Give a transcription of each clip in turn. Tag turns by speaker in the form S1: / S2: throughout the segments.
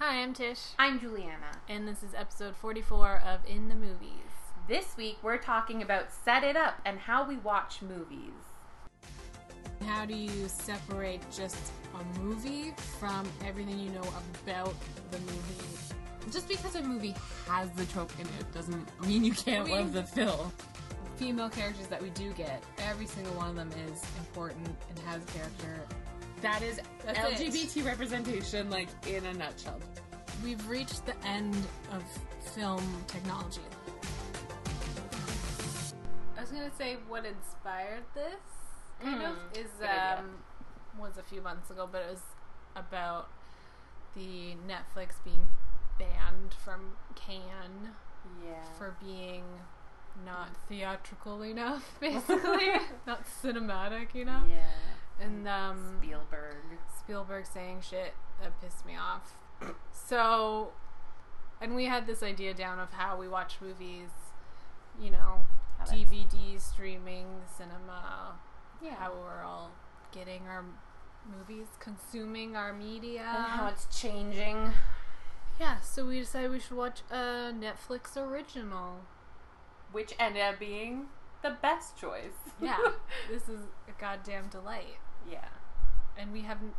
S1: I am Tish,
S2: I'm Juliana.
S1: and this is episode 44 of In the Movies.
S2: This week we're talking about Set It Up and how we watch movies.
S1: How do you separate just a movie from everything you know about the movie? Just because a movie has the trope in it doesn't mean you can't
S3: We-
S1: love the film.
S3: female characters that we do get, every single one of them is important and has character. That is
S1: That's it.
S3: LGBT representation, like in a nutshell.
S1: We've reached the end of film technology. I was gonna say what inspired this kind
S2: Mm,
S1: of is
S2: good idea.
S1: um was a few months ago, but it was about the Netflix being banned from Cannes
S2: Yeah.
S1: for being not theatrical enough, basically, not cinematic enough,
S2: Yeah.
S1: and um,
S2: Spielberg.
S1: Spielberg saying shit that pissed me off. So, and we had this idea down of how we watch movies, you know,
S2: How that-
S1: DVD streaming, cinema,
S2: Yeah.
S1: how we're all getting our movies, consuming our media.
S2: and how it's changing.
S1: yeah, so we decided we should watch a Netflix original.
S2: Which ended up being the best choice.
S1: Yeah, this is a goddamn delight.
S2: yeah.
S1: And we haven't,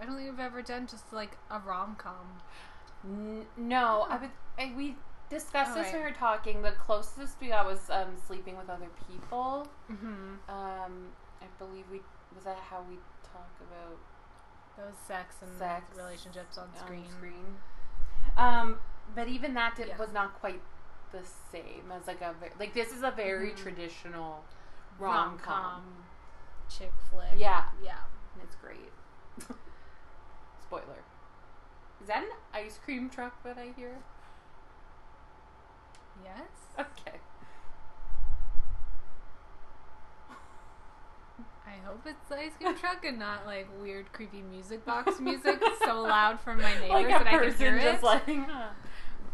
S1: I don't think we've ever done just like a rom com.
S2: N- no, I would. I, we discussed this when
S1: Alright.
S2: we were talking. The closest we got was um, sleeping with other people.
S1: Mm-hmm.
S2: Um, I believe we was that how we talk about
S1: That was sex and
S2: Sex
S1: relationships on screen.
S2: on screen. Um, but even that did,
S1: Yeah.
S2: was not quite the same as like a ve- like this is a very
S1: Mhm.
S2: traditional rom com.
S1: chick flick.
S2: Yeah,
S1: yeah.
S2: and it's great. Spoiler. Is that an ice cream truck that I hear?
S1: Yes.
S2: Okay.
S1: I hope it's the ice cream truck and not like weird, creepy music box music so loud from my neighbors
S2: Like a
S1: that I can hear
S2: person
S1: it.
S2: just like.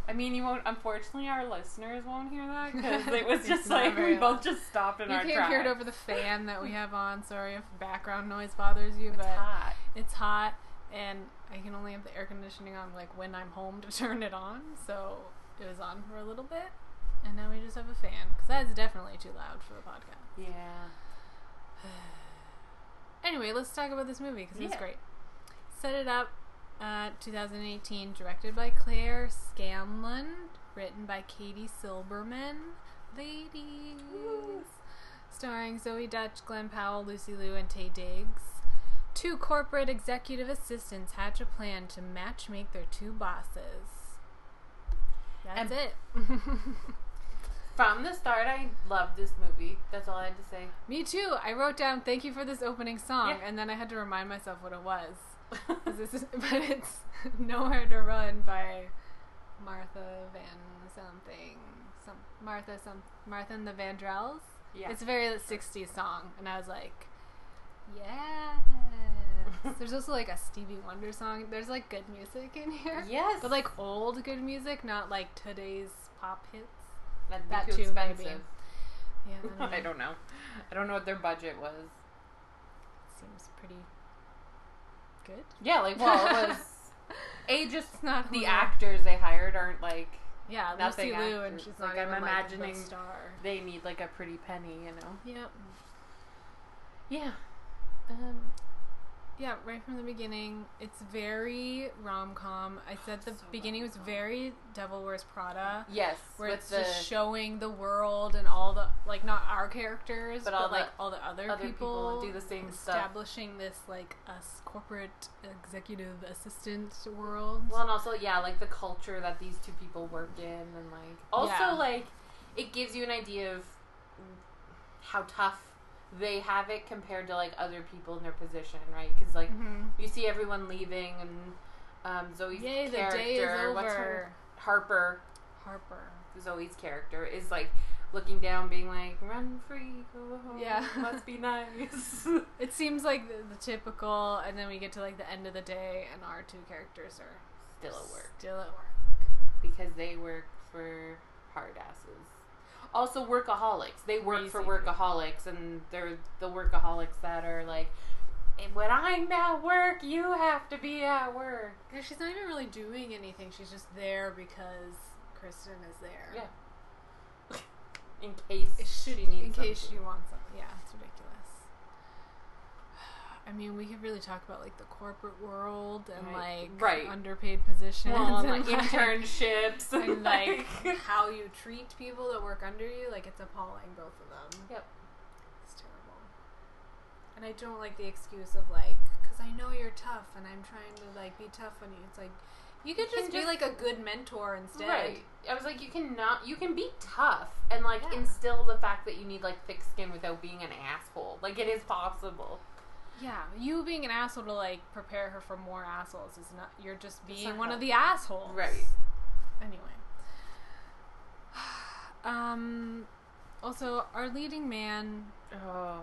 S2: I mean, you won't. Unfortunately, our listeners won't hear that because it was
S1: It's
S2: just
S1: not
S2: like
S1: very
S2: we both
S1: loud.
S2: just stopped in
S1: you
S2: our
S1: can't
S2: tracks.
S1: hear it over the fan that we have on. Sorry if background noise bothers you,
S2: It's
S1: but
S2: hot.
S1: it's hot and I can only have the air conditioning on like when I'm home to turn it on. So it was on for a little bit, and now we just have a fan because that is definitely too loud for the podcast.
S2: Yeah.
S1: Anyway, let's talk about this movie because it's
S2: Yeah.
S1: great. Set It Up, uh, 2018, directed by Claire Scanlon, written by Katie Silberman. Ladies!
S2: Woo.
S1: Starring Zoe Dutch, Glenn Powell, Lucy Liu, and Tay Diggs. Two corporate executive assistants hatch a plan to matchmake their two bosses. That's
S2: And-
S1: it.
S2: From the start, I loved this movie. That's all I had to say.
S1: Me too. I wrote down "Thank you for this opening song,"
S2: Yeah.
S1: and then I had to remind myself what it was. 'Cause this is, but it's Nowhere to Run by Martha Van something. Some Martha some Martha and the Vandrells.
S2: yeah.
S1: It's a very 60s song and I was like, yeah. There's also like a Stevie Wonder song. There's like good music in here.
S2: yes,
S1: But like old good music, not like today's pop hits.
S2: That'd be
S1: that
S2: too
S1: too, maybe.
S2: expensive.
S1: Yeah, I don't know.
S2: I don't know. I don't know what their budget was.
S1: Seems pretty good.
S2: Yeah, like well, it was a just
S1: It's not
S2: the
S1: Hulu.
S2: actors they hired aren't like
S1: Yeah,
S2: nothing
S1: Lucy Liu, and
S2: actors.
S1: she's
S2: Like,
S1: not
S2: I'm
S1: even like the
S2: imagining-
S1: star.
S2: they need like a pretty penny, you know.
S1: Yep.
S2: Yeah. Um,
S1: Yeah, right from the beginning, it's very rom com. I said the
S2: so
S1: beginning was
S2: rom-com.
S1: very Devil Wears Prada,
S2: yes,
S1: where
S2: with
S1: it's
S2: the
S1: just showing the world and all the like not our characters,
S2: But
S1: but,
S2: all the
S1: like all the other,
S2: other people
S1: people,
S2: do the same stuff.
S1: establishing this like us corporate executive assistant world.
S2: Well, and also yeah, like the culture that these two people work in, and like also
S1: Yeah.
S2: like it gives you an idea of how tough they have it compared to like other people in their position, right? Because like
S1: hmm
S2: you see everyone leaving, and um, Zoe's
S1: Yay, the
S2: character,
S1: day is
S2: what's her
S1: over.
S2: Harper,
S1: Harper.
S2: Zoe's character is like looking down, being like, "Run free, go home,
S1: Yeah.
S2: must be nice."
S1: It seems like the, the typical, and then we get to like the end of the day, and our two characters are
S2: Still at work.
S1: Still at work.
S2: because they work for hard asses. Also, workaholics. They work for
S1: Crazy.
S2: workaholics, and they're the workaholics that are like and when I'm at work, you have to be at work.
S1: Yeah, she's not even really doing anything. She's just there because Kristen is there.
S2: Yeah. In case
S1: It should,
S2: she needs
S1: in case
S2: something.
S1: she wants something. Yeah, it's ridiculous. I mean, we could really talk about like the corporate world and
S2: Right.
S1: like
S2: Right.
S1: underpaid positions
S2: Well, and, like
S1: and, like,
S2: internships
S1: and like how you treat people that work under you. Like it's appalling, both of them.
S2: Yep.
S1: It's terrible. And I don't like the excuse of like, because I know you're tough and I'm trying to like be tough on you. It's like you could
S2: can
S1: just be
S2: just-
S1: like a good mentor instead.
S2: Right. I was like, you cannot. You can be tough and like
S1: Yeah.
S2: instill the fact that you need like thick skin without being an asshole. Like it is possible.
S1: Yeah, you being an asshole to like prepare her for more assholes is not. You're just
S2: That's
S1: being
S2: not
S1: one of
S2: healthy.
S1: the assholes,
S2: Right.
S1: Anyway, um, also our leading man.
S2: Oh.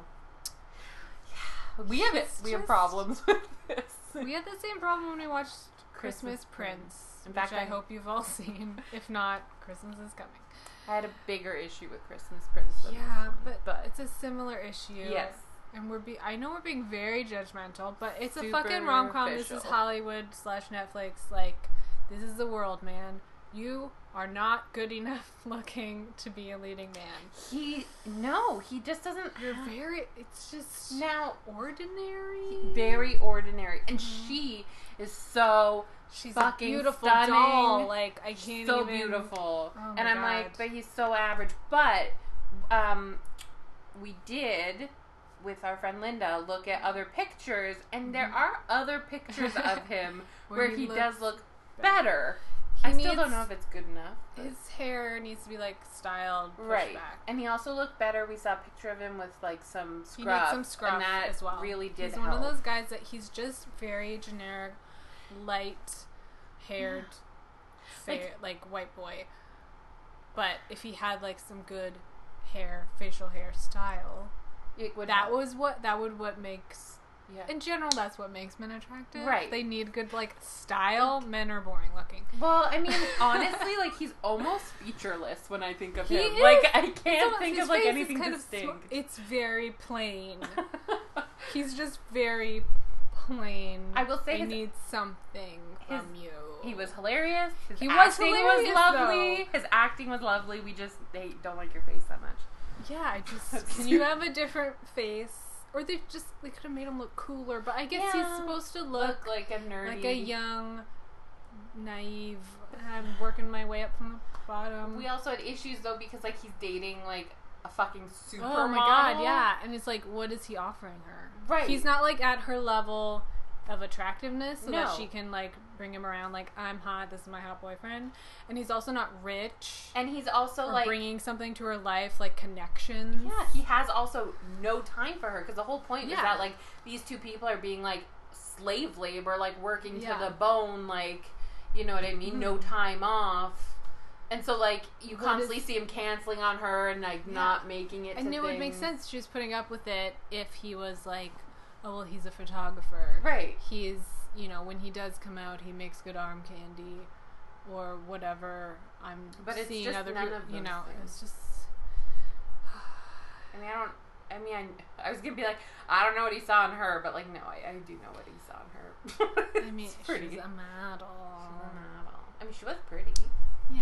S2: Yeah. We have it.
S1: It's
S2: We have
S1: just-
S2: problems with this.
S1: We had the same problem when we watched Christmas,
S2: Christmas
S1: Prince,
S2: In
S1: which
S2: fact,
S1: I
S2: I-
S1: hope you've all seen. If not, Christmas is coming.
S2: I had a bigger issue with Christmas Prince. than this
S1: Yeah,
S2: one,
S1: but, it's a similar issue.
S2: yes,
S1: and we're be I know we're being very judgmental, but it's a fucking
S2: Super
S1: rom com. This is
S2: official.
S1: Hollywood slash Netflix. Like this is the world, man. You are not good enough looking to be a leading man.
S2: he no, he just doesn't.
S1: You're very. It's just
S2: now
S1: ordinary.
S2: very ordinary, and she is so
S1: She's
S2: fucking
S1: a beautiful
S2: stunning.
S1: doll. Like I can't.
S2: so
S1: even-
S2: beautiful.
S1: Oh my
S2: and I'm
S1: God.
S2: like, but he's so average. But um, we did with our friend Linda look at other pictures, and there are other pictures of him where, he, does
S1: looks-
S2: look
S1: better.
S2: better.
S1: He
S2: I still
S1: needs-
S2: don't know if it's good enough. but-
S1: his hair needs to be like styled. pushed
S2: Right,
S1: Back.
S2: and he also looked better. We saw a picture of him with like some
S1: He
S2: scruff,
S1: needs some scruff
S2: and that
S1: as well.
S2: really did
S1: He's
S2: help.
S1: one of those guys that he's just very generic, light haired,
S2: Like-
S1: like, like white boy. But if he had like some good hair, facial hair style,
S2: It would
S1: that
S2: help.
S1: was what that would what makes.
S2: yeah.
S1: In general, that's what makes men attractive.
S2: Right.
S1: They need good like style. Men are boring looking.
S2: Well, I mean, honestly, like he's almost featureless when I think of
S1: He
S2: him.
S1: is.
S2: Like I can't
S1: So
S2: think
S1: his
S2: of like
S1: face is
S2: anything
S1: kind of sw-
S2: distinct.
S1: it's very plain. He's just very plain.
S2: I will say
S1: he
S2: his-
S1: needs something
S2: his-
S1: from you.
S2: he was hilarious. His
S1: He was
S2: acting was,
S1: hilarious,
S2: lovely. His acting was lovely. We just they don't like your face that much.
S1: Yeah, I just
S2: That's
S1: can you
S2: true.
S1: have a different face? Or they just they could have made him look cooler, but I guess
S2: Yeah.
S1: he's supposed to look,
S2: like a nerdy,
S1: like a young, naive. I'm working my way up from the bottom.
S2: We also had issues though because like he's dating like a fucking supermodel.
S1: oh my god, yeah! And it's like, what is he offering her?
S2: Right.
S1: He's not like at her level of attractiveness, so
S2: No.
S1: that she can like bring him around. Like I'm hot. This is my hot boyfriend, and he's also not rich.
S2: And he's also
S1: or
S2: like
S1: bringing something to her life, like connections.
S2: Yeah, he has also no time for her because the whole point is
S1: Yeah.
S2: that like these two people are being like slave labor, like working
S1: Yeah. Mm-hmm.
S2: to the bone, like you know what I mean, no time off. And so like you
S1: What
S2: constantly
S1: is-
S2: see him canceling on her and like
S1: Yeah.
S2: not making it.
S1: and it
S2: to
S1: would make
S2: things.
S1: sense she was putting up with it if he was like oh well he's a photographer
S2: right?
S1: he's you know when he does come out he makes good arm candy or whatever i'm
S2: But it's
S1: seeing
S2: just
S1: other
S2: none
S1: people
S2: of
S1: you
S2: those
S1: know it's
S2: things.
S1: just
S2: I mean, I don't. I mean, I, I was gonna be like, I don't know what he saw in her, but like, no, I, I do know what he saw in her.
S1: i mean
S2: It's
S1: she's
S2: pretty.
S1: a model
S2: She's a model. I mean, she was pretty.
S1: yeah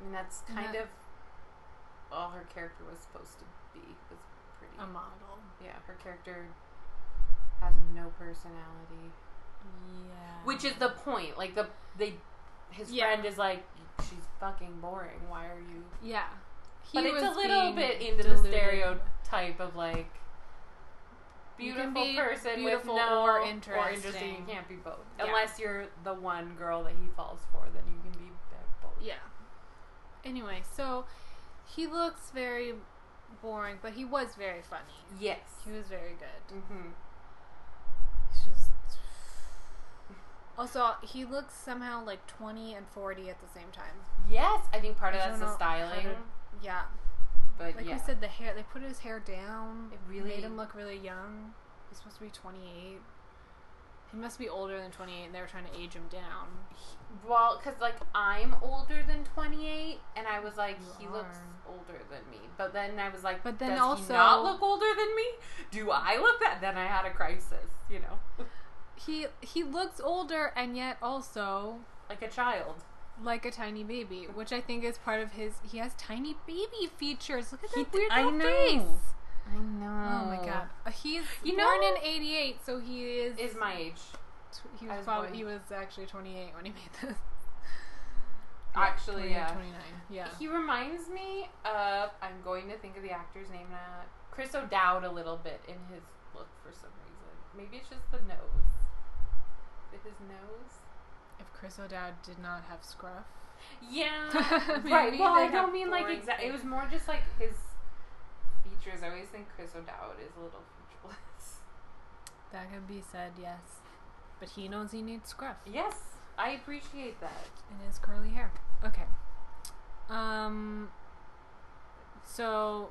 S2: I mean, that's
S1: And
S2: kind
S1: that-
S2: of all her character was supposed to be was pretty.
S1: a model
S2: yeah, her character has no personality,
S1: yeah
S2: which is the point. Like the they, his
S1: Yeah.
S2: friend is like, she's fucking boring. Why are you?
S1: yeah
S2: but
S1: He
S2: it's
S1: was
S2: a little
S1: being
S2: bit into the
S1: deluded.
S2: stereotype of like
S1: You
S2: beautiful
S1: can be
S2: person
S1: beautiful
S2: with no
S1: or
S2: Or interesting. You
S1: interesting.
S2: can't be both
S1: Yeah.
S2: unless you're the one girl that he falls for. Then you can be both.
S1: Yeah. Anyway, so he looks very boring, but he was very funny.
S2: Yes.
S1: He was very good.
S2: Mm-hmm.
S1: It's just also he looks somehow like twenty and forty at the same time.
S2: Yes, I think part of
S1: I
S2: that's
S1: don't
S2: the
S1: know how to-
S2: styling,
S1: Yeah,
S2: but
S1: like
S2: yeah,
S1: we said, the hair they put his hair down.
S2: It really-
S1: made him look really young. He's supposed to be twenty eight.
S4: He must be older than 28, and they were trying to age him down.
S2: Well, because like I'm older than 28, and I was like,
S1: You
S2: he looks
S1: are.
S2: older than me. But then I was like,
S1: But then
S2: does
S1: also-
S2: he not look older than me? Do I look that? Then I had a crisis, you know,
S1: He he looks older and yet also
S2: like a child.
S1: like a tiny baby, which I think is part of his. He has tiny baby features. Look at
S2: He
S1: that
S2: d-
S1: weird
S2: I
S1: little
S2: know.
S1: face.
S2: I know.
S1: Oh my god, Uh, he's
S2: You
S1: born
S2: know-
S1: in '88, so he is.
S2: Is my age
S1: tw- he
S2: I
S1: was,
S2: was
S1: probably
S2: born-
S1: he was actually 28 when he made this.
S2: actually?
S1: 28,
S2: Yeah.
S1: 29. Yeah.
S2: He reminds me of I'm going to think of the actor's name now. Chris O'Dowd a little bit in his look for some reason. Maybe it's just the nose. Is it His nose.
S1: if Chris O'Dowd did not have scruff,
S2: Yeah.
S1: Maybe
S2: right. Well,
S1: they
S2: I
S1: have
S2: don't mean like
S1: boring
S2: exact. It
S1: things.
S2: was more just like his features. I always think Chris O'Dowd is a little featureless.
S1: that could be said. Yes, but he knows he needs scruff
S2: yes, I appreciate that.
S1: and his curly hair. Okay. Um. So,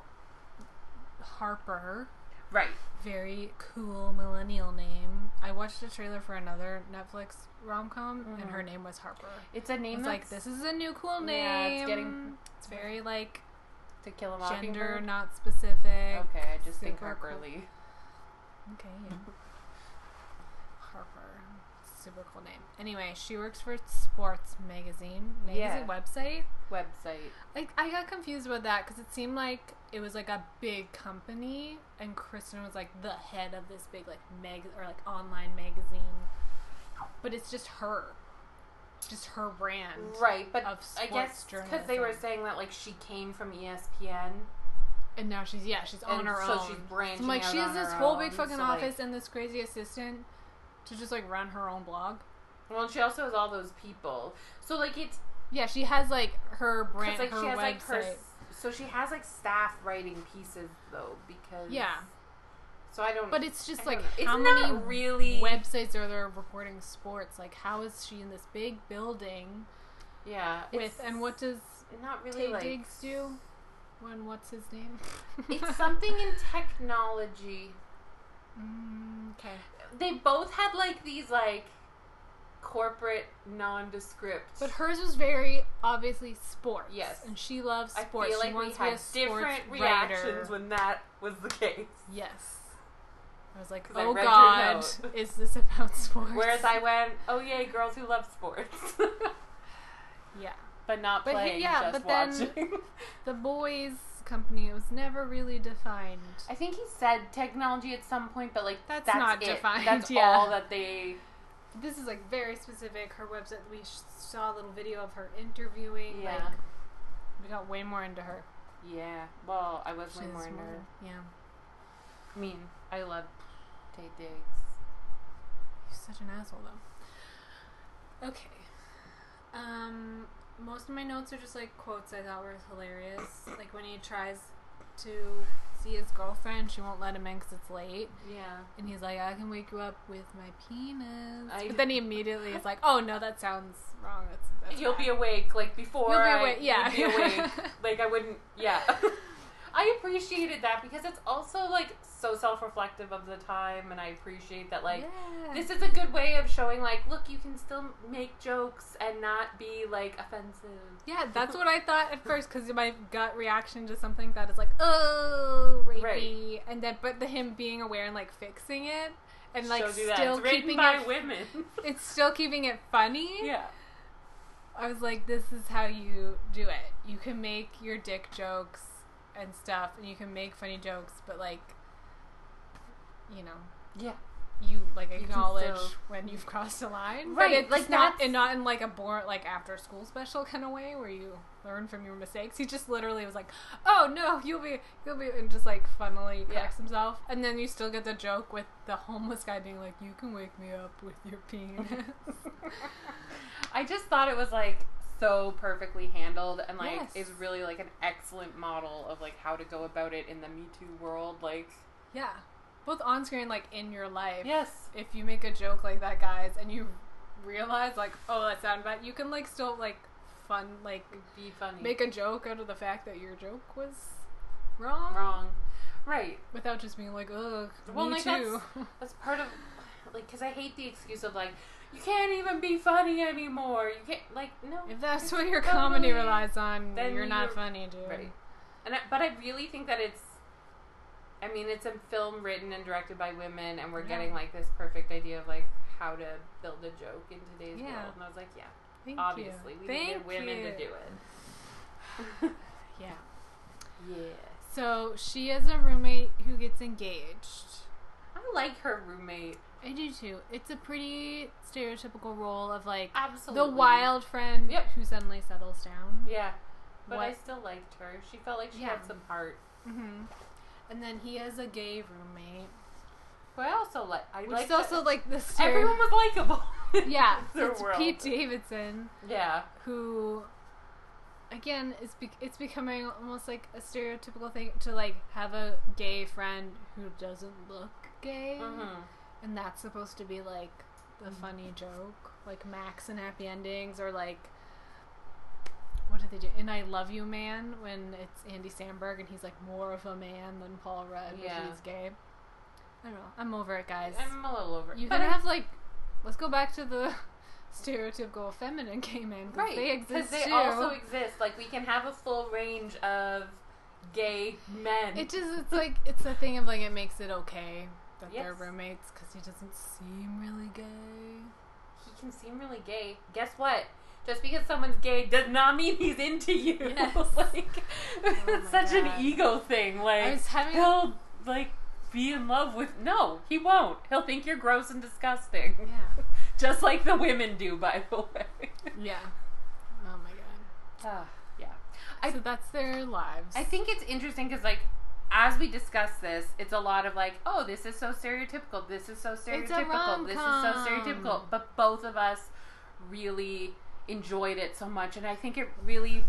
S1: Harper.
S2: Right.
S1: very cool millennial name. I watched a trailer for another Netflix rom com, and
S2: Mhm.
S1: her name was Harper.
S2: It's a name
S1: It's like
S2: that's
S1: this is a new cool name.
S2: Yeah, it's getting-
S1: It's very like
S2: to kill a
S1: gender
S2: mockingbird.
S1: not specific.
S2: Okay, I just think
S1: super
S2: Harper
S1: cool.
S2: Lee.
S1: Okay, yeah. Harper, super cool name. Anyway, she works for Sports Magazine
S2: Yeah.
S1: magazine website.
S2: Website.
S1: Like I got confused with that because it seemed like it was like a big company, and Kristen was like the head of this big like mag or like online magazine, but it's just her, just her brand.
S2: Right, but
S1: of
S2: I guess
S1: sports
S2: because they were
S1: journalism.
S2: saying that like she came from E ESPN.
S1: And now she's yeah, she's on
S2: and
S1: her
S2: so
S1: own.
S2: she's branching.
S1: I'm like
S2: out
S1: she has
S2: on
S1: this
S2: her
S1: whole
S2: own,
S1: big fucking
S2: so, like-
S1: office and this crazy assistant to just like run her own blog.
S2: well, and she also has all those people. So like it's
S1: Yeah, she has like her brand,
S2: Because like
S1: her
S2: she has
S1: website.
S2: like her, so she has like staff writing pieces though because
S1: Yeah.
S2: So I don't.
S1: But it's just
S2: I
S1: like
S2: don't
S1: how
S2: know. it's
S1: many
S2: not really
S1: websites are there reporting sports? Like how is she in this big building
S2: yeah
S1: with and what does
S2: not really
S1: Tay
S2: like
S1: Diggs do? When what's his name?
S2: It's something in technology.
S1: Mm, Okay.
S2: They both had like these like corporate nondescript.
S1: But hers was very obviously sports.
S2: Yes.
S1: And she loves
S2: I
S1: sports.
S2: feel
S1: she
S2: like we
S1: wants to be a
S2: had
S1: sports
S2: different
S1: writer.
S2: reactions when that was the case.
S1: Yes. I was like,
S2: 'Cause I
S1: oh
S2: read your
S1: god,
S2: note."
S1: is this about sports?
S2: Whereas I went, oh yay, girls who love sports,
S1: yeah,
S2: but not
S1: But he-
S2: playing,
S1: yeah,
S2: just
S1: but then-
S2: watching.
S1: the boys' company was never really defined.
S2: I think he said technology at some point, but like
S1: That's
S2: that's,
S1: not
S2: it.
S1: defined,
S2: That's
S1: yeah.
S2: all that they.
S4: This is like very specific. Her website. We sh- saw a little video of her interviewing.
S2: Yeah.
S4: Like,
S1: We got way more into her.
S2: yeah. Well, I was way
S1: She's
S2: more into her.
S1: Yeah,
S2: I mean, I love Tay Diggs.
S1: he's such an asshole though. Okay.
S4: Um, most of my notes are just like quotes I thought were hilarious. Like when he tries
S1: To see his girlfriend, she won't let him in because it's late,
S2: Yeah.
S1: and he's like, "I can wake you up with my penis,"
S2: I-
S1: but then he immediately is like, "Oh no, that sounds wrong. That's, that's
S2: You'll
S1: bad."
S2: be awake like before.
S1: You'll be
S2: I-
S1: awake, yeah.
S2: you'd be awake. like I wouldn't. Yeah. I appreciated that because it's also like so self-reflective of the time, and I appreciate that like.
S1: yeah.
S2: This is a good way of showing, like, look, you can still make jokes and not be like offensive.
S1: Yeah, that's what I thought at first because my gut reaction to something that is like, oh, rapey, and then but the him being aware and like fixing it and like
S2: so do that.
S1: still
S2: it's written
S1: keeping
S2: by
S1: it,
S2: women.
S1: it's still keeping it funny.
S2: yeah.
S1: I was like, this is how you do it. You can make your dick jokes and stuff, and you can make funny jokes, but like, you know,
S2: Yeah.
S1: you like
S2: You can
S1: acknowledge
S2: still-
S1: when you've crossed a line, But
S2: Right,
S1: it's
S2: like,
S1: not
S2: that's-
S1: and not in like a born like after school special kind of way where you learn from your mistakes. He just literally was like, "Oh no, you'll be you'll be," and just like funnily
S2: Yeah.
S1: cracks himself, and then you still get the joke with the homeless guy being like, "You can wake me up with your penis."
S2: I just thought it was like so perfectly handled and like
S1: Yes.
S2: is really like an excellent model of like how to go about it in the Me Too world. Like,
S1: yeah, both on screen like in your life.
S2: yes.
S1: if you make a joke like that, guys, and you realize like, "Oh, that sounded bad," you can like still like fun like
S2: Be funny.
S1: make a joke out of the fact that your joke was wrong,
S2: wrong. Right.
S1: without just being like, ugh,
S2: Well,
S1: me
S2: like,
S1: too.
S2: That's part of like because I hate the excuse of like you can't even be funny anymore. You can't like no.
S1: If that's
S2: it's
S1: what your
S2: funny.
S1: comedy relies on,
S2: Then
S1: you're not
S2: you're-
S1: funny, dude.
S2: Right. And I, but I really think that it's. I mean, it's a film written and directed by women, and we're
S1: Yeah.
S2: getting like this perfect idea of like how to build a joke in today's
S1: Yeah.
S2: world. And I was like, yeah,
S1: Thank
S2: obviously,
S1: you.
S2: we
S1: Thank
S2: needed women to do
S1: you.
S2: it.
S1: Yeah.
S2: yes.
S1: So she has a roommate who gets engaged.
S2: I like her roommate.
S1: I do too. It's a pretty stereotypical role of like
S2: Absolutely.
S1: the wild friend
S2: Yep.
S1: who suddenly settles down.
S2: Yeah. But I
S1: What-
S2: still liked her. She felt like she
S1: Yeah.
S2: had some heart.
S1: hmm And then he has a gay roommate,
S2: But I also like. I
S1: which
S2: liked
S1: is also
S2: that
S1: like the stereo-
S2: everyone was likable. in
S1: yeah,
S2: their
S1: it's
S2: world.
S1: Pete Davidson
S2: Yeah.
S1: who. Again, it's be- it's becoming almost like a stereotypical thing to like have a gay friend who doesn't look gay,
S2: hmm
S1: and that's supposed to be like the
S2: Mm.
S1: funny joke, like Max and Happy Endings, or like what did they do? In I Love You Man, when it's Andy Samberg and he's like more of a man than Paul Rudd,
S2: Yeah.
S1: but he's gay. I don't know. I'm over it, guys.
S2: I'm a little over.
S1: You
S2: but
S1: can
S2: I-
S1: have like, let's go back to the stereotypical feminine gay men because
S2: right
S1: they exist
S2: they
S1: too.
S2: also e- exist. Like we can have a full range of gay men.
S1: it just it's like it's a thing of like it makes it okay that they're
S2: Yes.
S1: roommates because he doesn't seem really gay.
S2: he can seem really gay. Guess what? Just because someone's gay does not mean he's into you.
S1: Yes. Oh
S2: like it's
S1: my
S2: such
S1: God.
S2: an ego thing.
S1: I
S2: Like
S1: was having
S2: he'll like be in love with no, he won't. He'll think you're gross and disgusting.
S1: yeah.
S2: Just like the women do, by the way.
S1: Yeah. Oh my god.
S2: Ah, yeah.
S1: so that's their lives.
S2: I think it's interesting because, like, as we discuss this, it's a lot of like, oh, this is so stereotypical. This is so stereotypical. This is so
S1: rom-com.
S2: stereotypical. But both of us really enjoyed it so much, and I think it really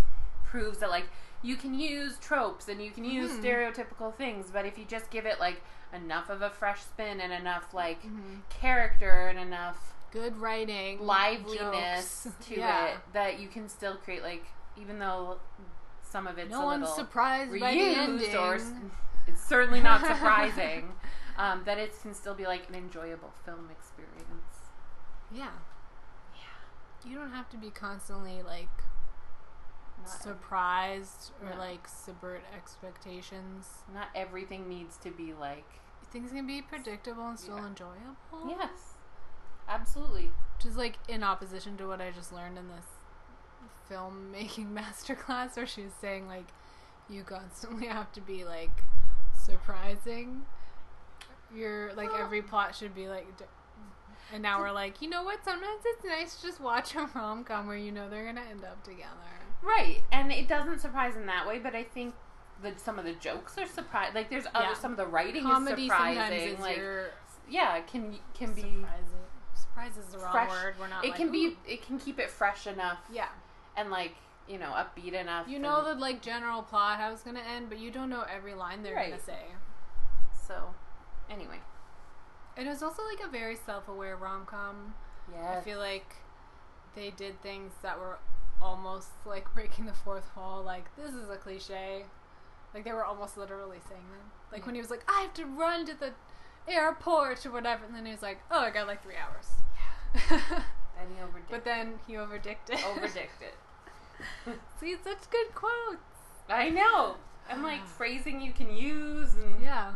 S2: proves that like you can use tropes and you can use
S1: Mhm.
S2: stereotypical things, but if you just give it like enough of a fresh spin and enough like
S1: Mhm.
S2: character and enough
S1: good writing,
S2: liveliness
S1: jokes.
S2: to
S1: Yeah.
S2: it, that you can still create like even though some of it's
S1: No
S2: a
S1: one's
S2: little
S1: surprised by the ending.
S2: reused or s- it's certainly not surprising um, that it can still be like an enjoyable film experience.
S1: yeah. You don't have to be constantly like
S2: Not,
S1: surprised or
S2: No.
S1: like subvert expectations.
S2: not everything needs to be like
S1: Things can be predictable and still
S2: Yeah.
S1: enjoyable.
S2: yes, absolutely.
S1: Which is like in opposition to what I just learned in this filmmaking masterclass where she was saying like you constantly have to be like surprising. Your like
S2: Well-
S1: every plot should be like d- and now we're like, you know what? Sometimes it's nice to just watch a rom com where you know they're gonna end up together.
S2: Right, and it doesn't surprise in that way, but I think that some of the jokes are surprising. Like there's other
S1: Yeah.
S2: some of the writing
S1: Comedy
S2: is
S1: sometimes
S2: surprising.
S1: is
S2: like
S1: your
S2: yeah, it can can be
S1: surprising. Surprise is the wrong
S2: fresh.
S1: word. We're not.
S2: it
S1: like,
S2: can be
S1: "Ooh."
S2: it can keep it fresh enough
S1: Yeah,
S2: and like you know upbeat enough.
S1: you know
S2: and-
S1: the like general plot how it's gonna end, but you don't know every line they're gonna
S2: Right.
S1: say.
S2: so anyway.
S1: It was also like a very self-aware rom-com.
S2: Yeah.
S1: I feel like they did things that were almost like breaking the fourth wall. Like this is a cliche. Like they were almost literally saying them. Like when he was like, "I have to run to the airport" or whatever, and then he was like, "Oh, I got like three hours."
S2: And he overdipped.
S1: but then he overdicked it.
S2: overdicked it.
S1: See, such good quotes.
S2: I know. And like phrasing you can use and
S1: Yeah,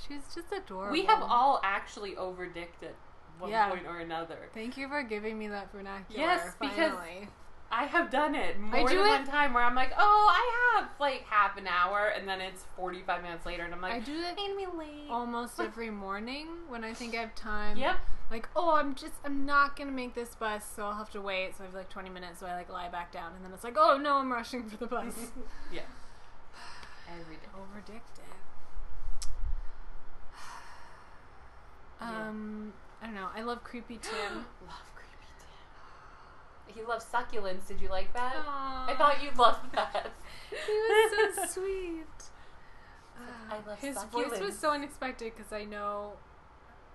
S1: she was just adorable.
S2: we have all actually overdicked it one
S1: Yeah.
S2: point or another.
S1: Thank you for giving me that vernacular.
S2: Yes, because-
S1: finally.
S2: I have done it more
S1: do
S2: than
S1: it-
S2: one time where I'm like, oh, I have like half an hour, and then it's 45 minutes later, and I'm
S1: I
S2: like,
S1: do it
S2: made me late.
S1: almost every morning when I think I have time.
S2: Yep.
S1: Like, oh, I'm just, I'm not gonna make this bus, so I'll have to wait. So I have like 20 minutes, so I like lie back down, and then it's like, oh no, I'm rushing for the bus.
S2: yeah. Every day.
S1: Overdicted.
S2: Yeah.
S1: Um, I don't know. I love creepy Tim.
S2: Love creepy Tim. He loves succulents. Did you like that? I
S1: I
S2: thought you'd love that.
S1: he was so sweet. Ah,
S2: I love
S1: His voice was
S2: succulents.
S1: so unexpected because I know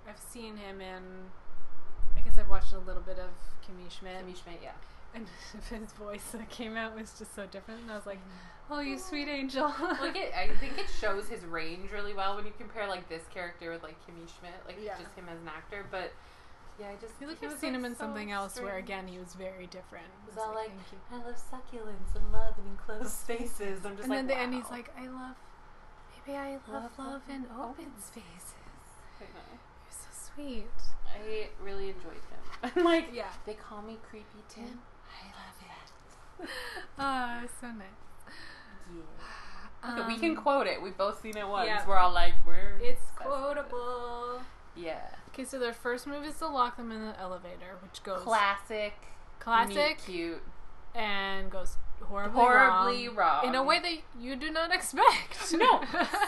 S1: I've seen him in. I guess I've watched a little bit of Kimmy Schmidt.
S2: Kimmy Schmidt, yeah.
S1: and his voice that came out was just so different. And I was like, "Oh, you sweet angel."
S2: Like it, Mm-hmm. I think it shows his range really well when you compare like this character with like Kimmy Schmidt, like
S1: Yeah.
S2: just him as an actor. But yeah, I just
S1: I feel like
S2: he
S1: I've
S2: was,
S1: seen
S2: like,
S1: him in
S2: so
S1: something else where
S2: strange.
S1: again he was very different. I
S2: He's
S1: was
S2: all like,
S1: "Thank you."
S2: I love succulents and love and enclosed spaces. I'm
S1: and
S2: just like,
S1: then the end, he's
S2: wow.
S1: like, "I love, maybe I love
S2: Love
S1: love
S2: open-
S1: in open
S2: open
S1: spaces."
S2: I know.
S1: You're so sweet.
S2: I really enjoyed him. I'm like,
S1: Yeah.
S2: they call me Creepy Tim. I love it.
S1: Oh, so nice.
S2: Yeah.
S1: Um,
S2: we can quote it. We've both seen it once.
S1: yeah.
S2: We're all like, we're.
S1: It's
S2: obsessed with it.
S1: quotable.
S2: Yeah.
S1: Okay, so their first move is to lock them in the elevator, which goes
S2: Classic.
S1: classic
S2: meet Cute.
S1: and goes horribly,
S2: Horribly
S1: wrong,
S2: wrong.
S1: in a way that you do not expect.
S2: No.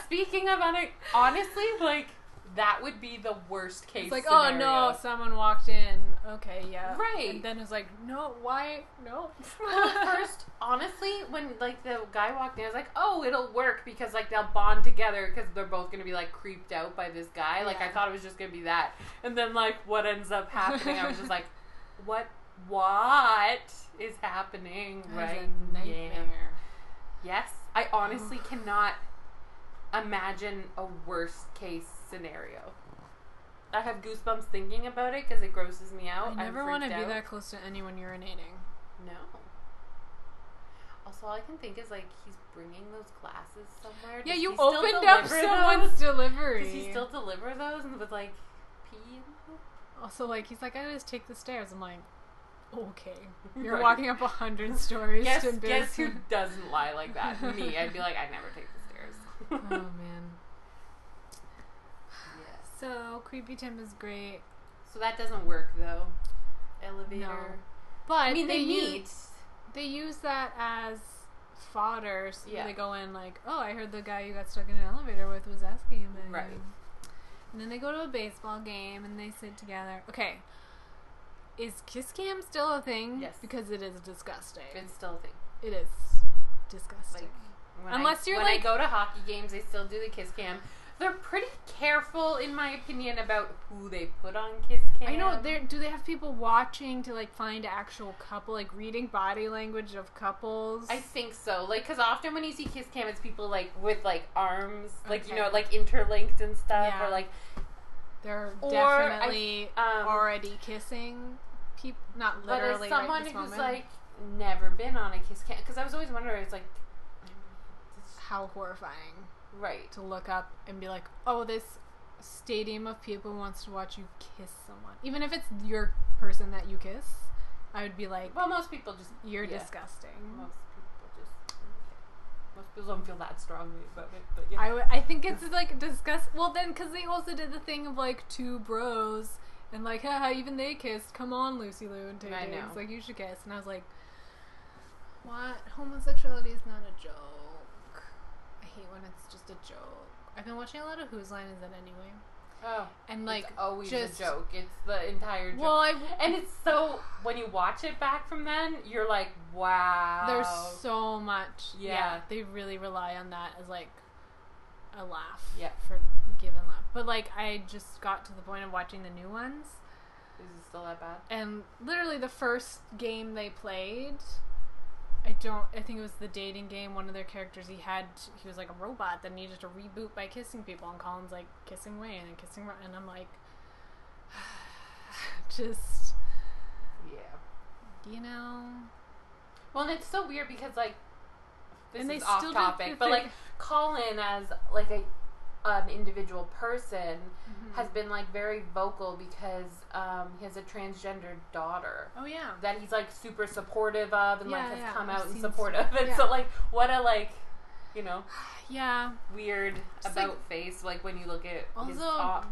S2: Speaking of on honestly, like that would be the worst case.
S1: It's like,
S2: scenario.
S1: oh no, someone walked in. Okay, yeah.
S2: Right.
S1: And then it's like, no, why? No.
S2: Well, at first, honestly, when like the guy walked in, I was like, "Oh, it'll work because like they'll bond together because they're both gonna be like creeped out by this guy." Like I
S1: Yeah.
S2: thought it was just gonna be that, and then like what ends up happening, I was just like, "What? What is happening
S1: That is
S2: right
S1: a
S2: now?"
S1: nightmare.
S2: Yes, I honestly cannot imagine a worst case scenario. I have goosebumps thinking about it because it grosses me out. I'm
S1: I never want to
S2: freaked
S1: be
S2: out.
S1: that close to anyone urinating.
S2: No. Also, all I can think is like he's bringing those glasses somewhere.
S1: Yeah,
S2: Does
S1: you
S2: he still
S1: opened up
S2: deliver
S1: someone's
S2: those?
S1: delivery.
S2: Does he still deliver those and with like pee? In them?
S1: also, like, he's like, I just take the stairs. I'm like, okay. You're
S2: Right.
S1: walking up a hundred stories
S2: Guess,
S1: to embarrass
S2: guess who
S1: me.
S2: doesn't lie like that? Me. I'd be like, I'd never take the
S1: Oh,
S2: stairs.
S1: man.
S2: yes.
S1: So, Creepy Tim is great.
S2: So that doesn't work though. Elevator.
S1: But
S2: I mean, they,
S1: use-
S2: meet.
S1: they use that as fodder. So
S2: Yeah.
S1: They go in like, oh, I heard the guy you got stuck in an elevator with was asking him. that."
S2: Right.
S1: And then they go to a baseball game and they sit together. Okay. Is kiss cam still a thing?
S2: Yes.
S1: Because it is disgusting.
S2: It's still a thing.
S1: It is disgusting.
S2: Like, when
S1: Unless
S2: I,
S1: you're,
S2: when
S1: like-
S2: I go to hockey games, they still do the kiss cam. They're pretty careful, in my opinion, about who they put on kiss cam.
S1: I know. There do they have people watching to like find actual couple, like reading body language of couples?
S2: I think so. Like, because often when you see kiss cam, it's people like with like arms, like you
S1: Okay.
S2: know, like interlinked and stuff,
S1: Yeah.
S2: or like
S1: They're
S2: Or I-
S1: definitely
S2: um,
S1: already kissing people. Not
S2: but as
S1: literally. right
S2: someone
S1: this
S2: who's
S1: moment.
S2: like never been on a kiss cam, because I was always wondering, it's like,
S1: how horrifying
S2: right,
S1: to look up and be like, oh, this stadium of people wants to watch you kiss someone, even if it's your person that you kiss. I would be like,
S2: well, most people just
S1: you're
S2: yeah.
S1: disgusting.
S2: Most people just most people don't feel that strongly about it, but yeah.
S1: I, w- I think it's like disgust. Well, then, because they also did the thing of like two bros and like, haha, even they kissed. Come on, Lucy Lou and Tay
S2: I
S1: Tay.
S2: know.
S1: It's Like, you should kiss. And I was like, what? Homosexuality is not a joke. I hate when it's just a joke. I've been watching a lot of Whose Line Is It Anyway.
S2: oh,
S1: And like,
S2: it's always
S1: just-
S2: a joke. It's the entire joke.
S1: well, I.
S2: and it's so when you watch it back from then, you're like, wow.
S1: There's so much. Yeah.
S2: Yeah.
S1: They really rely on that as like a laugh.
S2: Yeah.
S1: For given laugh. But like, I just got to the point of watching the new ones.
S2: Is it still that bad?
S1: and literally the first game they played i don't i think it was the dating game one of their characters he had he was like a robot that needed to reboot by kissing people and colin's like kissing way and kissing Ro-" and i'm like just
S2: Yeah.
S1: you know
S2: Well, and it's so weird because like this
S1: And they
S2: is off
S1: still did the
S2: topic, but like
S1: thing.
S2: Colin as like a an individual person
S1: Mm-hmm.
S2: has been like very vocal because um, he has a transgender daughter.
S1: oh yeah
S2: that he's like super supportive of and like
S1: Yeah,
S2: has
S1: yeah,
S2: come
S1: I've
S2: out and
S1: seen
S2: support
S1: some-
S2: of and
S1: yeah.
S2: so like what a like you know
S1: yeah
S2: weird
S1: Just,
S2: about face like when you look at his
S1: also
S2: op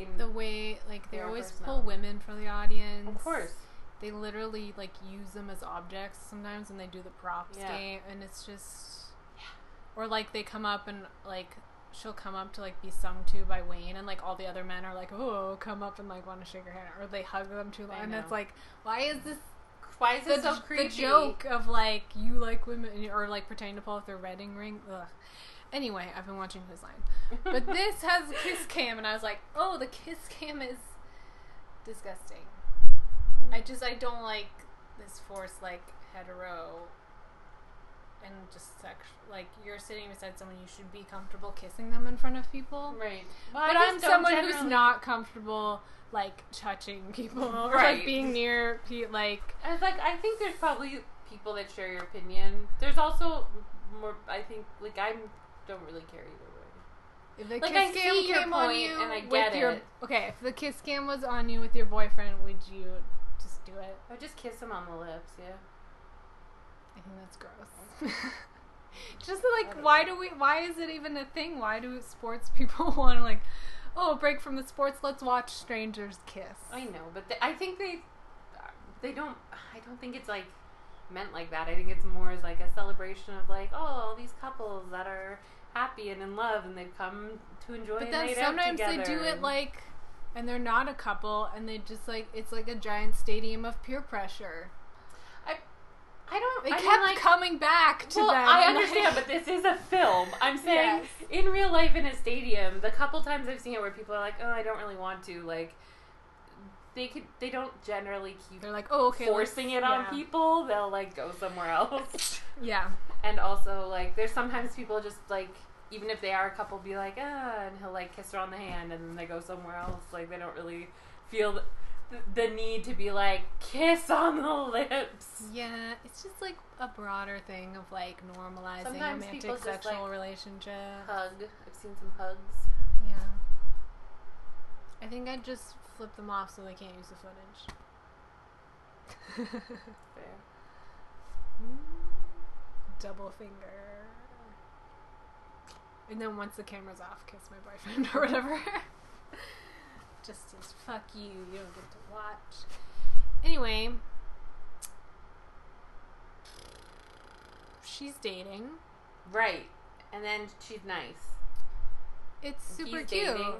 S2: in
S1: the way like they
S2: Their
S1: always pull
S2: personality.
S1: women for the audience
S2: of course
S1: they literally like use them as objects sometimes when they do the props
S2: Yeah.
S1: game and it's just or like they come up and like she'll come up to like be sung to by Wayne and like all the other men are like oh come up and like want to shake her hand or they hug them too long
S2: I
S1: and it's
S2: know.
S1: like why is this
S2: why is
S1: the,
S2: it so
S1: the
S2: creepy
S1: joke of like you like women or like pretending to pull off their wedding ring Ugh. anyway I've been watching his line but this has a kiss cam and I was like oh
S2: Mm.
S1: the kiss cam is disgusting I just I don't like this force like hetero and just sex like you're sitting beside someone you should be comfortable kissing them in front of people.
S2: Right.
S1: But I'm someone who's not comfortable like touching people or
S2: Right.
S1: like being near pe- like
S2: I was like, I think there's probably people that share your opinion. There's also more. I think like I don't really care either
S1: If the
S2: Like,
S1: kiss
S2: I
S1: cam
S2: see your
S1: came on
S2: point,
S1: you
S2: and I
S1: with
S2: get
S1: your
S2: it.
S1: okay, if the kiss cam was on you with your boyfriend, would you just do it?
S2: way. I just kiss them on the lips. Yeah.
S1: I think that's gross. just like why do we why is it even a thing? Why do sports people want to like oh, break from the sports, let's watch strangers kiss.
S2: I know, but they, I think they they don't. I don't think it's like meant like that. I think it's more as like a celebration of like, oh, all these couples that are happy and in love and they've come to enjoy.
S1: But
S2: a
S1: then
S2: night out
S1: sometimes they do
S2: together.
S1: it like and they're not a couple and they just like it's like a giant stadium of peer pressure.
S2: I don't.
S1: They
S2: I mean,
S1: kept
S2: like,
S1: coming back to
S2: well,
S1: them.
S2: I
S1: and, like-
S2: understand, but this is a film. I'm saying
S1: Yes.
S2: in real life in a stadium, the couple times I've seen it where people are like, "Oh, I don't really want to," like they could they don't generally keep
S1: they're like, "Oh, okay." let's-
S2: forcing it on
S1: yeah.
S2: people. They'll like go somewhere else.
S1: Yeah.
S2: and also like there's sometimes people just like even if they are a couple be like, "Ah," and he'll like kiss her on the hand and then they go somewhere else. Like they don't really feel the, the need to be like kiss on the lips.
S1: Yeah, it's just like a broader thing of like normalizing
S2: Sometimes people
S1: romantic
S2: just,
S1: sexual
S2: like,
S1: relationship.
S2: Hug. I've seen some hugs.
S1: Yeah. I think I'd just flip them off so they can't use the footage.
S2: Fair.
S1: Double finger. And then once the camera's off, kiss my boyfriend or whatever. just as fuck you, you don't get to watch. Anyway. She's dating.
S2: Right. And then she's nice.
S1: It's super
S2: He's
S1: cute.
S2: dating.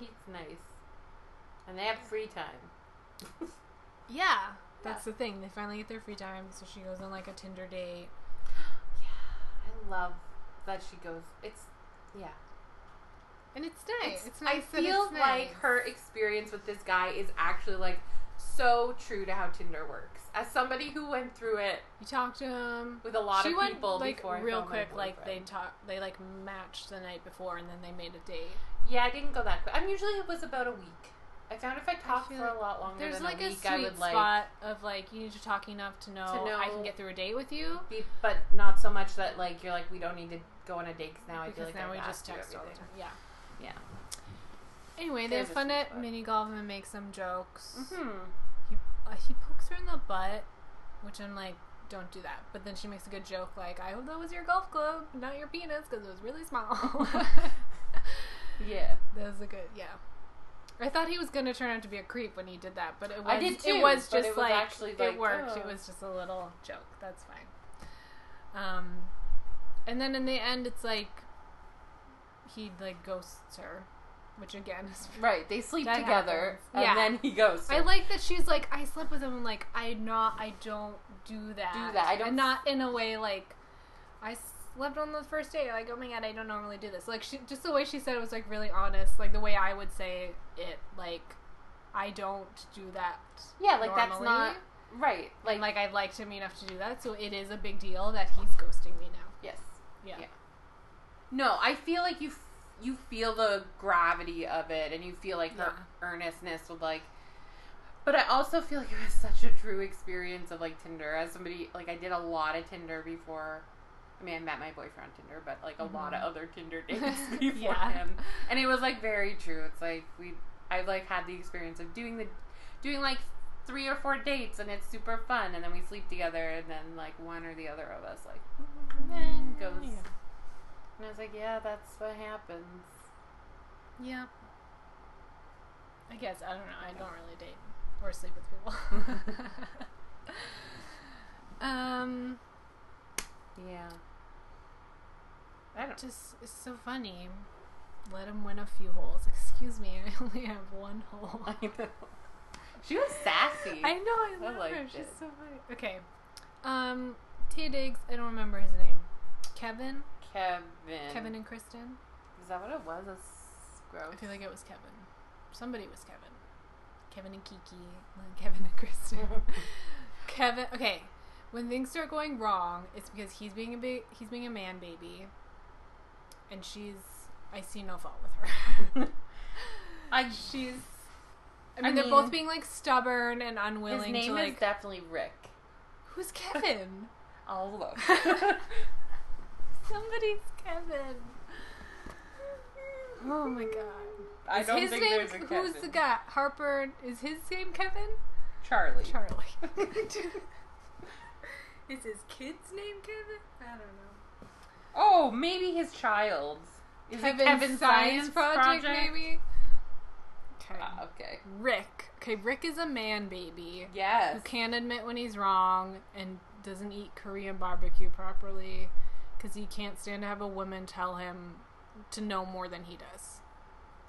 S2: He's nice. And they have free time.
S1: Yeah. That's the thing. They finally get their free time, so she goes on like a Tinder date.
S2: I love that she goes. It's yeah.
S1: And it's nice. It's,
S2: I
S1: nice. that
S2: feel
S1: it's
S2: like
S1: nice.
S2: her experience with this guy is actually like so true to how Tinder works. As somebody who went through it
S1: You talk to him.
S2: with a lot
S1: she
S2: of
S1: went
S2: people
S1: like
S2: before I
S1: real
S2: found my
S1: quick, like they
S2: boyfriend.
S1: talk, they like matched the night before, and then they made a date.
S2: Yeah, I didn't go that quick. I'm usually it was about a week. I found if I talked
S1: feel
S2: for
S1: like
S2: a lot longer
S1: There's
S2: than
S1: like
S2: a
S1: a
S2: week, I
S1: sweet
S2: would like
S1: spot of like you need to talk enough to know,
S2: To
S1: I
S2: know-
S1: can get through a date with you.
S2: be, but not so much that like you're like we don't need to go on a date because now I feel
S1: Because
S2: like
S1: now
S2: I've
S1: we
S2: asked
S1: just
S2: you
S1: text all the
S2: everything.
S1: time. Yeah.
S2: Yeah.
S1: Anyway, they
S2: There's
S1: have
S2: a
S1: fun
S2: sweet
S1: at
S2: spot.
S1: mini golf and make some jokes.
S2: Hmm.
S1: He uh, he pokes her in the butt, which I'm like, don't do that. But then she makes a good joke like, I hope that was your golf club, not your penis, because it was really small.
S2: Yeah.
S1: That was a good, yeah. I thought he was gonna turn out to be a creep when he did that, but it was
S2: I did too,
S1: it was just
S2: but it was
S1: like,
S2: actually like,
S1: it worked.
S2: oh.
S1: It was just a little joke. That's fine. Um, and then in the end, it's like he like ghosts her, which again is.
S2: Right. They sleep
S1: That
S2: together,
S1: happens.
S2: and
S1: Yeah.
S2: then he goes.
S1: I like that she's like I slept with him. and, Like I not I don't do that.
S2: Do that. I don't-
S1: And not in a way like I slept on the first day. Like oh my god, I don't normally do this. Like she just the way she said it was like really honest. Like the way I would say it. Like I don't do that.
S2: Yeah, like that's
S1: normally.
S2: not right. Like,
S1: And, like I liked him enough to do that. So it is a big deal that he's ghosting me now.
S2: yes.
S1: Yeah.
S2: Yeah. No, I feel like you f- you feel the gravity of it, and you feel like her
S1: Yeah.
S2: earnestness with like. But I also feel like it was such a true experience of like Tinder. As somebody like I did a lot of Tinder before. I mean, I met my boyfriend on Tinder, but like a lot of other Tinder dates before
S1: Yeah.
S2: him, and it was like very true. It's like we, I've like had the experience of doing the, doing like three or four dates, and it's super fun, and then we sleep together, and then like one or the other of us like goes.
S1: Yeah.
S2: And I was like, yeah, that's what happens.
S1: Yeah. I guess I don't know. I don't really date or sleep with people. um,
S2: Yeah. I don't.
S1: just it's so funny. Let him win a few holes. Excuse me, I only have one hole.
S2: I know. She was sassy.
S1: I know. I love her.
S2: liked
S1: She's
S2: it.
S1: so funny. Okay. Um, Tay Diggs. I don't remember his name. Kevin.
S2: Kevin.
S1: Kevin and Kristen.
S2: Is that what it was? That's gross.
S1: I feel like it was Kevin. Somebody was Kevin. Kevin and Kiki. and then Kevin and Kristen. Kevin. Okay, when things start going wrong, it's because he's being a ba- he's being a man baby, and she's. I see no fault with her.
S2: I,
S1: she's. I mean,
S2: I
S1: they're both
S2: mean-
S1: being like stubborn and unwilling
S2: his name
S1: to
S2: is
S1: like.
S2: definitely Rick.
S1: Who's Kevin?
S2: I'll look.
S1: Somebody's Kevin. Oh my god.
S2: I
S1: Is
S2: don't
S1: his
S2: think
S1: name,
S2: there's a Kevin.
S1: Who's the guy? Harper. Is his name Kevin?
S2: Charlie.
S1: Charlie. is his kid's name Kevin? I don't know.
S2: Oh, maybe his child's. Is it Kevin's Science, Project?
S1: maybe? Okay.
S2: Ah, okay.
S1: Rick. Okay, Rick is a man baby
S2: Yes.
S1: who can't admit when he's wrong and doesn't eat Korean barbecue properly because he can't stand to have a woman tell him to know more than he does,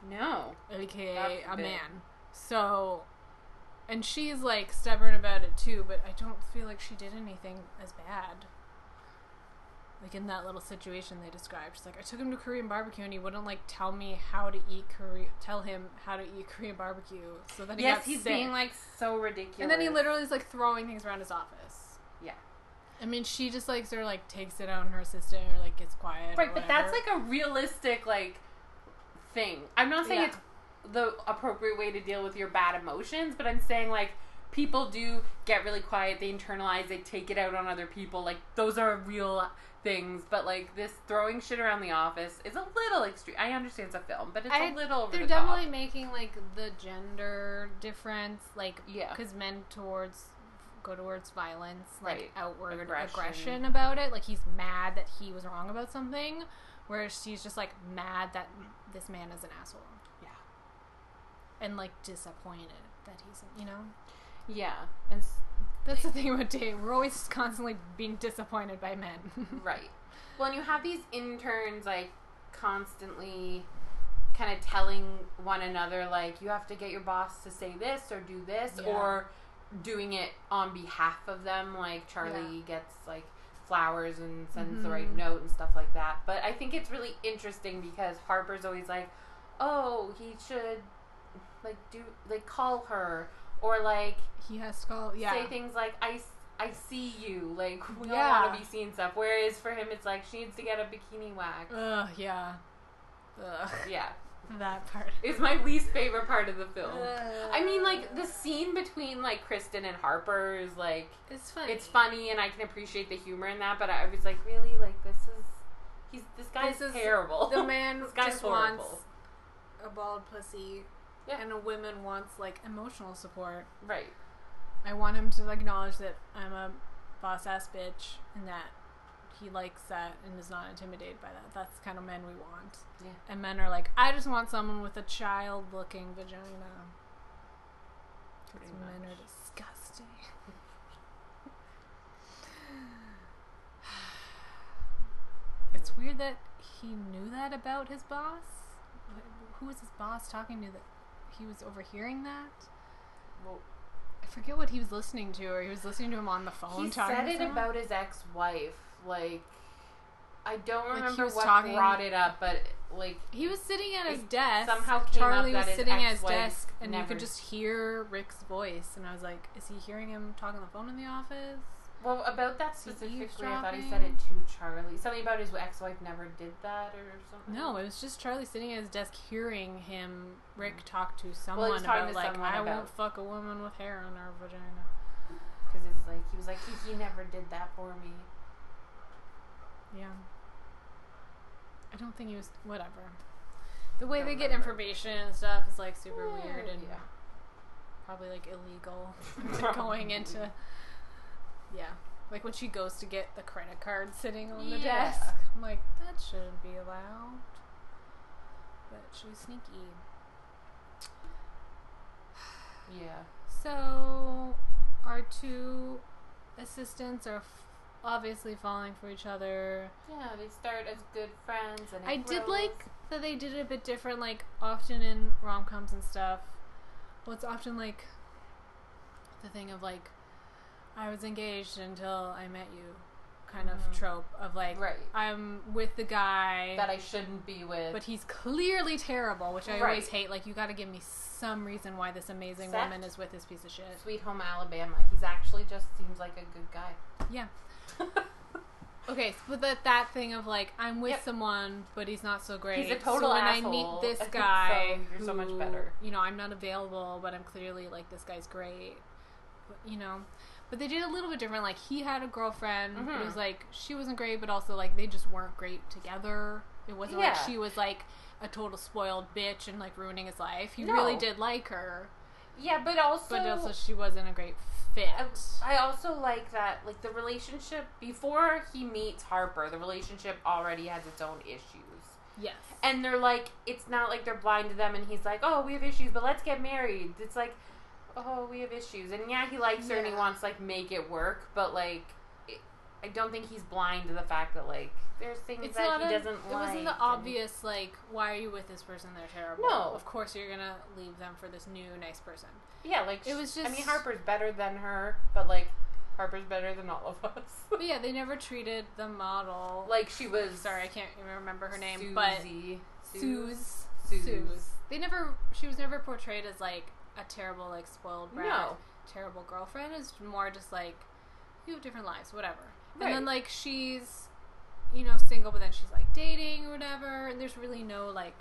S2: No.
S1: aka
S2: God
S1: a
S2: forbid.
S1: man. So, and she's like stubborn about it too, but I don't feel like she did anything as bad. Like in that little situation they described, she's like, I took him to Korean barbecue and he wouldn't like tell me how to eat Korean, tell him how to eat Korean barbecue, so that he
S2: yes,
S1: got
S2: he's
S1: sick.
S2: being like so ridiculous.
S1: And then he literally is like throwing things around his office.
S2: Yeah.
S1: I mean, she just like sort of like takes it out on her assistant or like gets quiet. or
S2: Right, but that's
S1: whatever.
S2: like a realistic like thing. I'm not saying
S1: Yeah.
S2: it's the appropriate way to deal with your bad emotions, but I'm saying like people do get really quiet, they internalize, they take it out on other people. Like those are real things, but like this throwing shit around the office is a little extreme. I understand it's a film, but it's a
S1: I-
S2: little over
S1: they're
S2: the top.
S1: definitely making like the gender difference, like
S2: Yeah.
S1: because men towards go towards violence, like
S2: Right.
S1: outward
S2: Aggression.
S1: aggression. about it. Like he's mad that he was wrong about something, whereas she's just like mad that this man is an asshole.
S2: Yeah.
S1: and like disappointed that he's you know.
S2: Yeah. And s-
S1: That's the thing about dating. We're always constantly being disappointed by men.
S2: Right. Well, and you have these interns like constantly kind of telling one another like you have to get your boss to say this or do this
S1: Yeah.
S2: or doing it on behalf of them like Charlie gets like flowers and sends the right
S1: Mhm.
S2: note and stuff like that. But I think it's really interesting because Harper's always like, "Oh, he should like do like call her or like
S1: He has to call. Yeah.
S2: say things like I, s- I see you like we
S1: Yeah.
S2: all want to be seen stuff whereas for him it's like she needs to get a bikini wax
S1: Ugh. Yeah. Ugh.
S2: yeah
S1: That part.
S2: is my least favorite part of the film i
S1: I
S2: mean like the scene between like kristen and harper is like
S1: It's funny.
S2: it's funny and i can appreciate the humor in that but i was like really like this is he's this guy's
S1: This is
S2: terrible
S1: The man
S2: This guy's
S1: just wants
S2: horrible.
S1: a bald pussy,
S2: Yeah.
S1: and a woman wants like emotional support.
S2: right
S1: I want him to acknowledge that I'm a boss ass bitch, and that he likes that and is not intimidated by that. That's the kind of men we want.
S2: Yeah.
S1: And men are like, I just want someone with a child looking vagina. 'Cause
S2: Pretty
S1: men
S2: much.
S1: are disgusting. it's weird that he knew that about his boss. Wh- Who was his boss talking to that he was overhearing that?
S2: well,
S1: I forget what he was listening to, or he was listening to him on the phone
S2: he
S1: talking
S2: said
S1: to
S2: it
S1: someone.
S2: about his ex-wife like i don't
S1: Like, he
S2: remember
S1: was
S2: what
S1: talking-
S2: brought it up but like
S1: He was sitting at his
S2: It
S1: desk.
S2: somehow came up
S1: Charlie
S2: that
S1: was
S2: his
S1: sitting at his
S2: ex-wife
S1: desk, and you
S2: never-
S1: could just hear Rick's voice. And I was like, "Is he hearing him talk on the phone in the office?"
S2: Well, about that
S1: Is he
S2: specifically, I thought he
S1: eavesdropping?
S2: said it to Charlie. Something about his ex-wife never did that or something.
S1: No, it was just Charlie sitting at his desk, hearing him
S2: Mm.
S1: Rick talk to someone
S2: talking
S1: about
S2: to
S1: like,
S2: someone
S1: "I
S2: about-
S1: won't fuck a woman with hair on her vagina."
S2: because it's like he was like he, he never did that for me.
S1: Yeah. I don't think he was. Whatever. The way
S2: Don't
S1: they get
S2: remember.
S1: information and stuff is like super weird and
S2: yeah.
S1: probably like illegal. going into yeah like when she goes to get the credit card sitting on the
S2: Yeah.
S1: desk i'm like that shouldn't be allowed but she was sneaky
S2: Yeah.
S1: so our two assistants are f- obviously falling for each other
S2: Yeah, they start as good friends and. it
S1: I did
S2: grows.
S1: like that they did it a bit different, like often in rom coms and stuff. Well, it's often like the thing of like, I was engaged until I met you, kind
S2: Mhm.
S1: of trope of like
S2: Right.
S1: I'm with the guy
S2: That I shouldn't be with.
S1: but he's clearly terrible, which I always
S2: Right.
S1: hate. Like you got to give me some reason why this amazing
S2: Seth?
S1: woman is with this piece of shit.
S2: Sweet Home Alabama. He's actually just seems like a good guy.
S1: Yeah. Okay, but that that thing of like I'm with
S2: Yep.
S1: someone, but he's not so great.
S2: He's a total
S1: so when
S2: asshole,
S1: I meet this
S2: so
S1: guy,
S2: you're so much
S1: who,
S2: better.
S1: You know, I'm not available, but I'm clearly like this guy's great. But, you know, but they did a little bit different. Like he had a girlfriend. but
S2: Mhm.
S1: It was like she wasn't great, but also like they just weren't great together. It wasn't like
S2: Yeah.
S1: she was like a total spoiled bitch and like ruining his life. He
S2: No.
S1: really did like her,
S2: Yeah, but also,
S1: but also she wasn't a great fit.
S2: I- I also like that, like the relationship before he meets Harper, the relationship already has its own issues,
S1: yes.
S2: and they're like, it's not like they're blind to them, and he's like, oh, we have issues, but let's get married. It's like, oh, we have issues, and yeah, he likes her and he
S1: Yeah.
S2: wants to, like make it work, but like, it, I don't think he's blind to the fact that like there's things
S1: It's
S2: that
S1: not
S2: he
S1: a-
S2: doesn't.
S1: It wasn't the
S2: like, and-
S1: obvious like why are you with this person? They're terrible.
S2: No.
S1: of course you're gonna leave them for this new nice person.
S2: Yeah, like
S1: It was
S2: I mean,
S1: just-
S2: Harper's better than her, but like Harper's better than all of us.
S1: But yeah, they never treated the model.
S2: like she was.
S1: sorry, I can't even remember her name,
S2: Susie.
S1: but
S2: Suze.
S1: Suze.
S2: Suze.
S1: Suze. They never. She was never portrayed as like a terrible like spoiled brat,
S2: No.
S1: terrible girlfriend. It's more just like you have different lives, whatever.
S2: Right.
S1: And then like she's, you know, single, but then she's like dating or whatever. And there's really no like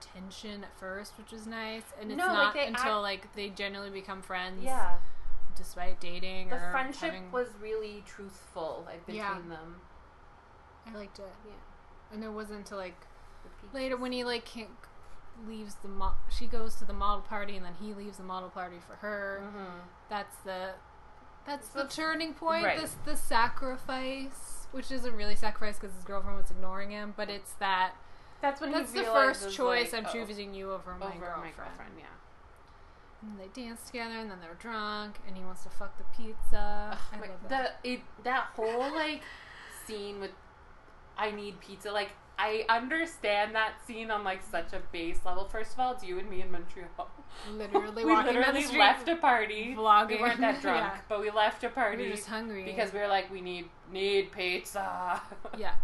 S1: tension at first, which is nice. And it's
S2: No, like,
S1: not
S2: they
S1: until like they generally become friends,
S2: Yeah,
S1: despite dating
S2: the
S1: or
S2: friendship
S1: having-
S2: was really truthful like, between
S1: Yeah.
S2: them.
S1: I liked it.
S2: Yeah.
S1: And it wasn't until like
S2: The peaches.
S1: later when he like can't leaves the mo- she goes to the model party and then he leaves the model party for her.
S2: Mhm.
S1: That's the that's the
S2: That's-
S1: turning point.
S2: right.
S1: This the sacrifice, which isn't really sacrifice because his girlfriend was ignoring him, but it's that
S2: That's when
S1: that's
S2: he
S1: the
S2: realizes,
S1: first choice.
S2: like,
S1: I'm
S2: oh,
S1: choosing you over my
S2: over
S1: girlfriend.
S2: my girlfriend. Yeah.
S1: And they dance together, and then they're drunk, and he wants to fuck the pizza. I
S2: Like,
S1: love that.
S2: the it that whole like scene with I need pizza. Like I understand that scene on like such a base level. First of all, it's you and me in Montreal.
S1: Literally
S2: we
S1: walking down
S2: literally
S1: the street,
S2: left a party.
S1: vlogging.
S2: We weren't that drunk,
S1: Yeah.
S2: but we left a
S1: We
S2: party
S1: were just hungry
S2: because we were like, we need need pizza.
S1: yeah,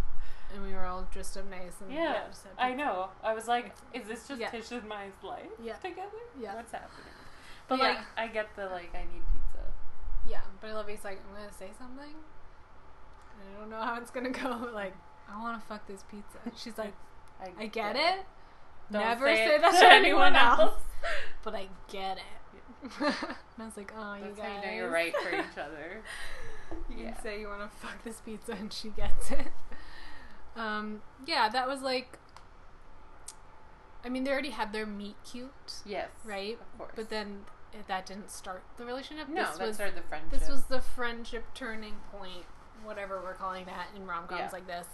S1: and we were all dressed up nice. And
S2: Yeah,
S1: just had
S2: I
S1: pizza.
S2: know. I was like, is this just
S1: Yeah.
S2: Tish and my life
S1: Yeah.
S2: together?
S1: Yeah.
S2: What's happening? But
S1: Yeah.
S2: like, I get the like, I need pizza.
S1: Yeah, but I love he's like, I'm gonna say something. and I don't know how it's gonna go. Like, I want to fuck this pizza. She's like, I get it,
S2: Don't
S1: Never
S2: say,
S1: say
S2: it
S1: that
S2: to
S1: to anyone
S2: anyone else.
S1: but I get it. and I was like, oh, you
S2: That's
S1: guys.
S2: how you know you're right for each other.
S1: you
S2: Yeah.
S1: can say you want to fuck this pizza, and she gets it. Um, yeah, that was like. I mean, they already had their meet cute,
S2: Yes.
S1: right?
S2: Of course.
S1: But then eh, that didn't start the relationship.
S2: no,
S1: this
S2: that
S1: was
S2: started the friendship.
S1: This was the friendship turning point, whatever we're calling that in rom coms
S2: Yeah.
S1: like this.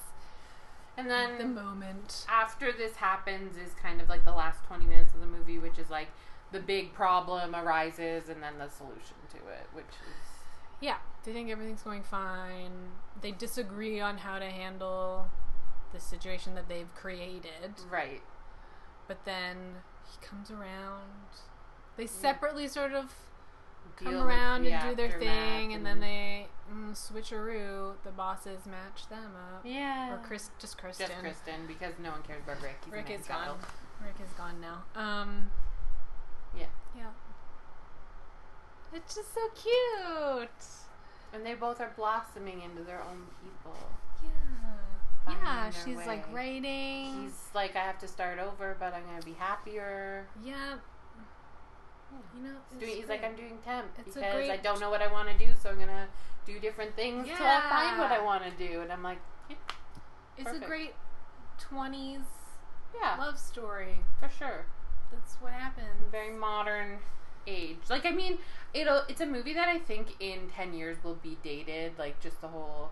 S2: and then
S1: the moment.
S2: after this happens is kind of like the last 20 minutes of the movie which is like the big problem arises and then the solution to it which is
S1: Yeah, they think everything's going fine. They disagree on how to handle the situation that they've created,
S2: right
S1: but then he comes around. They separately sort of come
S2: Mm. deal with
S1: around
S2: the
S1: and do their
S2: aftermath
S1: thing, and then they mm, switcheroo. The bosses match them up,
S2: yeah
S1: or Chris, just Kristen.
S2: just Kristen because no one cares about Rick He's a
S1: Rick
S2: man
S1: is
S2: child.
S1: gone. Rick is gone now. Um.
S2: Yeah.
S1: Yeah. It's just so cute.
S2: and they both are blossoming into their own people
S1: Yeah.
S2: Finding
S1: yeah.
S2: their
S1: She's like
S2: way.
S1: writing.
S2: he's like I have to start over but I'm gonna be happier
S1: yeah. You know.
S2: He's
S1: it's
S2: doing- he's
S1: great.
S2: like I'm doing temp
S1: It's a
S2: because I
S1: great-
S2: don't know what I want to do so I'm gonna do different things till I find what I
S1: Yeah.
S2: want to do and I'm like
S1: It's
S2: perfect.
S1: a great twenties
S2: yeah
S1: love story.
S2: For sure.
S1: That's what happens.
S2: Very modern age. Like I mean, it'll it's a movie that I think in 10 years will be dated, like just the whole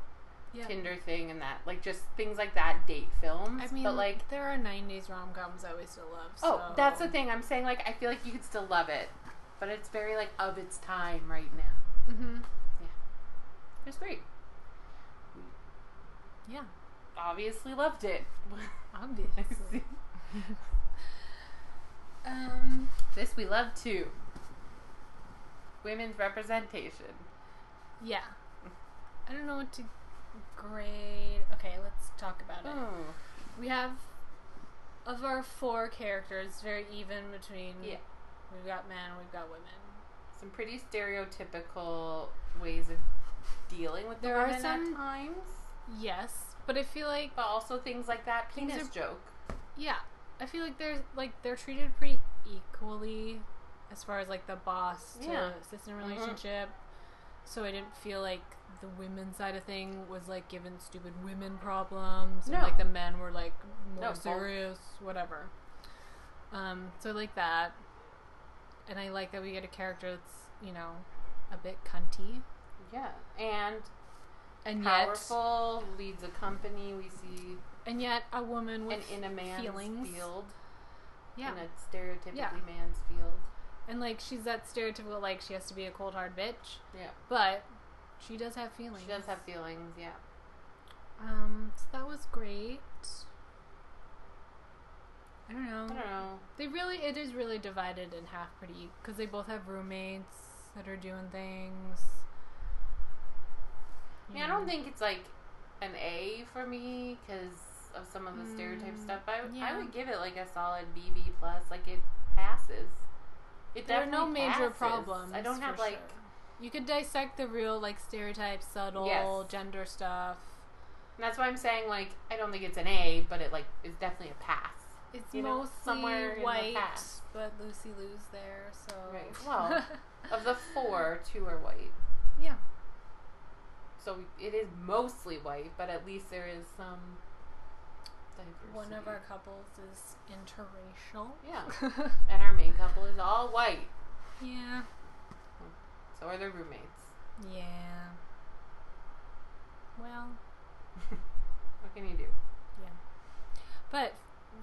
S1: Yeah.
S2: Tinder thing and that. Like just things like that date films.
S1: I mean,
S2: but like
S1: there are '90s rom coms I always still love.
S2: oh,
S1: so-
S2: that's the thing. I'm saying like I feel like you could still love it, but it's very like of its time right now.
S1: Mhm.
S2: It's great.
S1: Yeah,
S2: Obviously loved it.
S1: obviously. um.
S2: this we love too. Women's representation.
S1: Yeah. I don't know what to grade. Okay, let's talk about it.
S2: Mm.
S1: We have of our four characters, very even between.
S2: Yeah.
S1: We've got men. We've got women.
S2: Some pretty stereotypical ways of dealing with
S1: There
S2: the
S1: are
S2: women
S1: some-
S2: at times,
S1: Yes, but I feel like
S2: but also things like that
S1: Things
S2: penis
S1: are-
S2: joke.
S1: yeah, I feel like they're like they're treated pretty equally as far as like the boss to
S2: Yeah.
S1: assistant
S2: Mhm.
S1: relationship. So I didn't feel like the women side of thing was like given stupid women problems, and
S2: No.
S1: like the men were like more
S2: No, both.
S1: serious, whatever. Um, so I like that, and I like that we get a character that's you know a bit cunty
S2: Yeah, and
S1: and yet
S2: powerful leads a company. We see
S1: and yet a woman with
S2: and in a man's
S1: feelings.
S2: field,
S1: yeah
S2: in a stereotypically
S1: Yeah.
S2: man's field.
S1: And like she's that stereotypical like she has to be a cold hard bitch,
S2: Yeah,
S1: but she does have feelings.
S2: she does have feelings. Yeah,
S1: Um, so that was great. I don't know.
S2: I don't know.
S1: They really it is really divided in half pretty because they both have roommates that are doing things.
S2: I mean, I don't think it's like an A for me because of some of the stereotype
S1: Mm,
S2: stuff. But I, would- I
S1: yeah.
S2: would give it like a solid B B plus. Like it passes. It
S1: there are no
S2: definitely
S1: major
S2: passes.
S1: problems.
S2: I don't
S1: for
S2: have like
S1: sure. you could dissect the real like stereotypes, subtle
S2: Yes.
S1: gender stuff.
S2: and that's why I'm saying like I don't think it's an A, but it like is definitely a pass.
S1: It's
S2: You know,
S1: mostly
S2: somewhere in the
S1: white,
S2: past.
S1: but Lucy Lou's there, so
S2: Right. Well, Of the four, two are white.
S1: yeah,
S2: So it is mostly white, but at least there is some diversity.
S1: one of our couples is interracial.
S2: Yeah. and our main couple is all white.
S1: yeah,
S2: So are their roommates.
S1: yeah. Well,
S2: What can you do?
S1: but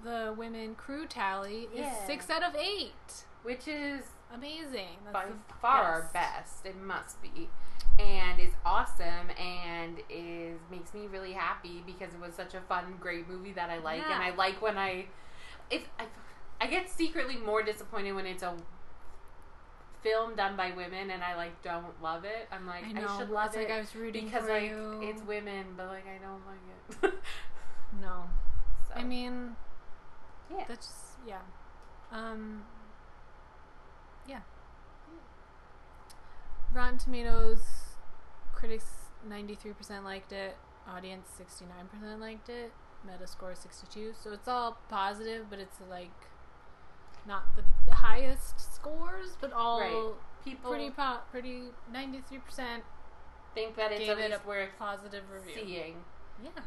S1: the women crew tally is
S2: Yeah.
S1: six out of eight.
S2: Which is
S1: Amazing. That's
S2: by
S1: the
S2: far our best. It must be, and is awesome, and is makes me really happy because it was such a fun, great movie that I like, and
S1: Yeah.
S2: I like when I, it's I, I get secretly more disappointed when it's a film done by women, and I like don't love it. I'm like
S1: I
S2: I,
S1: know.
S2: should love
S1: it's
S2: it
S1: like I was rooting
S2: because
S1: for
S2: like
S1: you.
S2: it's women, but like I don't like it.
S1: no.
S2: so,
S1: I mean,
S2: yeah,
S1: that's just, yeah. Um, yeah. Rotten Tomatoes critics 93% liked it, audience 69% liked it, Metascore 62. So it's all positive, but it's like not the, the highest scores, but all
S2: Right. people
S1: pretty po- pretty 93%
S2: think that it's
S1: gave
S2: at
S1: it
S2: least
S1: a
S2: worth
S1: positive review.
S2: seeing.
S1: Yeah.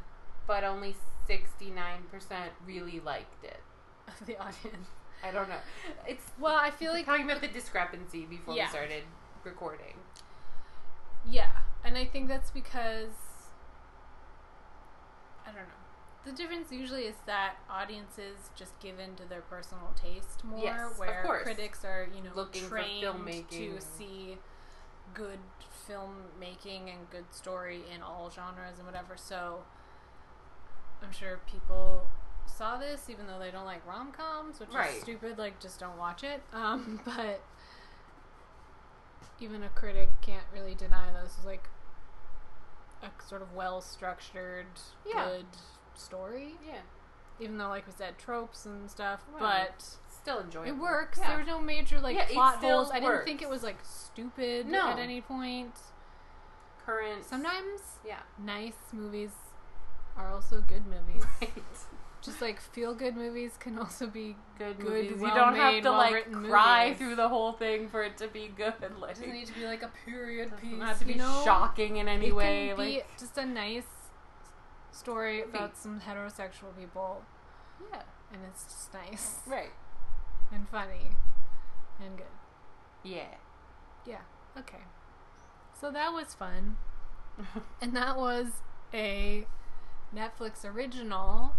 S2: but only 69% really liked it.
S1: Of the audience.
S2: I don't know. It's
S1: Well, I feel
S2: we're
S1: like
S2: talking about the discrepancy before
S1: Yeah.
S2: we started recording.
S1: Yeah, and I think that's because I don't know. The difference usually is that audiences just give in to their personal taste more,
S2: Yes, of
S1: where
S2: course.
S1: critics are you know
S2: Looking for
S1: trained to
S2: filmmaking.
S1: see good filmmaking and good story in all genres and whatever. So I'm sure people saw this, even though they don't like rom coms, which
S2: Right.
S1: is stupid. Like, just don't watch it. Um, but even a critic can't really deny that this is like a sort of well structured,
S2: Yeah.
S1: good story.
S2: Yeah.
S1: Even though, like we said, tropes and stuff,
S2: Right. Still enjoyable.
S1: but it works.
S2: Yeah.
S1: There was no major like
S2: Yeah, it
S1: plot
S2: still
S1: holes. I didn't think it was
S2: works.
S1: like stupid
S2: No.
S1: at any point.
S2: Current.
S1: Sometimes
S2: Yeah.
S1: nice movies are also good movies.
S2: Right.
S1: Just like feel good movies can also be
S2: Good,
S1: Good,
S2: movies. you don't have
S1: well-made,
S2: to like
S1: well-written
S2: cry
S1: movies.
S2: through the whole thing for it to be good. Like,
S1: It doesn't need to be like a period
S2: doesn't
S1: piece.
S2: have to be
S1: you know?
S2: shocking in any
S1: it
S2: way.
S1: can be
S2: like,
S1: just a nice story
S2: Movie.
S1: about some heterosexual people,
S2: yeah,
S1: and it's just nice
S2: right.
S1: and funny and good.
S2: Yeah.
S1: Okay, so that was fun, and that was a Netflix original.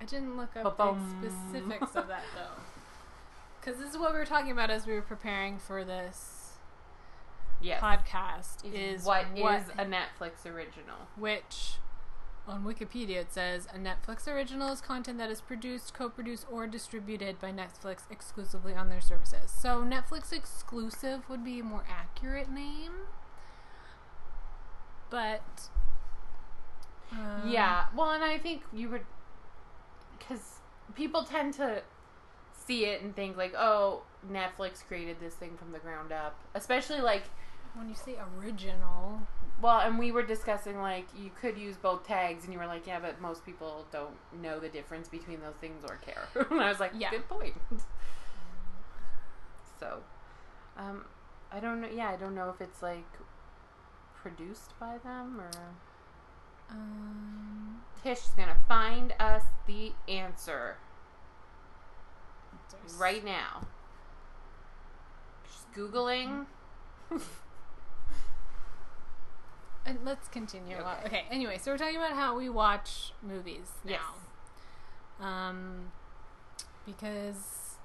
S1: I didn't look up the
S2: Ba-bum.
S1: specifics of that though, because this is what we were talking about as we were preparing for this
S2: yes.
S1: podcast.
S2: Is
S1: Is
S2: what is a Netflix original?
S1: which on Wikipedia it says a Netflix original is content that is produced, co-produced, or distributed by Netflix exclusively on their services. So Netflix exclusive would be a more accurate name, but Um,
S2: Yeah. Mm. Well, and I think you would, because people tend to see it and think like, oh, Netflix created this thing from the ground up. Especially like,
S1: When you say original,
S2: well, and we were discussing like you could use both tags, and you were like, yeah, but most people don't know the difference between those things or care. and I was like,
S1: Yeah.
S2: good point. so, um, I don't know. Yeah, I don't know if it's like produced by them or.
S1: um,
S2: Tish is gonna find us the answer.
S1: there's-
S2: right now. Just googling.
S1: And let's continue.
S2: Okay.
S1: Okay. Anyway, so we're talking about how we watch movies
S2: Yes.
S1: now. Um, because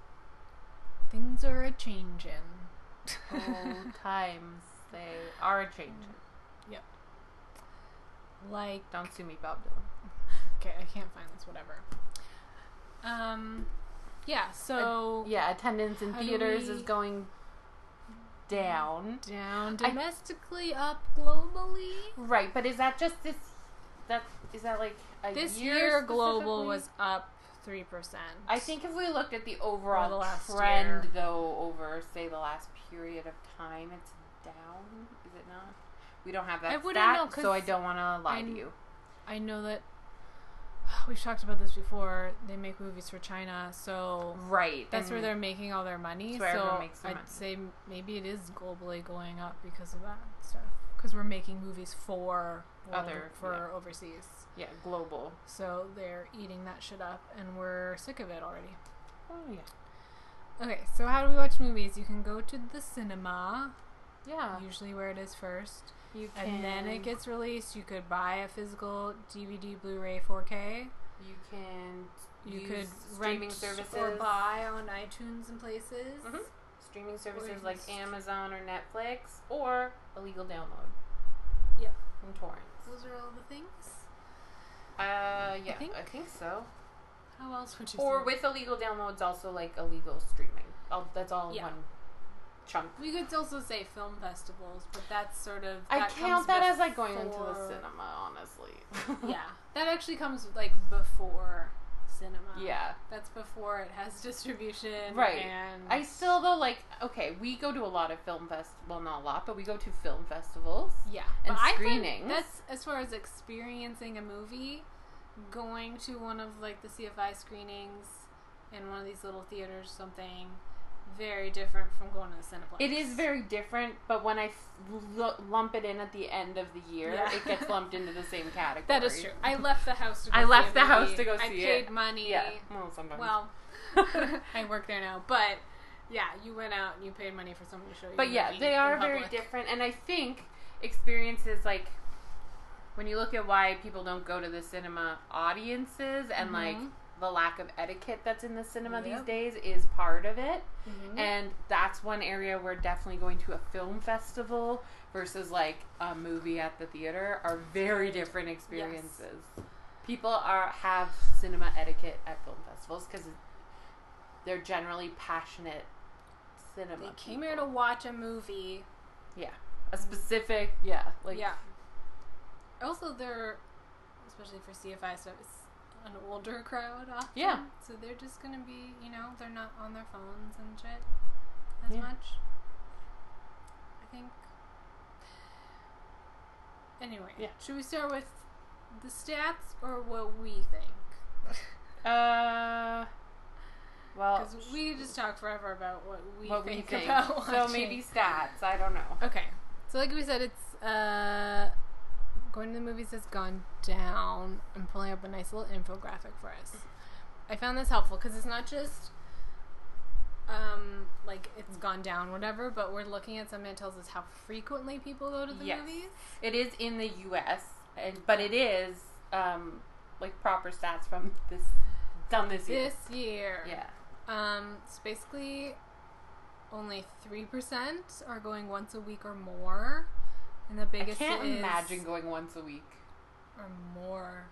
S1: things are a changing.
S2: Old times they are a change.
S1: like
S2: Don't sue me, Bob Dylan.
S1: okay, I can't find this. Whatever. Um, yeah. So
S2: Yeah, attendance in
S1: How do
S2: theaters
S1: we-
S2: is going down.
S1: down
S2: I-
S1: domestically, up globally.
S2: Right, but is that just this? That is that like a
S1: This
S2: year,
S1: year, global
S2: specifically?
S1: was up three percent.
S2: I think if we looked at the overall
S1: the last
S2: trend,
S1: year.
S2: though, over say the last period of time, it's down. Is it not? We don't have that
S1: I wouldn't
S2: stat,
S1: know, 'cause
S2: so I don't want to lie
S1: I'm-
S2: to you.
S1: I know that we've talked about this before. They make movies for China, so
S2: Right,
S1: That's where
S2: and-
S1: they're making all their money.
S2: That's where
S1: so
S2: everyone makes their
S1: I'd
S2: money.
S1: say m- maybe it is globally going up because of that stuff. Because we're making movies for world-
S2: Other-
S1: for
S2: yeah.
S1: overseas,
S2: yeah global.
S1: so they're eating that shit up, and we're sick of it already.
S2: Oh yeah.
S1: Okay, so how do we watch movies? You can go to the cinema,
S2: Yeah.
S1: usually where it is first,
S2: You
S1: and then it gets released. You could buy a physical DVD, Blu-ray, 4K.
S2: you can
S1: You
S2: use
S1: could
S2: streaming
S1: rent
S2: services
S1: or buy on iTunes and places.
S2: Mhm. streaming services
S1: you
S2: like
S1: just-
S2: Amazon or Netflix or illegal download.
S1: Yep.
S2: From torrents.
S1: Those are all the things.
S2: Uh yeah, I think,
S1: think-
S2: so.
S1: How else would you?
S2: Or
S1: say?
S2: with illegal downloads also like illegal streaming. All, that's all
S1: Yeah.
S2: one chunk.
S1: we could also say film festivals, but that's sort of
S2: I count
S1: comes
S2: that as like going into the
S1: before-
S2: cinema, honestly.
S1: Yeah, that actually comes like before cinema.
S2: Yeah.
S1: that's before it has distribution.
S2: Right.
S1: and
S2: I still though like okay, we go to a lot of film fest well not a lot, but we go to film festivals.
S1: yeah,
S2: and
S1: But I find
S2: screenings.
S1: That's as far as experiencing a movie, going to one of like the CFI screenings in one of these little theaters, or something. Very different from going to the Cineplex.
S2: It is very different, but when I f- lu- lump it in at the end of the year,
S1: Yeah.
S2: it gets lumped into the same category.
S1: That is true. I left the house to go
S2: I
S1: see
S2: left
S1: a
S2: the house
S1: movie.
S2: to go
S1: I
S2: see
S1: paid
S2: it.
S1: money.
S2: Yeah. Well, sometimes.
S1: Well, I work there now, but yeah, you went out and you paid money for someone to show you.
S2: but
S1: a
S2: yeah,
S1: movie
S2: they
S1: in
S2: are very
S1: public.
S2: different, and I think experiences like when you look at why people don't go to the cinema audiences and like
S1: Mhm.
S2: the lack of etiquette that's in the cinema
S1: Yep.
S2: these days is part of it.
S1: Mhm.
S2: And that's one area where definitely going to a film festival versus like a movie at the theater are very different experiences. People are have cinema etiquette at film festivals because they're generally passionate cinema.
S1: They came here to
S2: people.
S1: watch a movie.
S2: a specific yeah like
S1: yeah. Also, they're especially for CFI stuff. It's an older crowd often.
S2: Yeah.
S1: So they're just gonna be, you know, they're not on their phones and shit as
S2: Yeah.
S1: much. I think. Anyway,
S2: Yeah.
S1: should we start with the stats or what we think?
S2: Uh, well,
S1: Because we just talk forever about what we
S2: Oh. what
S1: think,
S2: we think.
S1: about
S2: so
S1: watching.
S2: maybe stats. I don't know.
S1: Okay. So like we said, it's uh going to the movies has gone down. I'm pulling up a nice little infographic for us. I found this helpful because it's not just um like it's gone down whatever, but we're looking at something that tells us how frequently people go to the
S2: Yes.
S1: movies.
S2: It is in the U.S., and but it is um, like proper stats from this done this year.
S1: This year.
S2: Yeah,
S1: Um it's basically only three percent are going once a week or more. And the
S2: I
S1: biggest
S2: can't
S1: is-
S2: imagine going once a week.
S1: or more.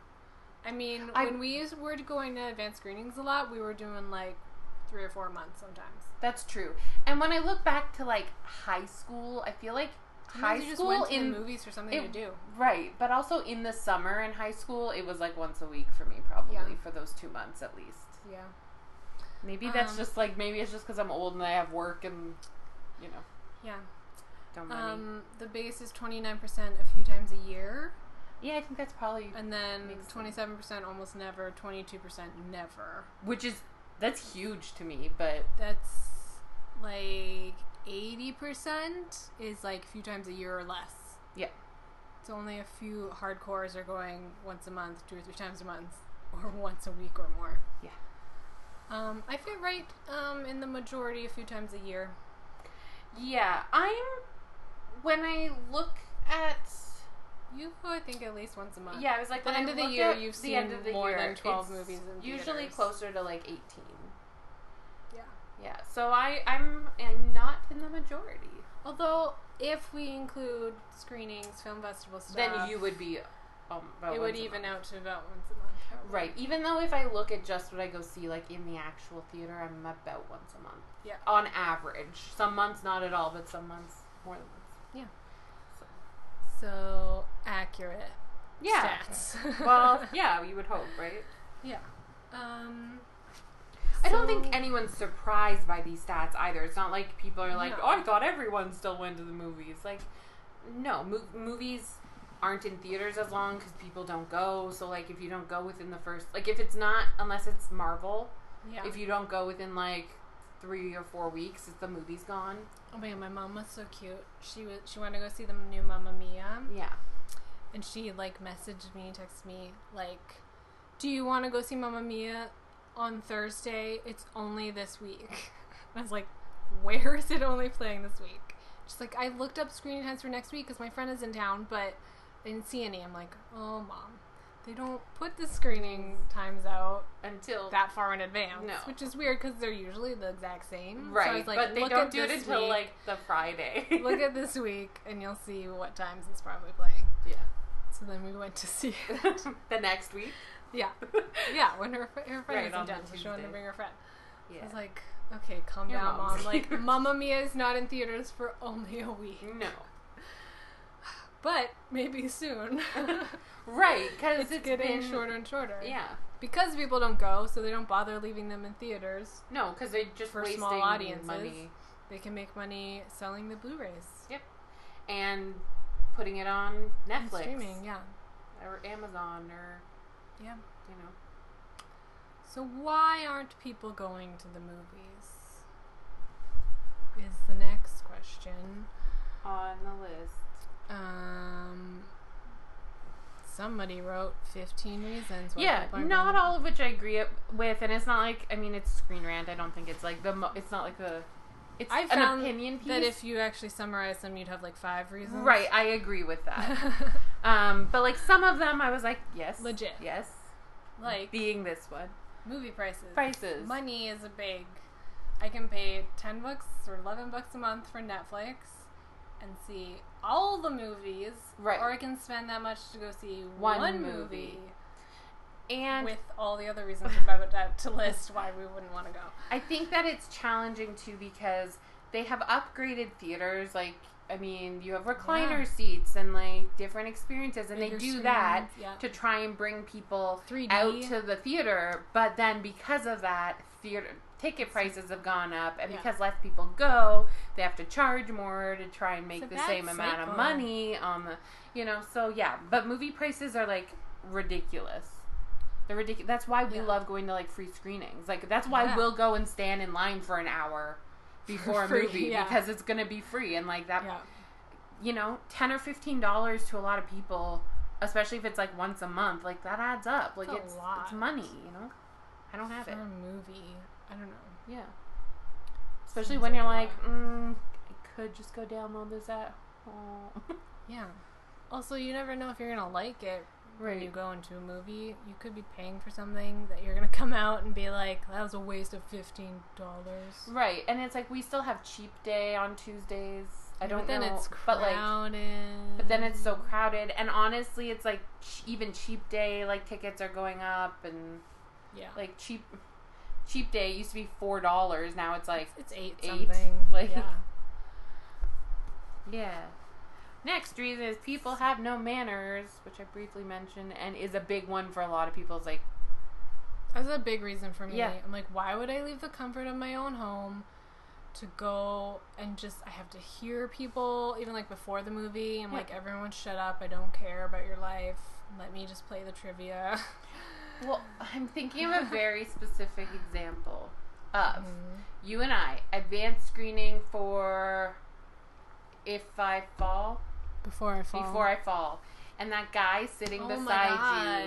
S1: I mean,
S2: I-
S1: when we used, were going to advanced screenings a lot, we were doing like three or four months sometimes.
S2: That's true. And when I look back to like high school, I feel like high
S1: Sometimes you just
S2: school
S1: went to
S2: in
S1: the movies for something
S2: it-
S1: to do.
S2: Right, but also in the summer in high school, it was like once a week for me, probably
S1: Yeah.
S2: for those two months at least.
S1: Yeah.
S2: Maybe that's
S1: Um,
S2: just like maybe it's just because I'm old and I have work and you know
S1: Yeah.
S2: don't money.
S1: Um, the base is 29% a few times a year,
S2: yeah, I think that's probably
S1: and then
S2: Makes sense.
S1: 27% almost never, 22% never.
S2: which is that's huge to me, but
S1: That's like 80% is like a few times a year or less.
S2: Yeah.
S1: So only a few hardcores are going once a month, two or three times a month, or once a week or more.
S2: Yeah.
S1: Um, I fit right um, in the majority a few times a year.
S2: yeah, I'm when I look at
S1: You go, I think, at least once a month.
S2: yeah, I was like
S1: The
S2: when I
S1: end of the
S2: look
S1: year,
S2: at
S1: you've
S2: the end
S1: seen
S2: of the
S1: more
S2: year,
S1: than 12
S2: it's
S1: movies in
S2: usually
S1: theaters.
S2: closer to like eighteen.
S1: Yeah.
S2: Yeah, so I I'm I'm not in the majority.
S1: Although, if we include screenings, film festival stuff,
S2: Then you would be. Um, about
S1: it
S2: once
S1: would
S2: a
S1: even
S2: month.
S1: out to about once a month. probably.
S2: Right. Even though if I look at just what I go see, like in the actual theater, I'm about once a month.
S1: Yeah.
S2: On average, some months not at all, but some months more than once.
S1: So accurate.
S2: Yeah.
S1: Stats.
S2: well, yeah, you would hope, right?
S1: yeah. Um,
S2: I don't
S1: so-
S2: think anyone's surprised by these stats either. It's not like people are like,
S1: No.
S2: "Oh, I thought everyone still went to the movies." Like, no, mo- movies aren't in theaters as long because people don't go. So, like, if you don't go within the first, like, if it's not unless it's Marvel,
S1: Yeah.
S2: if you don't go within like three or four weeks, it's the movie's gone.
S1: oh man, my mom was so cute. She was she wanted to go see the new Mamma Mia,
S2: Yeah.
S1: and she like messaged me, texted me like, "Do you want to go see Mamma Mia on Thursday? It's only this week." I was like, "Where is it only playing this week?" She's like, "I looked up screening times for next week because my friend is in town, but I didn't see any." I'm like, "Oh mom." They don't put the screening times out
S2: Until
S1: that far in advance,
S2: No.
S1: which is weird because they're usually the exact same. So I
S2: right,
S1: was like,
S2: but they
S1: look
S2: don't
S1: at
S2: do it
S1: this
S2: until
S1: week-
S2: like the Friday.
S1: look at this week, and you'll see what times it's probably playing.
S2: yeah.
S1: So then we went to see it.
S2: the next week.
S1: yeah, yeah. When her fr- her
S2: Right,
S1: friend
S2: on
S1: was in town,
S2: the
S1: so she wanted to
S2: Tuesday.
S1: bring her friend.
S2: Yeah.
S1: I was like, okay, calm
S2: Your
S1: down,
S2: mom's
S1: mom. Like,
S2: here.
S1: Mamma Mia is not in theaters for only a week,
S2: no.
S1: but maybe soon.
S2: Right, because
S1: It's, getting
S2: been,
S1: shorter and shorter.
S2: Yeah.
S1: Because people don't go, so they don't bother leaving them in theaters.
S2: No, because they're just
S1: For
S2: wasting
S1: small audiences.
S2: money
S1: They can make money selling the Blu-rays.
S2: and putting it on
S1: and
S2: Netflix
S1: Streaming, yeah.
S2: or Amazon or
S1: Yeah.
S2: you know.
S1: So why aren't people going to the movies? Is the next question.
S2: On the list.
S1: Um, somebody wrote 15 reasons. Why
S2: yeah,
S1: people aren't
S2: not
S1: going.
S2: all of which I agree with, and it's not like I mean it's Screen Rant. I don't think it's like the mo- it's not like the it's
S1: I
S2: an
S1: found
S2: opinion piece.
S1: That if you actually summarize them, you'd have like five reasons.
S2: right, I agree with that. Um, but like some of them, I was like, yes,
S1: Legit.
S2: yes.
S1: like
S2: Being this one,
S1: movie prices.
S2: prices,
S1: Money is a big. I can pay 10 bucks or 11 bucks a month for Netflix and see all the movies.
S2: Right.
S1: Or I can spend that much to go see
S2: One
S1: one,
S2: movie.
S1: movie.
S2: and
S1: with all the other reasons we're about to list why we wouldn't want to go.
S2: I think that it's challenging too because they have upgraded theaters. Like, I mean, you have recliner
S1: Yeah.
S2: seats and like different experiences, and they
S1: Bigger
S2: do that
S1: screens, yeah.
S2: to try and bring people
S1: 3D.
S2: out to the theater. But then because of that, theater ticket prices have gone up, and
S1: Yeah.
S2: because less people go, they have to charge more to try and make
S1: It's a
S2: the
S1: bad
S2: same amount of
S1: cycle.
S2: money on the, you know. So yeah, but movie prices are like ridiculous. They're ridiculous. That's why we
S1: Yeah.
S2: love going to like free screenings. Like that's why
S1: Yeah.
S2: we'll go and stand in line for an hour before a
S1: free,
S2: movie
S1: yeah.
S2: because it's gonna be free and like that.
S1: Yeah.
S2: You know, ten or fifteen dollars to a lot of people, especially if it's like once a month. Like that adds up. Like
S1: It's a
S2: it's it's
S1: lot.
S2: money. You know, I don't have
S1: For
S2: it.
S1: a movie. I don't know.
S2: Yeah. Especially
S1: Seems
S2: when
S1: like
S2: you're
S1: a
S2: like,
S1: lot.
S2: mm, I could just go download this at home.
S1: Yeah. Also, you never know if you're going to like it when you
S2: right.
S1: go into a movie. You could be paying for something that you're going to come out and be like, that was a waste of $15.
S2: Right. And it's like we still have cheap day on Tuesdays. I don't
S1: but then
S2: know.
S1: it's
S2: but
S1: crowded.
S2: like But then it's so crowded, and honestly, it's like ch- even cheap day like tickets are going up, and
S1: yeah.
S2: like cheap cheap day used to be four dollars. Now it's like
S1: it's eight,
S2: eight,
S1: something.
S2: like-
S1: yeah.
S2: yeah. Next reason is people have no manners, which I briefly mentioned, and is a big one for a lot of people. It's like,
S1: That's a big reason for me.
S2: Yeah.
S1: I'm like, why would I leave the comfort of my own home to go and just I have to hear people even like before the movie. I'm
S2: Yeah.
S1: like, everyone shut up. I don't care about your life. Let me just play the trivia.
S2: well, I'm thinking of a very specific example of
S1: Mm-hmm.
S2: you and I advanced screening for If I Fall,
S1: Before I fall.
S2: Before I Fall, and that guy sitting
S1: Oh my
S2: beside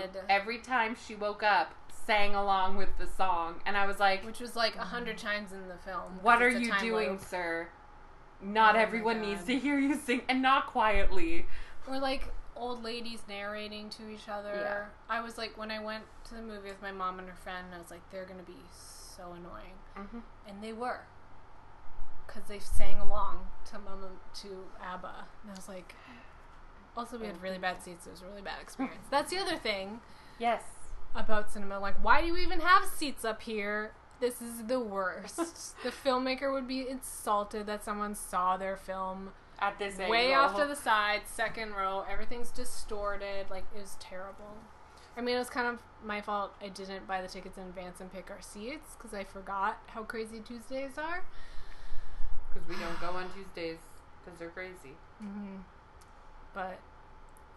S2: you
S1: God.
S2: every time she woke up sang along with the song, and I was like,
S1: which was like a hundred times in the film.
S2: What are
S1: It's a
S2: you
S1: time
S2: doing,
S1: loop.
S2: sir? Not
S1: Oh my
S2: everyone
S1: God.
S2: needs to hear you sing, and not quietly.
S1: Or like old ladies narrating to each other.
S2: Yeah.
S1: I was like, when I went to the movie with my mom and her friend, I was like, they're gonna be so annoying,
S2: Mm-hmm.
S1: and they were, because they sang along to Mama to ABBA, and I was like. Also, we had really bad seats. It was a really bad experience. That's the other thing
S2: Yes.
S1: about cinema. Like, why do we even have seats up here? This is the worst. the filmmaker would be insulted that someone saw their film
S2: At this angle.
S1: way off to the side, second row. Everything's distorted. Like it was terrible. I mean, it was kind of my fault. I didn't buy the tickets in advance and pick our seats because I forgot how crazy Tuesdays are.
S2: Because we don't go on Tuesdays because they're crazy.
S1: Mm-hmm. But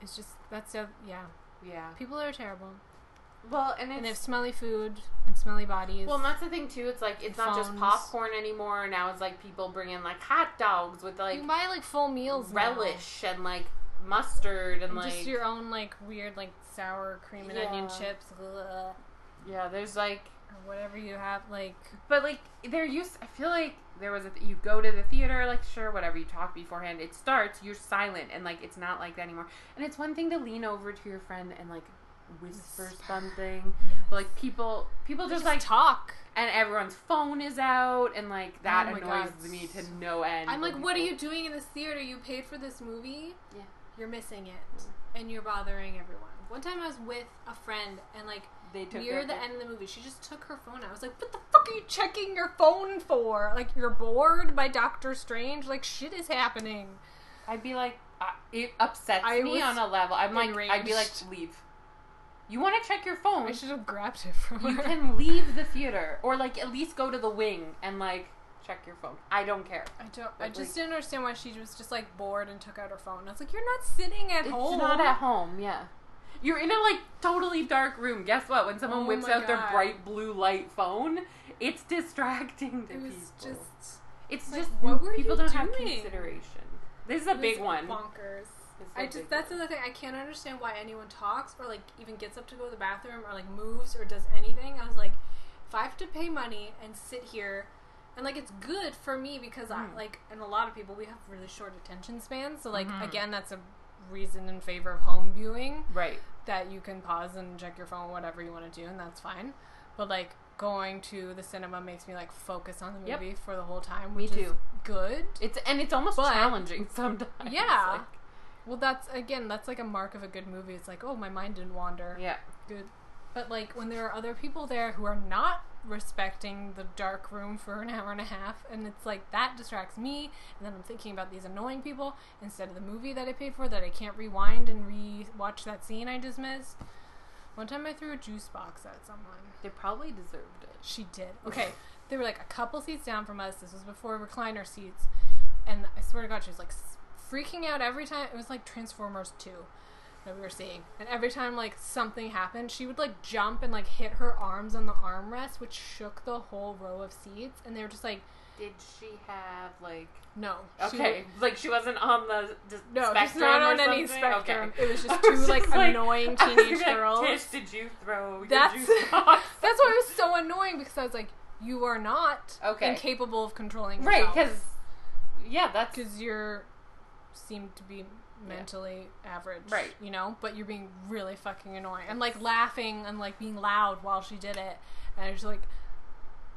S1: it's just that's so yeah.
S2: Yeah.
S1: People are terrible,
S2: Well, and
S1: and they have
S2: it's.
S1: smelly food and smelly bodies.
S2: Well, and that's the thing, too. It's like, it's not just
S1: Phones.
S2: popcorn anymore. Now it's like people bring in like hot dogs with
S1: you
S2: like
S1: can buy like full meals, now.
S2: relish and like mustard and
S1: And
S2: like.
S1: just your own like weird like sour cream and onion
S2: Yeah.
S1: chips, ugh,
S2: yeah, there's like.
S1: or whatever you have. Like
S2: But like there used, I feel like there was a th- you go to the theater, like sure, whatever you talk beforehand, it starts, you're silent, and like it's not like that anymore. And it's one thing to lean over to your friend and like whisper
S1: Whisper.
S2: something, but like people, people
S1: just
S2: just, like,
S1: talk.
S2: and everyone's phone is out, and like that
S1: Oh my
S2: annoys
S1: God.
S2: me to no end.
S1: I'm like,
S2: when
S1: what are
S2: people-
S1: you doing in this theater? You paid for this movie.
S2: Yeah. Mm.
S1: You're missing it, and you're bothering everyone. One time I was with a friend, and like
S2: They took
S1: near
S2: their-
S1: the end of the movie, she just took her phone. out. I was like, what the fuck are you checking your phone for? Like you're bored by Doctor Strange. Like shit is happening.
S2: I'd be like, I, it upsets
S1: I
S2: me
S1: was
S2: on a level. I'm like, I'd be like,
S1: enraged.
S2: leave. You want to check your phone?
S1: I should have grabbed it from her.
S2: you can leave the theater or like at least go to the wing and like check your phone i don't care
S1: I don't. I
S2: But,
S1: just
S2: like-
S1: didn't understand why she was just like bored and took out her phone. And I was like, you're not sitting at
S2: it's
S1: home.
S2: not at home yeah you're in a like totally dark room guess what when someone
S1: Oh
S2: whips
S1: my
S2: out their
S1: God.
S2: bright blue light phone it's distracting to
S1: It was
S2: people
S1: just.
S2: it's
S1: like,
S2: just
S1: what were
S2: people
S1: you
S2: don't have
S1: doing?
S2: consideration this is a
S1: It
S2: big
S1: was
S2: one
S1: Bonkers.
S2: This is a
S1: I just
S2: big
S1: that's
S2: one.
S1: another thing. I can't understand why anyone talks or like even gets up to go to the bathroom or like moves or does anything. I was like, if I have to pay money and sit here, and like it's good for me because
S2: Mm.
S1: I like and a lot of people we have really short attention spans. So like
S2: Mhm.
S1: again, that's a reason in favor of home viewing
S2: right
S1: that you can pause and check your phone, whatever you want to do, and that's fine. But like going to the cinema makes me like focus on the
S2: Yep.
S1: movie for the whole time,
S2: Me
S1: which is
S2: too.
S1: good.
S2: it's and it's almost
S1: But-
S2: challenging sometimes
S1: Yeah. Well, that's again, that's like a mark of a good movie. It's like, oh, my mind didn't wander.
S2: like, yeah
S1: Good. But like when there are other people there who are not respecting the dark room for an hour and a half, and it's like that distracts me, and then I'm thinking about these annoying people instead of the movie that I paid for that I can't rewind and re-watch that scene I just missed. One time I threw a juice box at someone.
S2: they probably deserved it
S1: She did. Okay. They were like a couple seats down from us. This was before recliner seats. And I swear to God, she was like s- freaking out every time. It was like Transformers 2 that we were seeing. And every time like something happened, she would like jump and like hit her arms on the armrest, which shook the whole row of seats. And they were just like,
S2: did she have like
S1: no. She
S2: Okay, like she wasn't on the d-
S1: No,
S2: spectrum
S1: she's not
S2: or
S1: on any
S2: something? Okay.
S1: spectrum. It was
S2: I
S1: just two
S2: was
S1: like
S2: just
S1: annoying
S2: I was
S1: teenage
S2: like,
S1: girls.
S2: Tish, did you throw your
S1: That's-
S2: juice box?
S1: That's why it was so annoying because I was like, you are not
S2: Okay.
S1: incapable of controlling yourself.
S2: right because yeah, that's
S1: because you're seem to be mentally average,
S2: Right.
S1: You know, but you're being really fucking annoying and like laughing and like being loud while she did it, and I was like,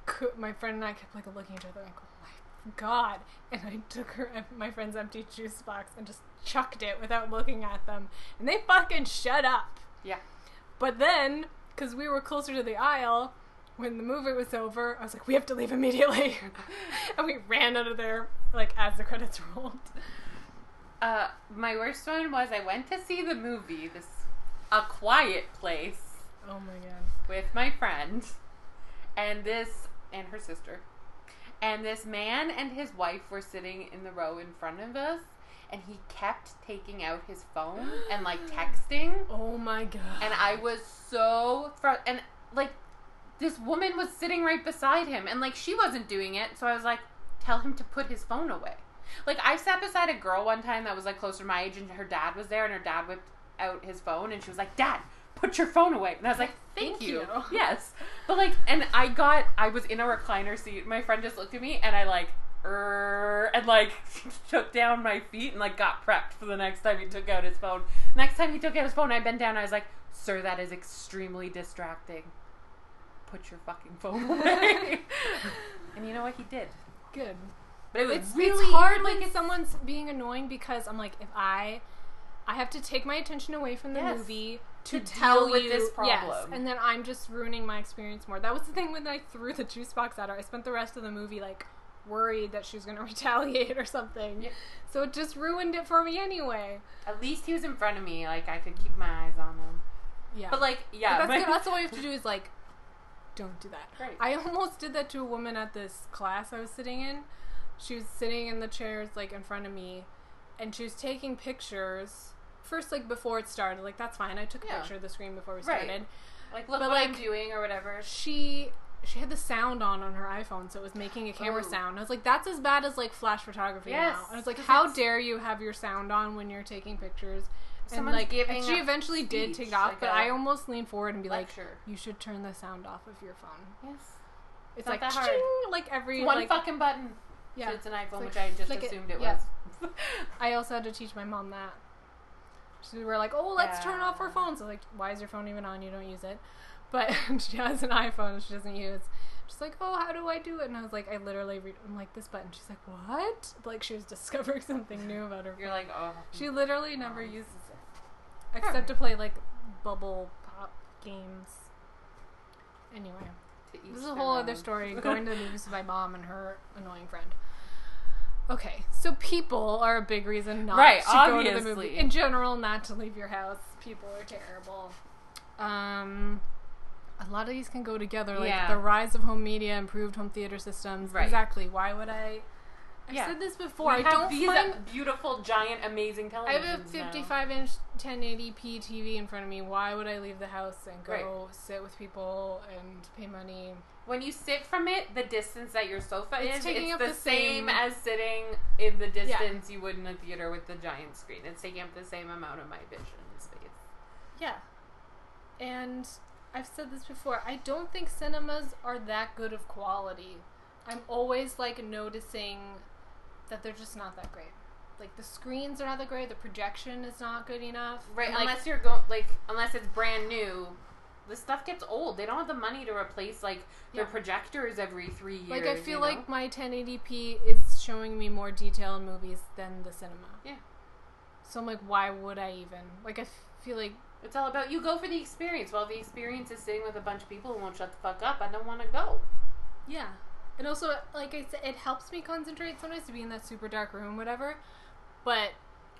S1: cou- my friend and I kept like looking at each other like, oh my god, and I took her my friend's empty juice box and just chucked it without looking at them, and they fucking shut up.
S2: yeah.
S1: But then, because we were closer to the aisle, when the movie was over, I was like, we have to leave immediately. and we ran out of there, like, as the credits rolled.
S2: Uh, my worst one was I went to see the movie this A Quiet Place
S1: Oh my god.
S2: with my friend and this and her sister. And this man and his wife were sitting in the row in front of us and he kept taking out his phone and like texting
S1: Oh my god.
S2: and I was so fr- and like this woman was sitting right beside him and like she wasn't doing it so I was like tell him to put his phone away like I sat beside a girl one time that was like closer to my age and her dad was there and her dad whipped out his phone and she was like dad put your phone away and I was like thank,
S1: Thank
S2: you.
S1: you.
S2: yes but like and I got I was in a recliner seat my friend just looked at me and I like "Er," and like took down my feet and like got prepped for the next time he took out his phone Next time he took out his phone, I bent down. I was like, "Sir, that is extremely distracting. Put your fucking phone away." and you know what he did?
S1: Good.
S2: But it was
S1: It's,
S2: really
S1: it's hard
S2: like
S1: when someone's being annoying because I'm like, if I, I have to take my attention away from the
S2: Yes.
S1: movie
S2: To
S1: to,
S2: deal
S1: tell
S2: with
S1: you
S2: this
S1: Yes,
S2: problem.
S1: and then I'm just ruining my experience more. That was the thing when I threw the juice box at her. I spent the rest of the movie like worried that she was going to retaliate or something.
S2: Yeah.
S1: So it just ruined it for me anyway.
S2: at least he was in front of me. Like I could keep my eyes on him.
S1: Yeah.
S2: But like,
S1: But
S2: yeah,
S1: that's,
S2: my-
S1: good. that's all you have to do is like, don't do that.
S2: Right.
S1: I almost did that to a woman at this class I was sitting in. She was sitting in the chairs like in front of me, and she was taking pictures. First, like before it started, like that's fine. I took a
S2: Yeah.
S1: picture of the screen before we
S2: Right.
S1: started.
S2: like look
S1: but,
S2: what I'm
S1: like-
S2: doing or whatever.
S1: She she had the sound on on her iPhone, so it was making a camera
S2: Ooh.
S1: sound. I was like, that's as bad as like flash photography
S2: Oh. Yes,
S1: now. I was like,
S2: 'cause
S1: how
S2: it's-
S1: dare you have your sound on when you're taking pictures?
S2: Someone's
S1: and like
S2: giving
S1: she
S2: a
S1: eventually did take
S2: speech,
S1: it off,
S2: like
S1: but
S2: a
S1: I almost leaned forward and be like,
S2: lecture.
S1: "You should turn the sound off of your phone."
S2: Yes,
S1: It's
S2: Not
S1: like
S2: that hard.
S1: "Ching," like every
S2: one
S1: like,
S2: fucking button.
S1: yeah.
S2: So it's an iPhone,
S1: like,
S2: which I just
S1: flick it.
S2: assumed it,
S1: Yeah.
S2: was.
S1: I also had to teach my mom that. So we were like, "Oh, let's turn off our
S2: Yeah.
S1: phones." I was like, "Why is your phone even on? You don't use it." But she has an iPhone she doesn't use. She's like, "Oh, how do I do it?" And I was like, "I literally read." I'm like, "This button." She's like, "What?" Like she was discovering something new about her.
S2: You're like, oh,
S1: She literally never
S2: Um,
S1: uses it. Except to play like bubble pop games. Anyway,
S2: to each
S1: this is a
S2: their
S1: whole other
S2: own.
S1: story going to the movies with my mom and her annoying friend. Okay, so people are a big reason not
S2: Right,
S1: to go to the
S2: obviously.
S1: movie. In general, not to leave your house. People are terrible. Um, a lot of these can go together, like
S2: Yeah.
S1: the rise of home media, improved home theater systems.
S2: Right.
S1: Exactly. Why would I? I've
S2: Yeah.
S1: said this before.
S2: We
S1: I
S2: have
S1: don't
S2: these
S1: find
S2: beautiful, giant, amazing
S1: I
S2: televisions.
S1: have a
S2: now.
S1: 55 inch 1080p TV in front of me. Why would I leave the house and go
S2: Right.
S1: sit with people and pay money?
S2: When you sit from it, the distance that your sofa
S1: It's
S2: is,
S1: taking
S2: it's
S1: up
S2: the,
S1: the
S2: same,
S1: same-
S2: as sitting in the distance you would in a theater with the giant screen. It's taking up the same amount of my vision space.
S1: Yeah. And I've said this before. I don't think cinemas are that good of quality. I'm always like noticing that they're just not that great. Like the screens are not that great. The projection is not good enough.
S2: Right,
S1: And, like,
S2: unless you're going like unless it's brand new, the stuff gets old. They don't have the money to replace like their
S1: Yeah.
S2: projectors every three years.
S1: Like I
S2: you know?
S1: feel like my 1080p is showing me more detail in movies than the cinema.
S2: Yeah.
S1: So I'm like, why would I even? Like I feel like
S2: it's all about you go for the experience. Well, the experience is sitting with a bunch of people who won't shut the fuck up. I don't want to go.
S1: yeah. And also, like I said, it helps me concentrate sometimes to be in that super dark room, whatever. But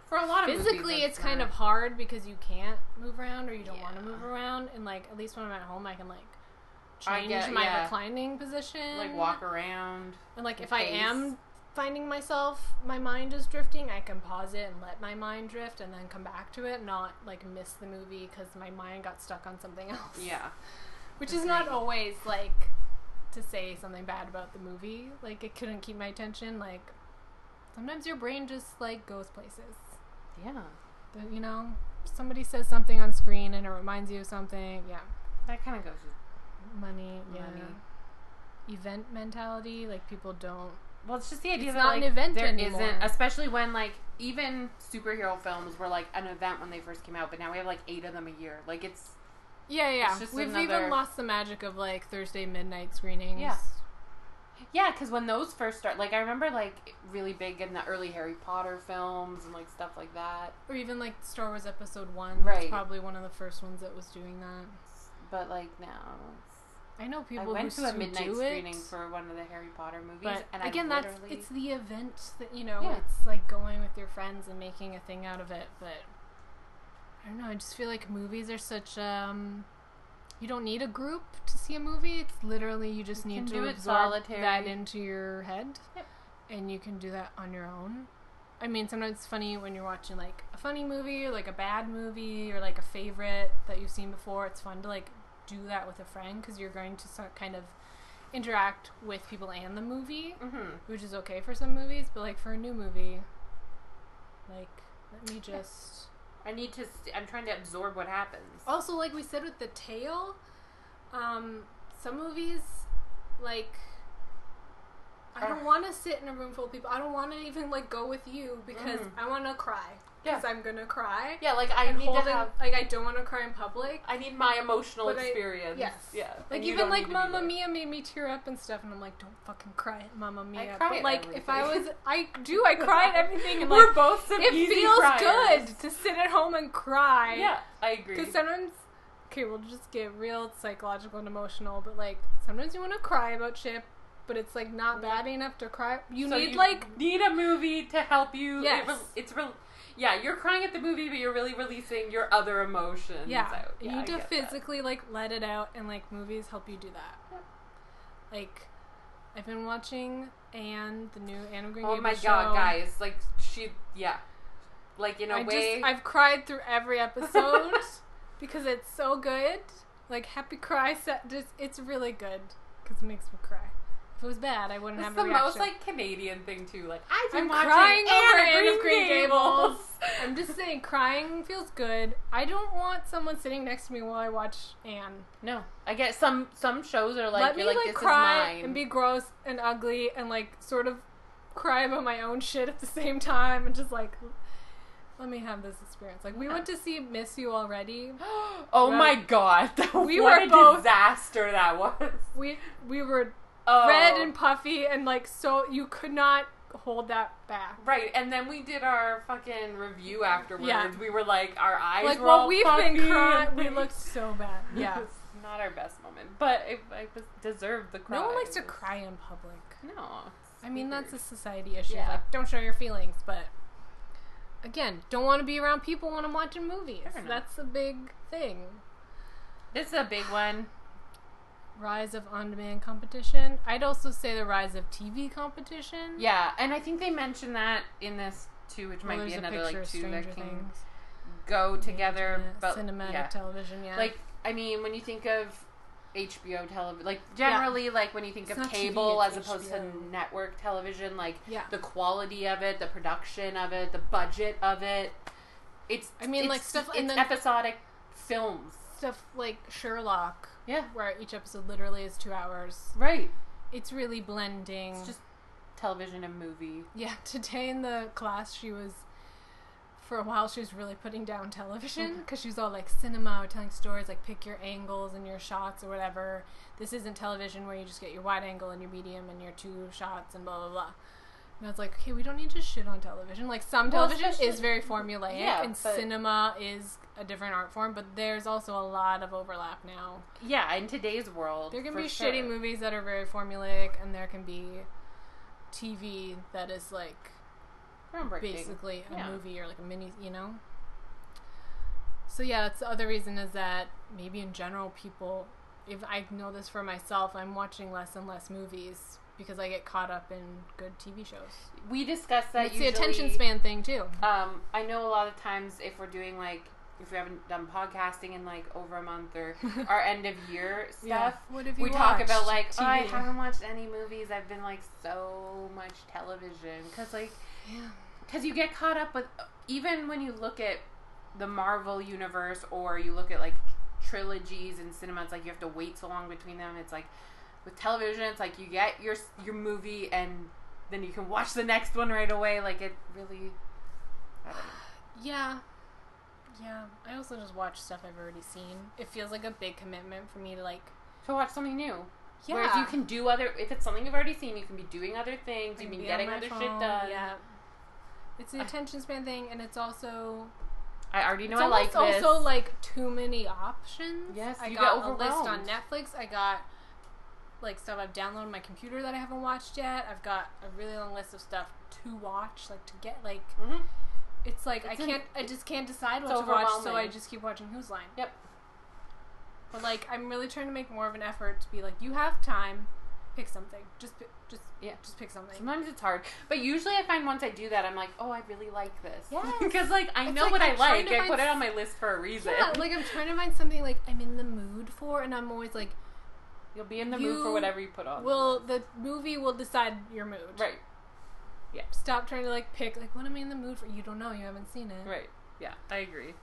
S2: For a lot of movies,
S1: physically,
S2: that's
S1: it's kind
S2: not-
S1: of hard because you can't move around or you don't want to
S2: Yeah.
S1: move around. And like, at least when I'm at home, I can like
S2: I
S1: change
S2: get-
S1: my
S2: yeah.
S1: reclining position,
S2: like walk around.
S1: And like
S2: your
S1: if I
S2: face.
S1: am finding myself my mind is drifting, I can pause it and let my mind drift and then come back to it, not like miss the movie cuz my mind got stuck on something else.
S2: Yeah.
S1: Which is not
S2: Agreed.
S1: always like to say something bad about the movie, like it couldn't keep my attention like sometimes your brain just like goes places.
S2: Yeah.
S1: The- You know, somebody says something on screen and it reminds you of something. Yeah.
S2: That kind of goes with
S1: Money,
S2: Money.
S1: yeah. Event mentality, like people don't
S2: Well, it's just the idea
S1: It's
S2: that
S1: not
S2: like,
S1: an event
S2: there
S1: anymore.
S2: not especially when like even superhero films were like an event when they first came out, but now we have like eight of them a year. Like it's
S1: Yeah, yeah.
S2: just
S1: We've
S2: another-
S1: even lost the magic of like Thursday midnight screenings.
S2: Yeah. yeah, because when those first start, like I remember like really big in the early Harry Potter films and like stuff like that.
S1: Or even like Star Wars Episode One. was
S2: Right.
S1: probably one of the first ones that was doing that.
S2: But like now, it's,
S1: I know people
S2: I went
S1: who
S2: to a
S1: who
S2: midnight
S1: do
S2: screening
S1: it,
S2: for one of the Harry Potter movies,
S1: but
S2: and
S1: again,
S2: I
S1: that's
S2: literally
S1: it's the event that you know.
S2: Yeah.
S1: It's like going with your friends and making a thing out of it. But I don't know. I just feel like movies are such. um You don't need a group to see a movie. It's literally you just
S2: You
S1: need
S2: can
S1: to
S2: do it
S1: absorb
S2: solitary.
S1: that into your head,
S2: Yep.
S1: and you can do that on your own. I mean, sometimes it's funny when you're watching like a funny movie or like a bad movie or like a favorite that you've seen before. It's fun to like do that with a friend because you're going to so- kind of interact with people and the movie,
S2: Mhm.
S1: which is okay for some movies, but like for a new movie, like let me just.
S2: I need to. St- I'm trying to absorb what happens.
S1: Also, like we said with the tail, um, some movies, like, I don't
S2: Are-
S1: want to sit in a room full of people. I don't want to even like go with you because
S2: Mhm.
S1: I want to cry.
S2: Yeah.
S1: Because I'm gonna cry.
S2: Yeah, like I
S1: I'm
S2: need
S1: holding,
S2: to have.
S1: like I don't want to cry in public.
S2: I need my emotional
S1: But I-
S2: experience.
S1: yes.
S2: Yeah.
S1: Like
S2: and you
S1: even
S2: don't need
S1: like
S2: to be
S1: Mamma
S2: there.
S1: Mia made me tear up and stuff, and I'm like, don't fucking cry at Mamma Mia.
S2: cry
S1: but
S2: at
S1: like if I was,
S2: everything.
S1: I do, I cry at everything, and
S2: We're
S1: like
S2: both some
S1: it
S2: easy
S1: feels
S2: criers.
S1: good uh, to sit at home and cry.
S2: Yeah, I agree.
S1: Because sometimes, okay, we'll just get real psychological and emotional, but like sometimes you want to cry about shit, but it's like not bad enough to cry. You
S2: So
S1: need like
S2: need a movie to help you. It
S1: Yes.
S2: re- it's real. Yeah, you're crying at the movie, but you're really releasing your other emotions.
S1: yeah,
S2: out.
S1: you
S2: Yeah, I
S1: need to
S2: get that.
S1: physically like let it out, and like movies help you do that.
S2: Yep.
S1: Like, I've been watching and the new Anna Green.
S2: Oh
S1: Gables
S2: my god,
S1: show.
S2: guys! Like she, yeah, like in a
S1: I
S2: way.
S1: just I've cried through every episode because it's so good. Like happy cry set, just it's really good because it makes me cry. If it was bad, I wouldn't have
S2: That's the
S1: a reaction.
S2: most like Canadian thing too. Like I've been
S1: I'm
S2: watching
S1: crying over
S2: Anne
S1: Anne
S2: of
S1: of Green Gables. I'm just saying, crying feels good. I don't want someone sitting next to me while I watch Anne.
S2: no, I get some some shows are like
S1: Let me
S2: you're
S1: like,
S2: like, this
S1: cry
S2: is mine.
S1: and be gross and ugly and like sort of cry about my own shit at the same time and just like let me have this experience. Like we went to see Miss You already.
S2: oh
S1: Right.
S2: my god,
S1: We
S2: what
S1: were
S2: a
S1: both-
S2: disaster that was.
S1: We we were
S2: Oh.
S1: red and puffy and like so you could not hold that back.
S2: Right, and then we did our fucking review afterwards.
S1: Yeah.
S2: We were like, our eyes
S1: Like
S2: were
S1: while
S2: all
S1: we've
S2: puffy
S1: been crying,
S2: and-
S1: we looked so bad.
S2: It
S1: Yeah.
S2: was not our best moment, but it, it was deserved the cry.
S1: No one likes to
S2: It was-
S1: cry in public.
S2: No, it's
S1: I mean,
S2: weird.
S1: that's a society issue.
S2: Yeah.
S1: Like, don't show your feelings, but again, don't want to be around people when I'm watching movies.
S2: Fair enough.
S1: That's a big thing.
S2: this is a big one.
S1: Rise of on demand competition. I'd also say the rise of TV competition.
S2: Yeah, and I think they mentioned that in this too, which
S1: Well,
S2: might be
S1: there's a
S2: another
S1: picture
S2: like
S1: of
S2: two
S1: Stranger
S2: that can
S1: Things.
S2: go together.
S1: Internet,
S2: but
S1: cinematic
S2: yeah.
S1: television, yeah.
S2: like I mean, when you think of HBO television, like generally, like when you think
S1: It's
S2: of
S1: not TV,
S2: cable
S1: it's
S2: as opposed
S1: HBO.
S2: to network television, like
S1: yeah.
S2: the quality of it, the production of it, the budget of it. It's
S1: I mean,
S2: it's-
S1: like, stuff-
S2: it's
S1: and then-
S2: episodic films.
S1: Stuff like Sherlock,
S2: Yeah,
S1: where each episode literally is two hours.
S2: right.
S1: It's really blending.
S2: It's just television and movie.
S1: Yeah, today in the class, she was, for a while, she was really putting down television
S2: Mm-hmm.
S1: because she was all like cinema or telling stories, like pick your angles and your shots or whatever. This isn't television where you just get your wide angle and your medium and your two shots and blah, blah, blah. And I was like, okay, we don't need to shit on television. Like, some
S2: Well,
S1: television is
S2: especially-
S1: very formulaic,
S2: Yeah,
S1: and
S2: but-
S1: cinema is a different art form, but there's also a lot of overlap now.
S2: Yeah, in today's world,
S1: There can
S2: for
S1: be
S2: sure.
S1: shitty movies that are very formulaic, and there can be TV that is like
S2: Groundbreaking.
S1: basically a
S2: Yeah.
S1: movie or like a mini, you know. So yeah, that's the other reason is that maybe in general people, if I know this for myself, I'm watching less and less movies because I get caught up in good TV shows.
S2: We discussed that.
S1: It's
S2: usually,
S1: the attention span thing too.
S2: Um, I know a lot of times if we're doing like if we haven't done podcasting in like over a month or our end of year stuff,
S1: What have you
S2: we talk about like
S1: watched?
S2: oh, I
S1: TV.
S2: haven't watched any movies. I've been like so much television because like
S1: Yeah.
S2: because you get caught up with even when you look at the Marvel universe or you look at like trilogies and cinema. It's like you have to wait so long between them. It's like with television, it's like you get your your movie and then you can watch the next one right away. Like it really. I don't know.
S1: Yeah. Yeah. I also just watch stuff I've already seen. It feels like a big commitment for me to like.
S2: to watch something new.
S1: Yeah.
S2: Whereas you can do other, if it's something you've already seen, you can be doing other things,
S1: I
S2: you
S1: can
S2: can be
S1: be on
S2: getting
S1: my
S2: other shit
S1: phone,
S2: done.
S1: Yeah. It's an
S2: I-
S1: attention span thing, and it's also
S2: I already know
S1: it's
S2: I like
S1: almost
S2: this.
S1: also like too many options.
S2: Yes,
S1: I
S2: you get
S1: got a list on
S2: overwhelmed.
S1: Netflix. I got like stuff I've downloaded on my computer that I haven't watched yet. I've got a really long list of stuff to watch, like to get like
S2: Mm-hmm.
S1: it's like I
S2: It's an-
S1: can't I just can't decide
S2: it's
S1: what to watch, so I
S2: overwhelming.
S1: just keep watching Who's Line.
S2: Yep.
S1: But like I'm really trying to make more of an effort to be like you have time, pick something. Just pi- just
S2: Yeah.
S1: just pick something.
S2: Sometimes it's hard, but usually I find once I do that, I'm like, oh, I really like this.
S1: Yes.
S2: because like I
S1: It's
S2: know
S1: like
S2: what
S1: I'm
S2: I
S1: trying
S2: like.
S1: to
S2: I put
S1: find
S2: it on my list for a reason.
S1: Yeah, like I'm trying to find something like I'm in the mood for, and I'm always like,
S2: You'll be in the mood for
S1: you
S2: whatever you put on.
S1: well, the movie will decide your mood.
S2: right,
S1: Stop trying to like pick like what am I in the mood for? You don't know. You haven't seen it.
S2: right. Yeah, I agree.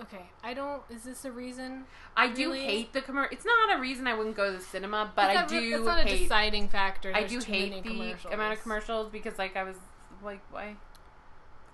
S1: Okay. I don't. Is this a reason?
S2: I do
S1: Really?
S2: hate the commercial. It's not a reason I wouldn't go to the cinema, but I
S1: It's not re-
S2: do
S1: It's not a
S2: hate.
S1: deciding factor.
S2: I
S1: There's
S2: do
S1: too many
S2: hate the
S1: commercials.
S2: amount of commercials because like I was like why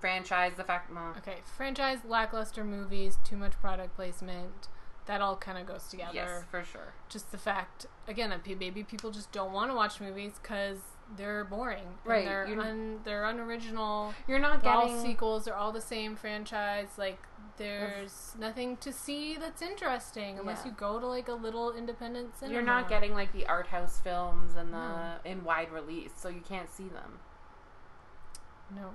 S2: franchise the fact. Well,
S1: Okay, franchise lackluster movies, too much product placement. That all kind of goes together.
S2: yes, for sure.
S1: Just the fact, again, that pe- maybe people just don't want to watch movies because they're boring. and
S2: Right,
S1: They're,
S2: you-
S1: un, they're unoriginal.
S2: You're not
S1: They're
S2: getting
S1: all sequels. They're all the same franchise. Like, there's nothing to see that's interesting unless
S2: Yeah.
S1: you go to, like, a little independent cinema.
S2: You're not getting like the art house films and the
S1: No.
S2: in wide release, so you can't see them.
S1: No.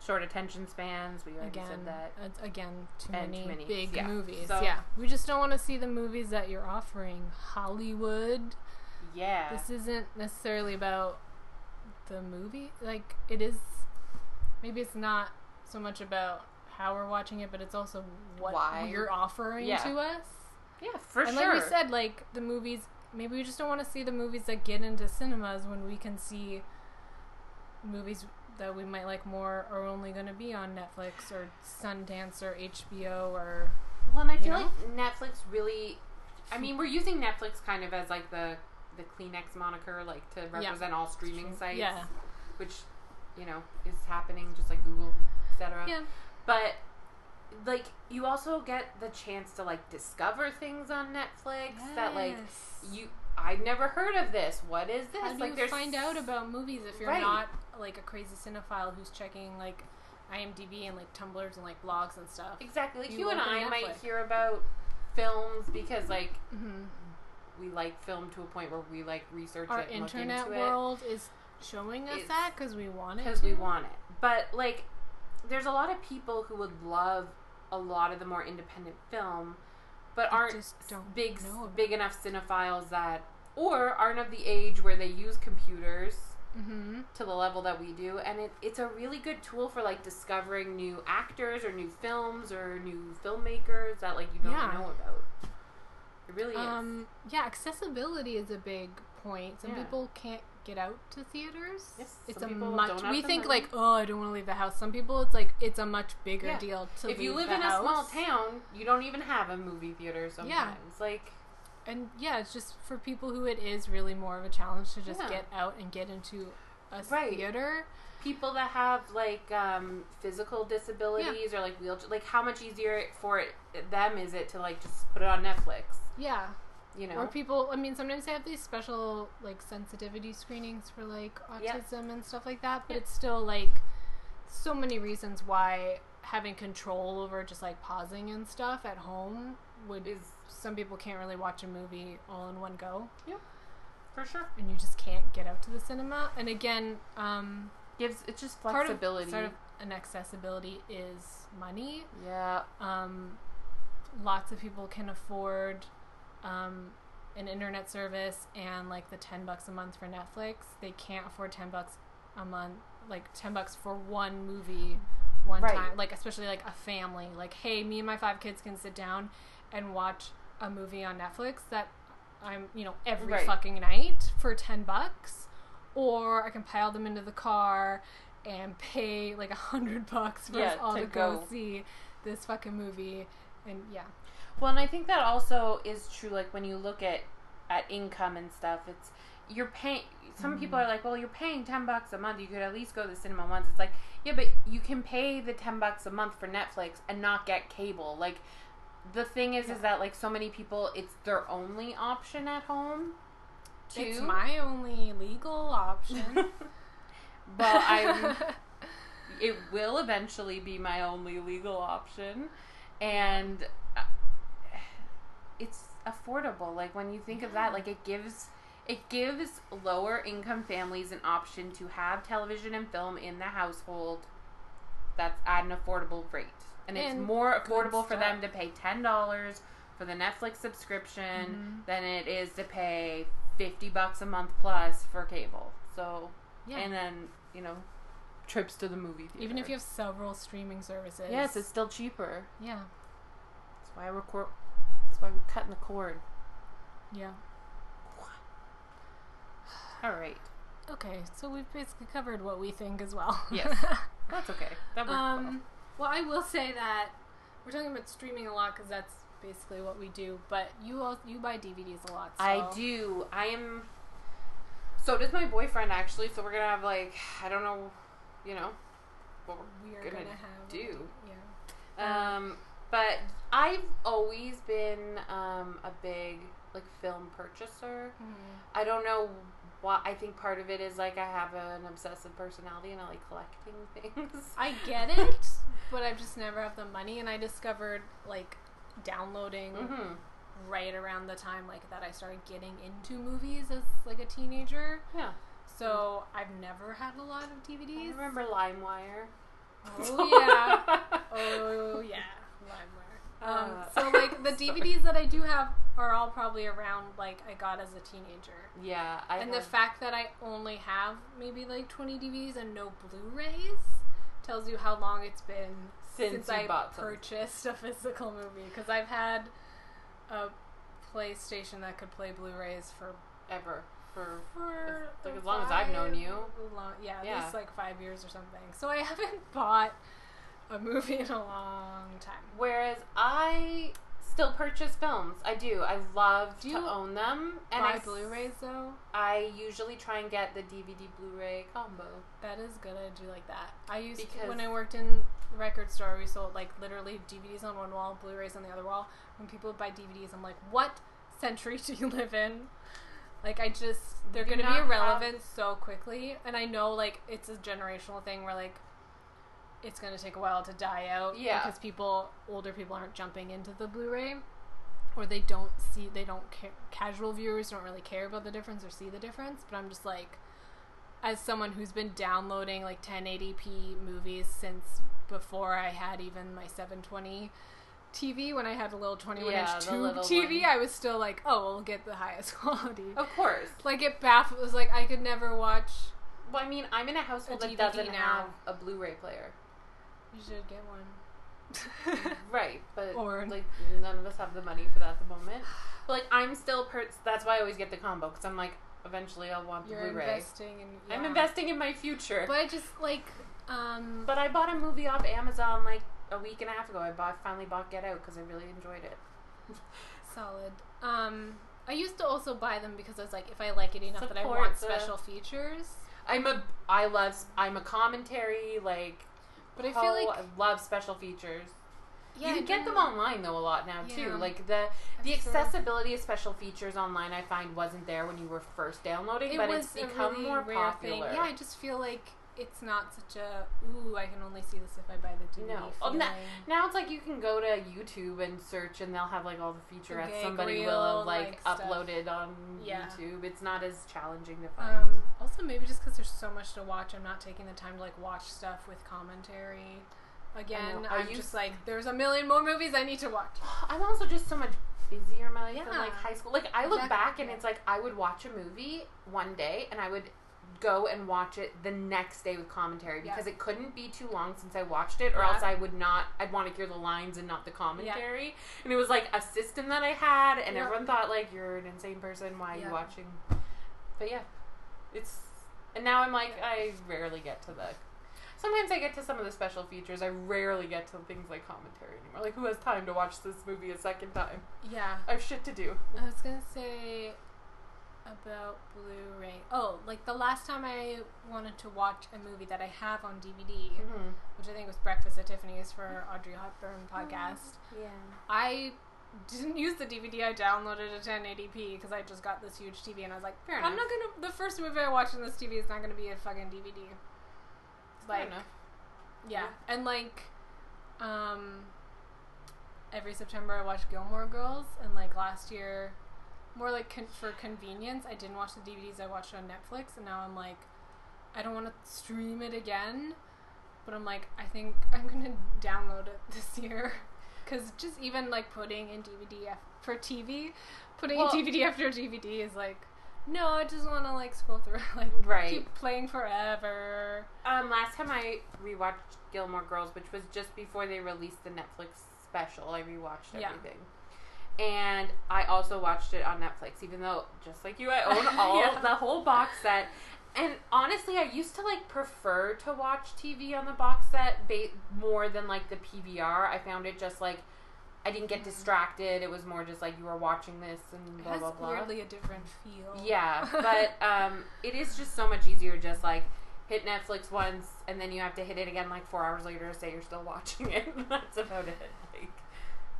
S2: Short attention spans. We already
S1: again,
S2: said that.
S1: it's- again, too
S2: And
S1: many,
S2: too many,
S1: big
S2: yeah.
S1: movies.
S2: So-
S1: yeah, we just don't want to see the movies that you're offering, Hollywood.
S2: Yeah.
S1: This isn't necessarily about the movie. Like it is. Maybe it's not so much about how we're watching it, but it's also what
S2: Why.
S1: you're offering
S2: Yeah.
S1: to us.
S2: yeah, for
S1: and
S2: sure.
S1: like we said, like the movies. Maybe we just don't want to see the movies that get into cinemas when we can see movies that we might like more are only going to be on Netflix or Sundance or HBO or
S2: well, and I
S1: you
S2: feel
S1: know?
S2: like Netflix really. I mean, we're using Netflix kind of as like the the Kleenex moniker, like to represent all streaming sites,
S1: Yeah.
S2: which you know is happening just like Google, etc.
S1: Yeah.
S2: But like, you also get the chance to like discover things on Netflix that like you. I've never heard of this. What is this?
S1: How do
S2: like,
S1: you
S2: there's
S1: find out about movies if you're
S2: Right.
S1: not like a crazy cinephile who's checking like IMDb and like Tumblrs and like blogs and stuff?
S2: Exactly. Like you,
S1: You
S2: and
S1: open
S2: I might
S1: Netflix.
S2: hear about films because like
S1: Mm-hmm.
S2: we like film to a point where we like research
S1: Our
S2: it and look
S1: internet
S2: into
S1: world is showing us
S2: It's-
S1: that because we want
S2: it
S1: it.
S2: because we
S1: to.
S2: want it. But like there's a lot of people who would love a lot of the more independent film but
S1: They
S2: aren't
S1: just don't
S2: big
S1: know about
S2: big enough cinephiles that or aren't of the age where they use computers
S1: Mm-hmm.
S2: to the level that we do and it, it's a really good tool for like discovering new actors or new films or new filmmakers that like you don't
S1: Yeah.
S2: know about it really is
S1: Um, yeah, accessibility is a big point. Some
S2: Yeah.
S1: people can't get out to theaters.
S2: Yes,
S1: it's
S2: some
S1: a
S2: people
S1: much.
S2: don't have
S1: We
S2: the
S1: think
S2: money.
S1: like, oh, I don't want to leave the house. Some people, it's like it's a much bigger
S2: Yeah.
S1: deal to.
S2: if you
S1: leave
S2: live
S1: the
S2: in
S1: house.
S2: a small town you don't even have a movie theater sometimes like
S1: and yeah, it's just for people who it is really more of a challenge to just
S2: Yeah.
S1: get out and get into a
S2: Right.
S1: theater.
S2: people that have like um, physical disabilities or like wheelchair like how much easier it- for it, them is it to like just put it on netflix
S1: Yeah,
S2: you know
S1: or people. I mean, sometimes they have these special like sensitivity screenings for like
S2: Yeah.
S1: autism and stuff like that. But
S2: Yeah.
S1: it's still like so many reasons why having control over just like pausing and stuff at home would.
S2: is
S1: some people can't really watch a movie all in one go,
S2: for sure
S1: and you just can't get out to the cinema. And again, um,
S2: gives it's just
S1: part of
S2: flexibility
S1: sort of an accessibility is money.
S2: yeah
S1: um, lots of people can afford um, an internet service and like the 10 bucks a month for netflix they can't afford 10 bucks a month like 10 bucks for one movie one
S2: Right.
S1: time like especially like a family like hey me and my five kids can sit down and watch a movie on netflix that i'm you know every
S2: Right.
S1: fucking night for 10 bucks or i can pile them into the car and pay like a hundred bucks for us
S2: Yeah,
S1: all
S2: to
S1: to go
S2: go.
S1: see this fucking movie and yeah
S2: Well, and I think that also is true. Like when you look at at income and stuff, it's you're paying. Some
S1: Mm-hmm.
S2: people are like, "Well, you're paying ten bucks a month. You could at least go to the cinema once." It's like, yeah, but you can pay the ten bucks a month for Netflix and not get cable. Like the thing is,
S1: Yeah.
S2: is that like so many people, it's their only option at home. Too.
S1: it's my only legal option
S2: well, I it will eventually be my only legal option, and uh, it's affordable. Like when you think of that, like it gives It gives lower income families an option to have television and film in the household that's at an affordable rate. And, it's
S1: And
S2: more
S1: good
S2: affordable for them
S1: stuff.
S2: to pay $10 for the Netflix subscription
S1: Mm-hmm.
S2: than it is to pay 50 bucks a month plus for cable. So,
S1: Yeah.
S2: and then, you know, trips to the movie theater.
S1: Even if you have several streaming services.
S2: Yes, it's still cheaper.
S1: yeah,
S2: That's why we're cor- That's why we're cutting the cord.
S1: yeah.
S2: All right.
S1: Okay, so we've basically covered what we think as well.
S2: Yes. That's okay. That works
S1: um, well, I will say that we're talking about streaming a lot because that's basically what we do. But you all you buy DVDs a lot. So.
S2: I do. I am. So does my boyfriend actually. So we're gonna have like I don't know, you know, what
S1: We
S2: we're
S1: are
S2: gonna,
S1: gonna have-
S2: do.
S1: Yeah.
S2: Um, but I've always been um a big like film purchaser.
S1: Hmm.
S2: I don't know why. I think part of it is like I have an obsessive personality and I like collecting things.
S1: I get it, but I've just never had the money, and I discovered like downloading
S2: hmm
S1: right around the time like that I started getting into movies as like a teenager.
S2: Yeah.
S1: So I've never had a lot of DVDs.
S2: I remember LimeWire.
S1: Oh yeah. Oh yeah, LimeWire. Um, so like the
S2: uh, Sorry.
S1: DVDs that I do have are all probably around like I got as a teenager.
S2: Yeah. I
S1: and the
S2: have-
S1: fact that I only have maybe like 20 DVDs and no Blu-rays tells you how long it's been
S2: Since you
S1: I
S2: bought something.
S1: purchased a physical movie because I've had a PlayStation that could play Blu-rays for
S2: ever for
S1: for
S2: Like, as long as I've known
S1: five-
S2: you.
S1: long- yeah, at
S2: Yeah.
S1: least like five years or something. So I haven't bought a movie in a long time.
S2: Whereas I still purchase films. I do. I love
S1: Do
S2: to
S1: you
S2: own them. And
S1: buy
S2: I s-
S1: Blu-rays though.
S2: I usually try and get the DVD Blu-ray combo.
S1: That is good. I do like that. I used to,
S2: Because-
S1: when I worked in the record store, we sold like literally DVDs on one wall, Blu-rays on the other wall. When people would buy DVDs, I'm like, what century do you live in? Like I just they're
S2: Do
S1: going to be
S2: not have-
S1: irrelevant so quickly, and I know like it's a generational thing where like it's going to take a while to die out
S2: Yeah.
S1: because people older people aren't jumping into the Blu-ray or they don't see they don't care casual viewers don't really care about the difference or see the difference but i'm just like as someone who's been downloading like 1080p movies since before i had even my 720 tv when i had a little 21
S2: Yeah,
S1: inch
S2: the
S1: tube
S2: little
S1: tv
S2: one. Oh.
S1: i was still like oh we'll get the highest quality
S2: Of course.
S1: like it baffled it was like i could never watch
S2: Well, I mean, I'm in a household
S1: A
S2: that
S1: DVD
S2: doesn't have
S1: now.
S2: a Blu-ray player.
S1: you should get one
S2: Right, but
S1: Or-
S2: like none of us have the money for that at the moment. But like I'm still per- that's why I always get the combo cuz I'm like eventually I'll want the
S1: you're
S2: Blu-ray.
S1: investing in
S2: I'm
S1: yeah.
S2: investing in my future.
S1: but i just like um
S2: But I bought a movie off Amazon like a week and a half ago. I bought finally bought Get Out because I really enjoyed it.
S1: Solid. Um, I used to also buy them because I was like, if I like it enough that I
S2: Support
S1: want
S2: the-
S1: special features.
S2: I'm a I love I'm a commentary like,
S1: But I
S2: ho,
S1: feel like
S2: I love special features.
S1: yeah,
S2: you
S1: I
S2: can get
S1: don't
S2: them
S1: know.
S2: online though a lot now
S1: Yeah.
S2: too. Like the the
S1: That's true.
S2: accessibility of special features online, I find wasn't there when you were first downloading,
S1: It
S2: but
S1: was
S2: it's
S1: a
S2: become
S1: really
S2: more
S1: rare
S2: popular.
S1: thing. Yeah, I just feel like it's not such a ooh, I can only see this if I buy the DVD.
S2: No. Oh,
S1: feeling.
S2: no. Now it's like you can go to YouTube and search, and they'll have like all the featurettes
S1: gag
S2: somebody will
S1: reel,
S2: have like,
S1: like, stuff.
S2: uploaded on
S1: Yeah.
S2: YouTube. It's not as challenging to find.
S1: Um, also, maybe just because there's so much to watch, I'm not taking the time to like watch stuff with commentary. Again,
S2: know. Are
S1: I'm
S2: you-
S1: just like, there's a million more movies I need to watch.
S2: I'm also just so much busier in my life than
S1: Yeah.
S2: like high school. Like I look
S1: Exactly.
S2: back and it's like I would watch a movie one day and I would go and watch it the next day with commentary
S1: Yeah.
S2: because it couldn't be too long since I watched it or
S1: Yeah.
S2: else I would not I'd want to hear the lines and not the commentary. And it was like a system that I had and
S1: Yeah.
S2: everyone thought like you're an insane person, why are
S1: Yeah.
S2: you watching? But yeah. It's and now I'm like I rarely get to the Sometimes I get to some of the special features. I rarely get to things like commentary anymore. Like, who has time to watch this movie a second time?
S1: Yeah.
S2: I have shit to do.
S1: I was gonna say about Blu-ray. Oh, like the last time I wanted to watch a movie that I have on DVD,
S2: Mm-hmm.
S1: which I think was Breakfast at Tiffany's for Audrey Hepburn
S2: Mm-hmm.
S1: podcast.
S2: Yeah.
S1: I didn't use the DVD. I downloaded a 1080p because I just got this huge TV, and I was like,
S2: Fair
S1: I'm
S2: enough.
S1: not gonna. The first movie I watch on this TV is not gonna be a fucking DVD.
S2: Fair
S1: Like,
S2: enough.
S1: yeah, and like, um, every September I watch Gilmore Girls, and like last year more like con- for convenience. I didn't watch the DVDs. I watched it on Netflix, and now I'm like, I don't want to stream it again. But I'm like, I think I'm gonna download it this year, because just even like putting in DVD af- for TV, putting
S2: Well-
S1: in DVD after DVD is like, no, I just want to like scroll through, like
S2: Right.
S1: keep playing forever.
S2: Um, last time I rewatched Gilmore Girls, which was just before they released the Netflix special, I rewatched
S1: Yeah.
S2: everything. And I also watched it on Netflix, even though, just like you, I own all
S1: Yeah.
S2: the whole box set. And honestly, I used to like prefer to watch TV on the box set ba- more than like the PVR. I found it just like I didn't get distracted. It was more just like you were watching this and
S1: Mm-hmm. It
S2: blah
S1: has
S2: blah blah.
S1: weirdly a different feel.
S2: Yeah, but um, it is just so much easier just like hit Netflix once and then you have to hit it again like four hours later to say you're still watching it. That's about it. Like,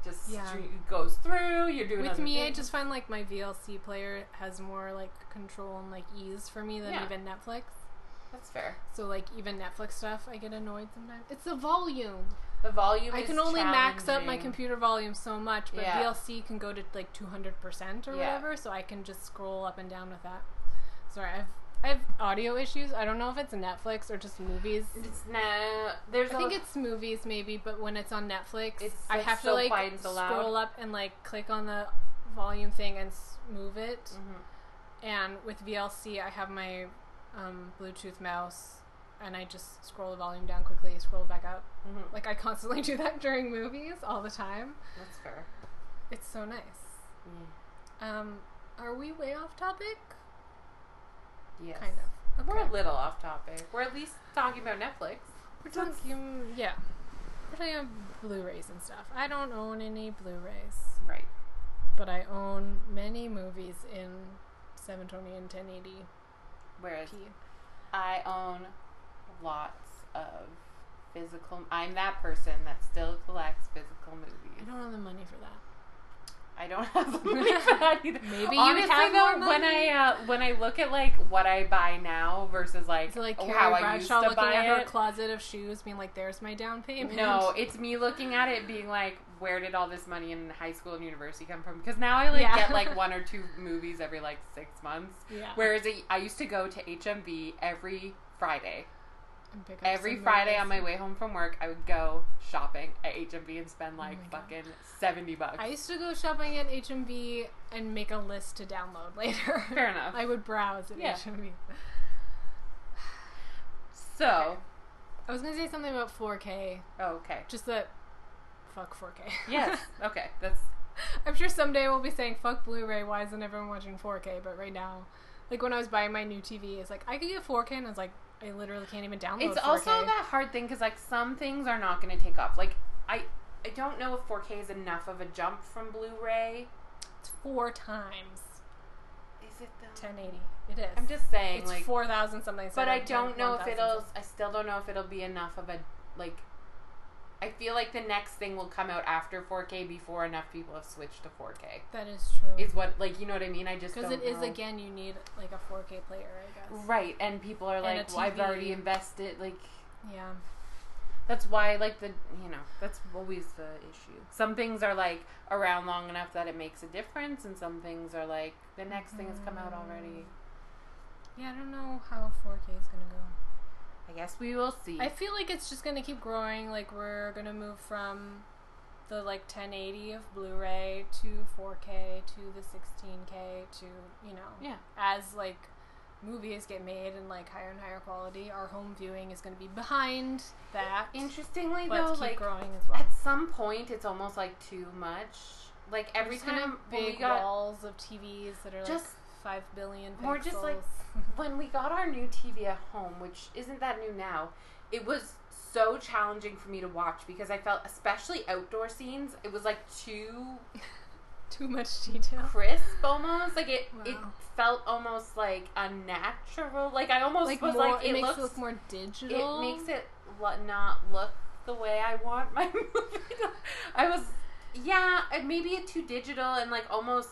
S2: just
S1: Yeah.
S2: stre- it goes through. You're doing
S1: With
S2: other
S1: me, I
S2: things.
S1: just find like my VLC player has more like control and like ease for me than
S2: Yeah.
S1: even Netflix.
S2: that's fair.
S1: So like even Netflix stuff, I get annoyed sometimes. It's the volume.
S2: The volume.
S1: I
S2: is
S1: can only max up my
S2: challenging.
S1: computer volume so much, but
S2: Yeah.
S1: VLC can go to like 200 percent or
S2: Yeah.
S1: whatever, so I can just scroll up and down with that. Sorry, I've I have audio issues. I don't know if it's Netflix or just movies.
S2: It's no. There's.
S1: I think
S2: a,
S1: it's movies maybe, but when it's on Netflix,
S2: It's,
S1: I
S2: like,
S1: have to
S2: so
S1: like
S2: quiet and so loud.
S1: scroll up and like click on the volume thing and s- move it.
S2: Mhm.
S1: And with VLC, I have my um, Bluetooth mouse, and I just scroll the volume down quickly, scroll back up.
S2: Mhm.
S1: Like I constantly do that during movies all the time.
S2: That's fair. Mm,
S1: It's so nice. Um, are we way off topic?
S2: Yes.
S1: Kind of.
S2: We're
S1: Okay.
S2: a little off topic. We're at least talking about Netflix.
S1: We're talking, yeah. We're talking about Blu-rays and stuff. I don't own any Blu-rays.
S2: Right.
S1: but I own many movies in 720 and 1080p.
S2: Whereas I own lots of physical. I'm that person that still collects physical
S1: I
S2: movies.
S1: don't have the money for that.
S2: I don't have the money for that either.
S1: Maybe you
S2: Honestly,
S1: have
S2: though,
S1: more
S2: when
S1: money.
S2: I uh, when I look at like what I buy now versus like,
S1: It's like
S2: oh,
S1: Carrie
S2: how I used
S1: Bradshaw
S2: to
S1: looking
S2: buy
S1: at her
S2: it.
S1: closet of shoes, being like, "There's my down payment."
S2: No, it's me looking at it being like, where did all this money in high school and university come from? Because now I like
S1: Yeah.
S2: get like one or two movies every like six months.
S1: yeah.
S2: Whereas I- I used to go to HMV every Friday.
S1: And pick up
S2: Every
S1: some
S2: Friday
S1: movies.
S2: on my way home from work, I would go shopping at HMV and spend like
S1: my God.
S2: fucking seventy bucks.
S1: I used to go shopping at HMV and make a list to download later.
S2: Fair enough.
S1: I would browse at
S2: Yeah.
S1: HMV.
S2: so oh,
S1: I was gonna say something about 4K,
S2: okay,
S1: just that. Fuck 4K.
S2: yes, okay, that's
S1: I'm sure someday we'll be saying fuck Blu-ray. Why isn't everyone watching 4K? But right now, like when I was buying my new TV, it's like I could get 4K, and I was like, I literally can't even download.
S2: it's
S1: 4K.
S2: also that hard thing because like some things are not going to take off. Like I, I don't know if 4K is enough of a jump from Blu-ray.
S1: It's four times
S2: Is it though?
S1: 1080. It is.
S2: I'm just saying,
S1: It's
S2: like,
S1: four thousand something. so
S2: but I
S1: like,
S2: don't know if
S1: 1,000
S2: it'll.
S1: something.
S2: I still don't know if it'll be enough of a like. I feel like the next thing will come out after 4K before enough people have switched to 4K.
S1: That is true.
S2: is what like you know what I mean. I just
S1: Because
S2: don't
S1: it is
S2: know.
S1: again, you need like a 4K player, I guess.
S2: right, and people are
S1: And
S2: like,
S1: a
S2: well, I've
S1: TV.
S2: already invested. Like
S1: Yeah.
S2: that's why like the you know that's always the issue. Some things are like around long enough that it makes a difference, and some things are like the next thing has come out already.
S1: Yeah, I don't know how 4K is gonna go.
S2: I guess we will see.
S1: I feel like it's just gonna keep growing. Like we're gonna move from the like 1080 of Blu-ray to 4K to the 16K to you know
S2: yeah,
S1: as like movies get made and like higher and higher quality, our home viewing is gonna be behind that.
S2: interestingly
S1: But
S2: though,
S1: keep
S2: like
S1: growing as well.
S2: at some point, it's almost like too much. Like every
S1: There's gonna
S2: time
S1: be
S2: when we
S1: big
S2: got
S1: walls of TVs that are
S2: Just-
S1: like five billion pixels.
S2: More just, like, when we got our new TV at home, which isn't that new now, it was so challenging for me to watch because I felt, especially outdoor scenes, it was like too
S1: too much detail.
S2: crisp almost. Like it, it
S1: Wow.
S2: felt almost like unnatural. Like I almost
S1: Like
S2: was
S1: more,
S2: like,
S1: it,
S2: it,
S1: makes
S2: looks,
S1: it look more
S2: it
S1: digital.
S2: makes it lo- not look the way I want my movie. To. I was, yeah, and maybe it too digital and like almost.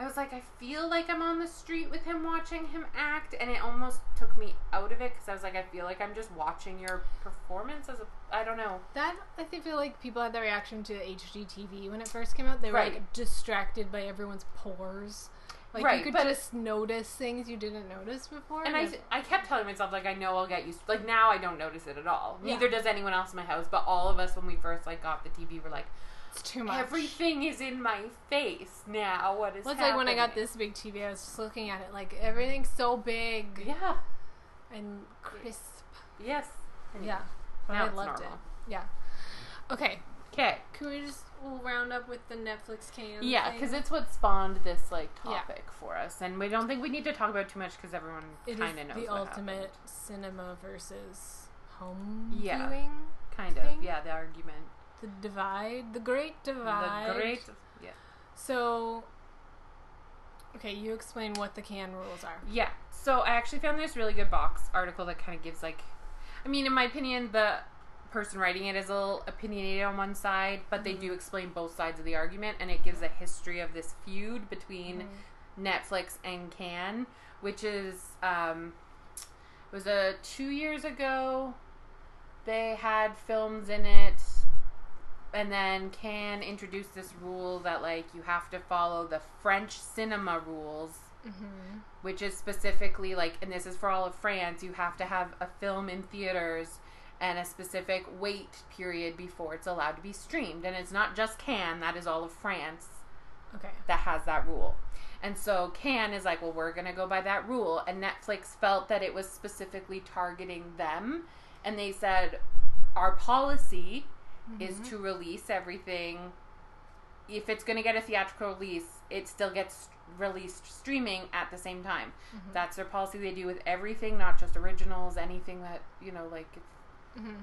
S2: I was like, I feel like I'm on the street with him watching him act, and it almost took me out of it because I was like, I feel like I'm just watching your performance as a. I don't know.
S1: That I think feel like people had the reaction to HGTV when it first came out. They were
S2: Right.
S1: like distracted by everyone's pores. Like
S2: Right,
S1: you could
S2: but-
S1: just notice things you didn't notice before.
S2: And I, I kept telling myself like I know I'll get used. Like now I don't notice it at all.
S1: Yeah.
S2: Neither does anyone else in my house. But all of us when we first like got the TV were like,
S1: it's too much.
S2: everything is in my face now. What is?
S1: Well, it's like when I got
S2: happening?"
S1: this big TV, I was just looking at it like everything's so big
S2: Yeah.
S1: and crisp.
S2: Yes.
S1: Yeah, but
S2: Now
S1: I
S2: it's
S1: loved
S2: normal.
S1: it. Yeah. Okay,
S2: Okay.
S1: can we just we'll round up with the Netflix can?
S2: Yeah, because
S1: thing?
S2: it's what spawned this like
S1: uh, Yeah.
S2: topic for us, and we don't think we need to talk about it too much because everyone
S1: It is
S2: kind of knows
S1: the
S2: what
S1: ultimate
S2: happened.
S1: cinema versus home
S2: Yeah.
S1: viewing.
S2: Kind
S1: thing.
S2: of. Yeah, the argument.
S1: The divide, the great divide.
S2: The great. Yeah.
S1: So, okay, you explain what the can rules are.
S2: Yeah. So I actually found this really good box article that kind of gives like, I mean, in my opinion, the person writing it is a little opinionated on one side, but they do explain both sides of the argument, and it gives a history of this feud between Netflix and Can, which is um, it was a two years ago. They had films in it. And then Can introduced this rule that like you have to follow the French cinema rules
S1: Mm-hmm.
S2: which is specifically like, and this is for all of France, you have to have a film in theaters and a specific wait period before it's allowed to be streamed. And it's not just Cannes, that is all of France
S1: Okay.
S2: that has that rule. And so Cannes is like, well, we're going to go by that rule. And Netflix felt that it was specifically targeting them. And they said, our policy
S1: Mm-hmm.
S2: is to release everything. If it's going to get a theatrical release, it still gets released streaming at the same time.
S1: Mm-hmm.
S2: That's their policy. They do with everything, not just originals, anything that, you know, like
S1: Mm-hmm.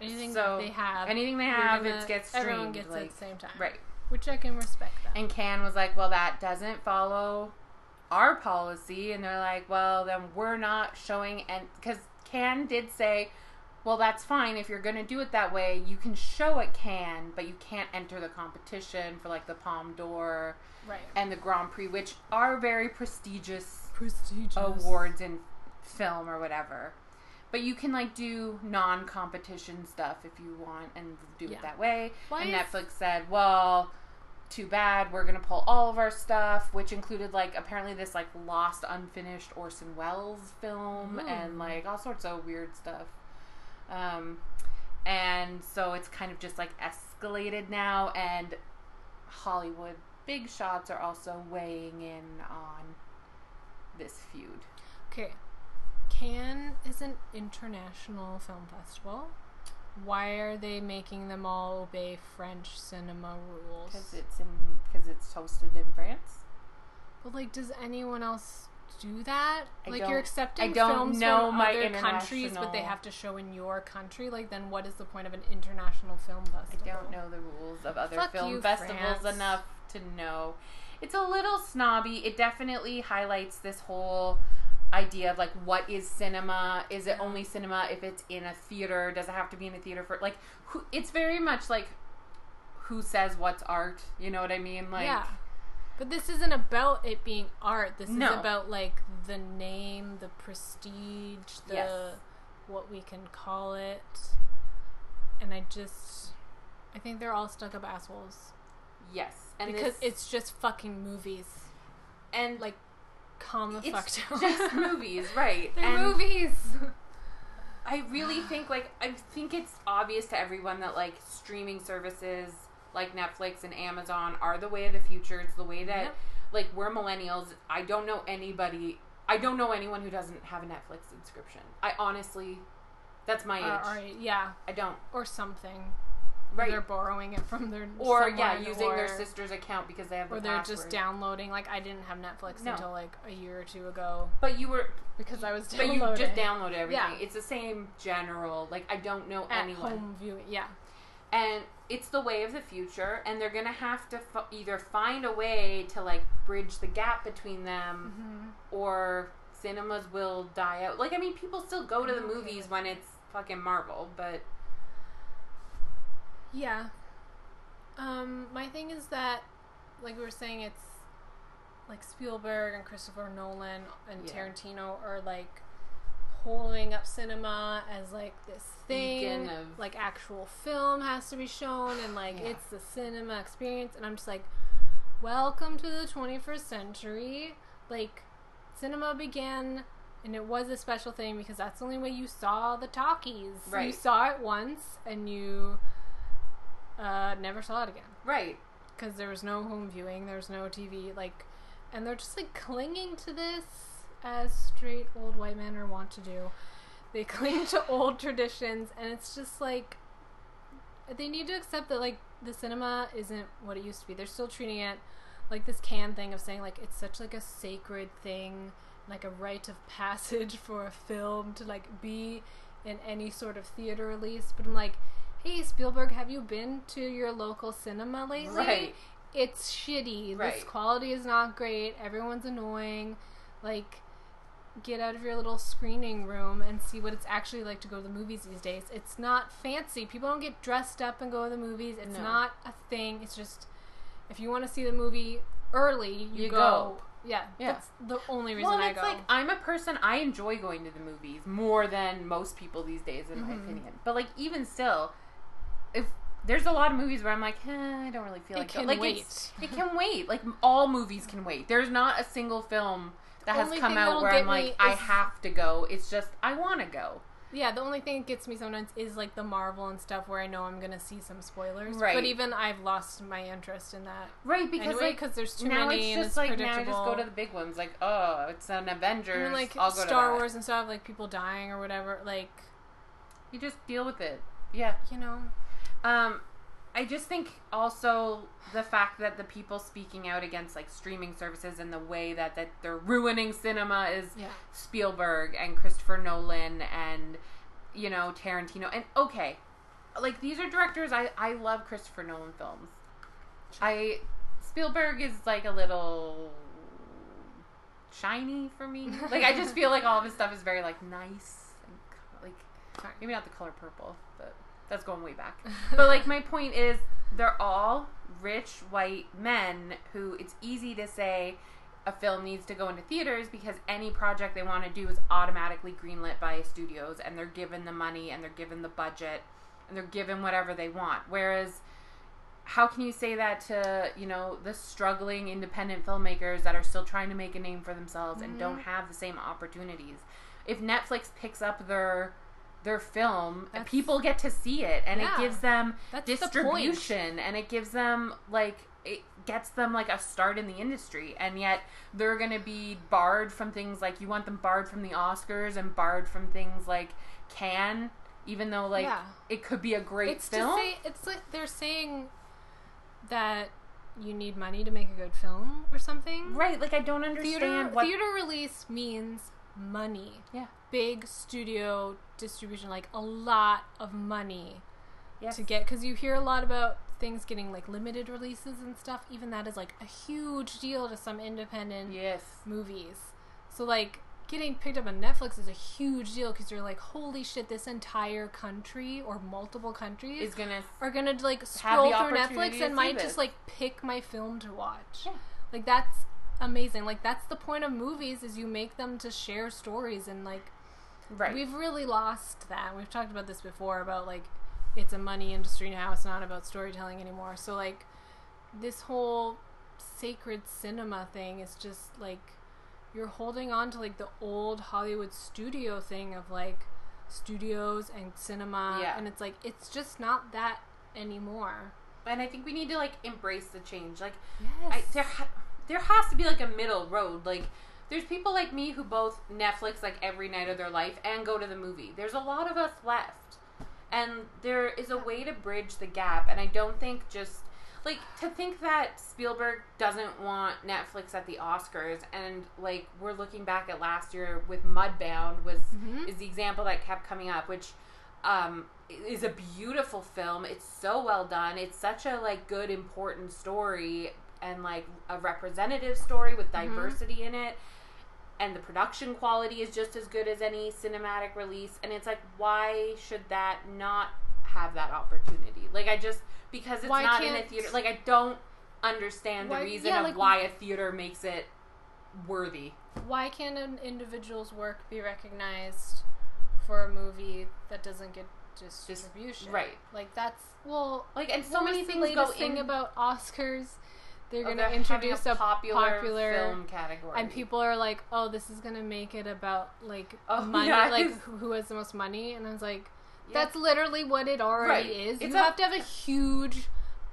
S1: Anything
S2: So,
S1: they have,
S2: anything they
S1: you're
S2: have,
S1: gonna-
S2: it gets streamed.
S1: everyone gets it
S2: like,
S1: at the same time,
S2: Right.
S1: Which I can respect. That.
S2: And Can was like, well, that doesn't follow our policy. And they're like, well, then we're not showing. And because Can did say, well, that's fine. If you're going to do it that way, you can show it Can, but you can't enter the competition for like the Palme d'Or
S1: right.
S2: and the Grand Prix, which are very prestigious
S1: Prestigious
S2: awards in film or whatever. But you can like do non-competition stuff if you want and do
S1: Yeah.
S2: it that way.
S1: Why
S2: and
S1: is-
S2: Netflix said, "Well, too bad. We're gonna pull all of our stuff, which included like apparently this like lost, unfinished Orson Welles film
S1: Ooh.
S2: and like all sorts of weird stuff." Um, and so it's kind of just like escalated now, and Hollywood big shots are also weighing in on this feud.
S1: Okay. Cannes is an international film festival. Why are they making them all obey French cinema rules?
S2: Because it's in because it's hosted in France.
S1: But like, does anyone else do that?
S2: I
S1: like,
S2: don't-
S1: you're accepting
S2: I don't
S1: films
S2: know
S1: from
S2: my
S1: other countries, but they
S2: international-
S1: have to show in your country. Like, then what is the point of an international film
S2: I
S1: festival?
S2: don't know the rules of other
S1: Fuck
S2: film
S1: you,
S2: festivals
S1: France.
S2: enough to know. It's a little snobby. It definitely highlights this whole idea of like what is cinema? Is it only cinema if it's in a theater? Does it have to be in a theater for like who, it's very much like who says what's art? You know what I mean? Like
S1: yeah. But this isn't about it being art. This is
S2: No.
S1: about like the name, the prestige, the
S2: Yes.
S1: what we can call it. And I just I think they're all stuck up assholes.
S2: yes. And
S1: because
S2: this-
S1: it's just fucking movies.
S2: and
S1: Like calm the fuck
S2: it's
S1: down.
S2: just movies, right?
S1: They're
S2: And-
S1: movies.
S2: I really think like I think it's obvious to everyone that like streaming services like Netflix and Amazon are the way of the future. It's the way that
S1: Yep.
S2: like we're millennials. I don't know anybody. I don't know anyone who doesn't have a Netflix subscription. I honestly, that's my
S1: Or,
S2: age.
S1: or, yeah,
S2: I don't.
S1: or something.
S2: Right.
S1: They're borrowing it from their
S2: or
S1: someone,
S2: yeah, using their
S1: or-
S2: sister's account because they have the
S1: Or they're
S2: password.
S1: just downloading. Like I didn't have Netflix
S2: No.
S1: until like a year or two ago
S2: But you were.
S1: because I was
S2: But
S1: downloading.
S2: you just downloaded everything.
S1: Yeah.
S2: It's the same general. Like I don't know
S1: at
S2: anyone.
S1: home viewing. Yeah,
S2: and it's the way of the future and they're gonna have to f- either find a way to like bridge the gap between them
S1: Mm-hmm.
S2: or cinemas will die out like i mean people still go to the
S1: I'm okay
S2: movies
S1: with
S2: when it's fucking marvel but
S1: yeah. Um, my thing is that, like we were saying, it's like Spielberg and Christopher Nolan and
S2: Yeah.
S1: Tarantino are like holding up cinema as like this thing
S2: Beacon of-
S1: like actual film has to be shown and like
S2: Yeah.
S1: it's the cinema experience and I'm just like welcome to the 21st century like cinema began and it was a special thing because that's the only way you saw the talkies you
S2: Right.
S1: saw it once and you uh, never saw it again
S2: Right.
S1: because there was no home viewing, there was no TV, like, and they're just like clinging to this as straight old white men are wont to do. They cling to old traditions, and it's just like they need to accept that like the cinema isn't what it used to be. They're still treating it like this can thing of saying like it's such like a sacred thing, like a rite of passage for a film to like be in any sort of theater release. But I'm like, hey Spielberg, have you been to your local cinema lately?
S2: Right.
S1: It's shitty. This
S2: Right.
S1: quality is not great. Everyone's annoying. Like get out of your little screening room and see what it's actually like to go to the movies these days. It's not fancy. People don't get dressed up and go to the movies. It's
S2: No.
S1: not a thing. It's just if you want to see the movie early, you,
S2: You
S1: go.
S2: go.
S1: Yeah,
S2: Yeah.
S1: that's the only reason
S2: Well, and
S1: I
S2: it's
S1: go.
S2: like I'm a person. I enjoy going to the movies more than most people these days, in my opinion. But like even still, if there's a lot of movies where I'm like, eh, I don't really feel
S1: It
S2: like go-"
S1: can
S2: like
S1: wait.
S2: it's- It can wait. Like all movies can wait. There's not a single film that has
S1: only
S2: come
S1: thing
S2: out
S1: that'll
S2: where
S1: get
S2: I'm like,
S1: me
S2: I
S1: is-
S2: have to go. It's just I want to go.
S1: yeah, the only thing that gets me sometimes is like the Marvel and stuff where I know I'm gonna see some spoilers. But
S2: Right.
S1: even I've lost my interest in that. Because
S2: Right, because
S1: anyway,
S2: like
S1: because there's too
S2: now
S1: many
S2: it's
S1: and
S2: just
S1: it's
S2: like now I
S1: predictable.
S2: just go to the big ones. Like oh, it's an Avengers.
S1: and like
S2: I'll go to
S1: Star
S2: that.
S1: Wars and stuff, like people dying or whatever. Like
S2: You just deal with it. Yeah.
S1: you know,
S2: Um, I just think also the fact that the people speaking out against like streaming services and the way that that they're ruining cinema is
S1: yeah,
S2: Spielberg and Christopher Nolan and you know Tarantino and okay, like these are directors I I love Christopher Nolan films. I Spielberg is like a little shiny for me. Like I just feel like all of his stuff is very like nice and co- like
S1: Sorry.
S2: maybe not the color purple, but that's going way back. But like my point is they're all rich white men who it's easy to say a film needs to go into theaters because any project they want to do is automatically greenlit by studios and they're given the money and they're given the budget and they're given whatever they want. Whereas how can you say that to, you know, the struggling independent filmmakers that are still trying to make a name for themselves and don't have the same opportunities? If Netflix picks up their their film,
S1: That's-
S2: people get to see it and
S1: Yeah.
S2: it gives them
S1: that's The point.
S2: distribution and it gives them like it gets them like a start in the industry and yet they're going to be barred from things like you want them barred from the Oscars and barred from things like Cannes even though like
S1: Yeah.
S2: it could be a great
S1: It's to
S2: film
S1: say it's like they're saying that you need money to make a good film or something.
S2: right like I don't understand
S1: Theater
S2: what
S1: theater release means money.
S2: yeah
S1: Big studio distribution, like a lot of money
S2: yes.
S1: to get because you hear a lot about things getting like limited releases and stuff. Even that is like a huge deal to some independent
S2: yes
S1: movies. So like getting picked up on Netflix is a huge deal because you're like, holy shit, this entire country or multiple countries
S2: is going to
S1: are gonna like scroll through
S2: opportunity
S1: Netflix
S2: to
S1: and
S2: see
S1: might
S2: this.
S1: just like pick my film to watch.
S2: Yeah.
S1: Like that's amazing. Like that's the point of movies is you make them to share stories and like
S2: right
S1: We've really lost that. We've talked about this before about like it's a money industry now. It's not about storytelling anymore. So like this whole sacred cinema thing is just like you're holding on to like the old Hollywood studio thing of like studios and cinema
S2: Yeah.
S1: and it's like it's just not that anymore.
S2: and I think we need to like embrace the change like I,
S1: Yes.
S2: there, ha- there has to be like a middle road. Like, there's people like me who both Netflix like every night of their life and go to the movie. There's a lot of us left, and there is a way to bridge the gap. And I don't think just like to think that Spielberg doesn't want Netflix at the Oscars, and like we're looking back at last year with Mudbound was
S1: Mhm.
S2: is the example that kept coming up, which um, is a beautiful film. It's so well done. It's such a like good, important story and like a representative story with
S1: Mm-hmm.
S2: diversity in it. And the production quality is just as good as any cinematic release. And it's like, why should that not have that opportunity? Like, I just because it's
S1: Why
S2: not in a
S1: can't-
S2: theater. Like, I don't understand
S1: Why-
S2: the reason
S1: yeah,
S2: of
S1: like-
S2: why a theater makes it worthy.
S1: Why can't an individual's work be recognized for a movie that doesn't get distribution?
S2: Right.
S1: Like that's well,
S2: Like, and so
S1: what
S2: many
S1: was the
S2: things go
S1: latest thing
S2: in-
S1: about Oscars. They're
S2: of
S1: going
S2: there
S1: to
S2: having
S1: introduce a popular,
S2: film category.
S1: and people are like, "Oh, this is going to make it about like
S2: Oh,
S1: money,
S2: yeah,
S1: like
S2: it's-
S1: who who has the most money." And I was like,
S2: Yeah.
S1: "That's literally what it already
S2: Right.
S1: is.
S2: It's
S1: you
S2: a-
S1: have to have a huge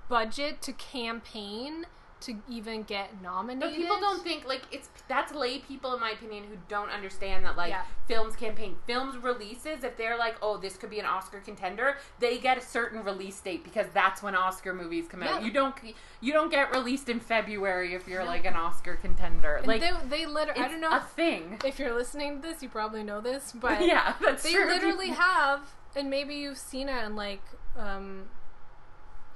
S1: budget to campaign to even get
S2: No,
S1: nominated."
S2: people don't think like it's that's lay people in my opinion who don't understand that like
S1: Yeah.
S2: films campaign films releases if they're like oh this could be an Oscar contender they get a certain release date because that's when Oscar movies come out
S1: Yeah.
S2: you don't you don't get released in February if you're
S1: No.
S2: like an Oscar contender
S1: And
S2: like
S1: they they literally. I
S2: it's
S1: don't know
S2: a thing
S1: if you're listening to this. You probably know this, but
S2: yeah that's
S1: they
S2: true
S1: literally have and maybe you've seen it in like um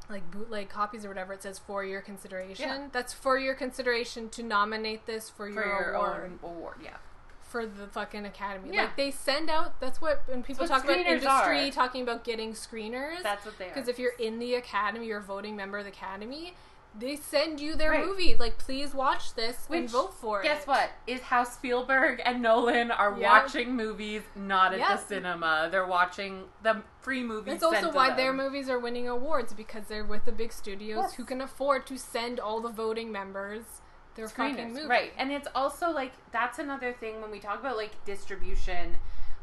S1: like bootleg copies or whatever it says for your consideration
S2: Yeah.
S1: that's for your consideration to nominate this for your,
S2: for your
S1: award
S2: own award yeah
S1: for the fucking academy
S2: Yeah.
S1: like they send out that's what when people
S2: what
S1: talk about
S2: screeners
S1: industry
S2: are.
S1: talking about getting screeners
S2: that's what they are
S1: because if you're in the academy you're a voting member of the academy they send you their
S2: Right.
S1: movie like please watch this and
S2: Which,
S1: vote for it
S2: Guess what? Is how Spielberg and Nolan are
S1: Yeah.
S2: watching movies not at
S1: Yeah.
S2: the cinema. They're watching the free movies.
S1: That's also
S2: sent to
S1: why
S2: them.
S1: their movies are winning awards because they're with the big studios
S2: Yes.
S1: who can afford to send all the voting members their fucking
S2: Screeners,
S1: movie.
S2: Right. And it's also like that's another thing when we talk about like distribution,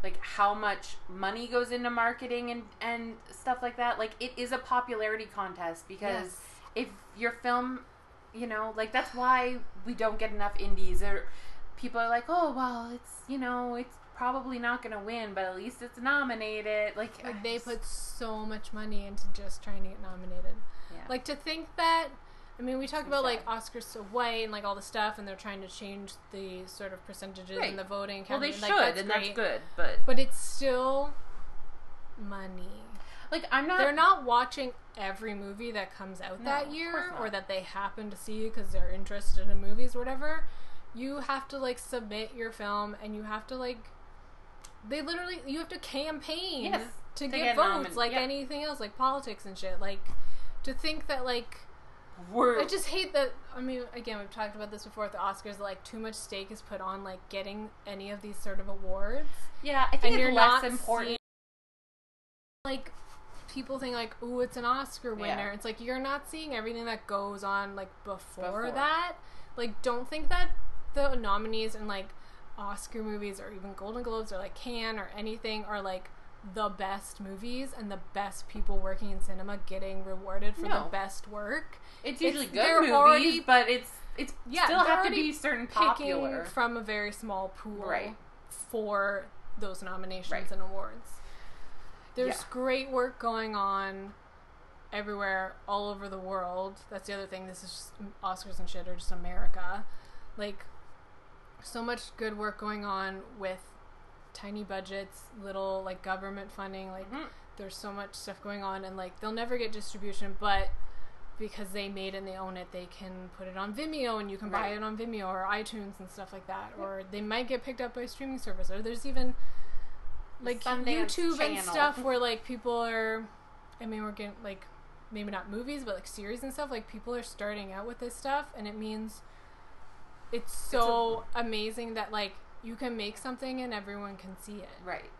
S2: like how much money goes into marketing and and stuff like that. Like it is a popularity contest because
S1: Yes.
S2: if your film, you know, like that's why we don't get enough indies or people are like, "Oh, well, it's, you know, it's probably not going to win, but at least it's nominated." Like, I
S1: Like they
S2: just-
S1: put so much money into just trying to get nominated.
S2: Yeah.
S1: Like to think that I mean we talk
S2: So
S1: about
S2: sad.
S1: like Oscars so white and like all the stuff and they're trying to change the sort of percentages
S2: Right.
S1: and the voting
S2: well, they
S1: count,
S2: should,
S1: like,
S2: and
S1: great.
S2: that's good, but
S1: But it's still money.
S2: like I'm not
S1: They're not watching every movie that comes out
S2: No,
S1: that
S2: of
S1: year
S2: course not.
S1: or that they happen to see because they're interested in movies or whatever. You have to like submit your film and you have to like. They literally. You have to campaign
S2: Yes,
S1: to,
S2: to
S1: get,
S2: get
S1: votes
S2: nomin-
S1: like
S2: yeah.
S1: anything else, like politics and shit. Like, to think that like.
S2: we're
S1: I just hate that. I mean, again, we've talked about this before at the Oscars. that, Like, too much stake is put on like getting any of these sort of awards.
S2: yeah, I think
S1: and you're
S2: it's less
S1: not
S2: important.
S1: seeing- like people think like ooh it's an oscar winner
S2: Yeah.
S1: it's like you're not seeing everything that goes on like before,
S2: Before.
S1: that like don't think that the nominees and like oscar movies or even golden globes or like can or anything are like the best movies and the best people working in cinema getting rewarded for
S2: No.
S1: the best work
S2: It's
S1: It's-
S2: usually good
S1: they're
S2: movies,
S1: already-
S2: but it's it's
S1: Yeah,
S2: still
S1: they're
S2: have to
S1: already
S2: be certain
S1: picking
S2: popular.
S1: from a very small pool
S2: Right.
S1: for those nominations
S2: Right.
S1: and awards. There's
S2: Yeah.
S1: great work going on everywhere, all over the world. That's the other thing. This is just Oscars and shit, or just America. Like, so much good work going on with tiny budgets, little like government funding. Like,
S2: Mhm.
S1: there's so much stuff going on, and like they'll never get distribution, but because they made it and they own it, they can put it on Vimeo and you can buy
S2: Right.
S1: it on Vimeo or iTunes and stuff like that. Or they might get picked up by a streaming service. Or there's even like
S2: Sundance
S1: YouTube and
S2: Channel.
S1: stuff where like people are. I mean, we're getting like maybe not movies, but like series and stuff. Like people are starting out with this stuff, and it means it's so amazing that like you can make something and everyone can see it.
S2: Right.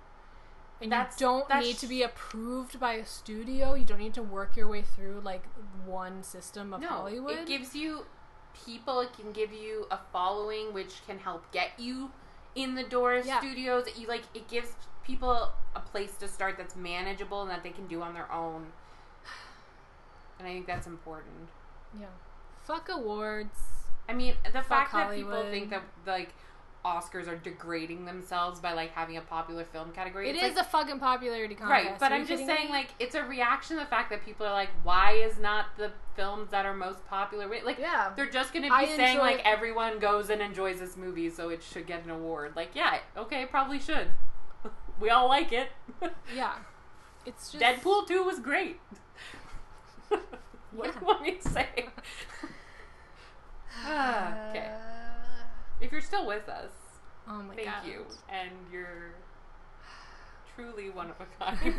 S1: And
S2: That's-
S1: you don't
S2: that's-
S1: need to be approved by a studio. You don't need to work your way through like one system of
S2: No,
S1: Hollywood.
S2: it gives you people. It can give you a following, which can help get you in the door of
S1: Yeah.
S2: studios. You like it gives people a place to start that's manageable and that they can do on their own. And I think that's important.
S1: yeah. Fuck awards.
S2: I mean, the fact that people
S1: Hollywood.
S2: think that like Oscars are degrading themselves by like having a popular film category.
S1: It
S2: it's,
S1: is
S2: like,
S1: a fucking popularity contest.
S2: Right, but
S1: Are you
S2: I'm just
S1: kidding
S2: saying,
S1: me?
S2: like, it's a reaction to the fact that people are like, why is not the films that are most popular? wi- Like,
S1: yeah.
S2: they're just going to be
S1: I
S2: saying,
S1: enjoy-
S2: like, everyone goes and enjoys this movie, so it should get an award. Like, yeah, okay, probably should. we all like it.
S1: Yeah. It's just
S2: Deadpool 2 was great. what do
S1: Yeah.
S2: you want me to say? Ah, okay.
S1: Uh,
S2: If you're still with us,
S1: Oh my
S2: thank
S1: god.
S2: you. And you're truly one of a kind.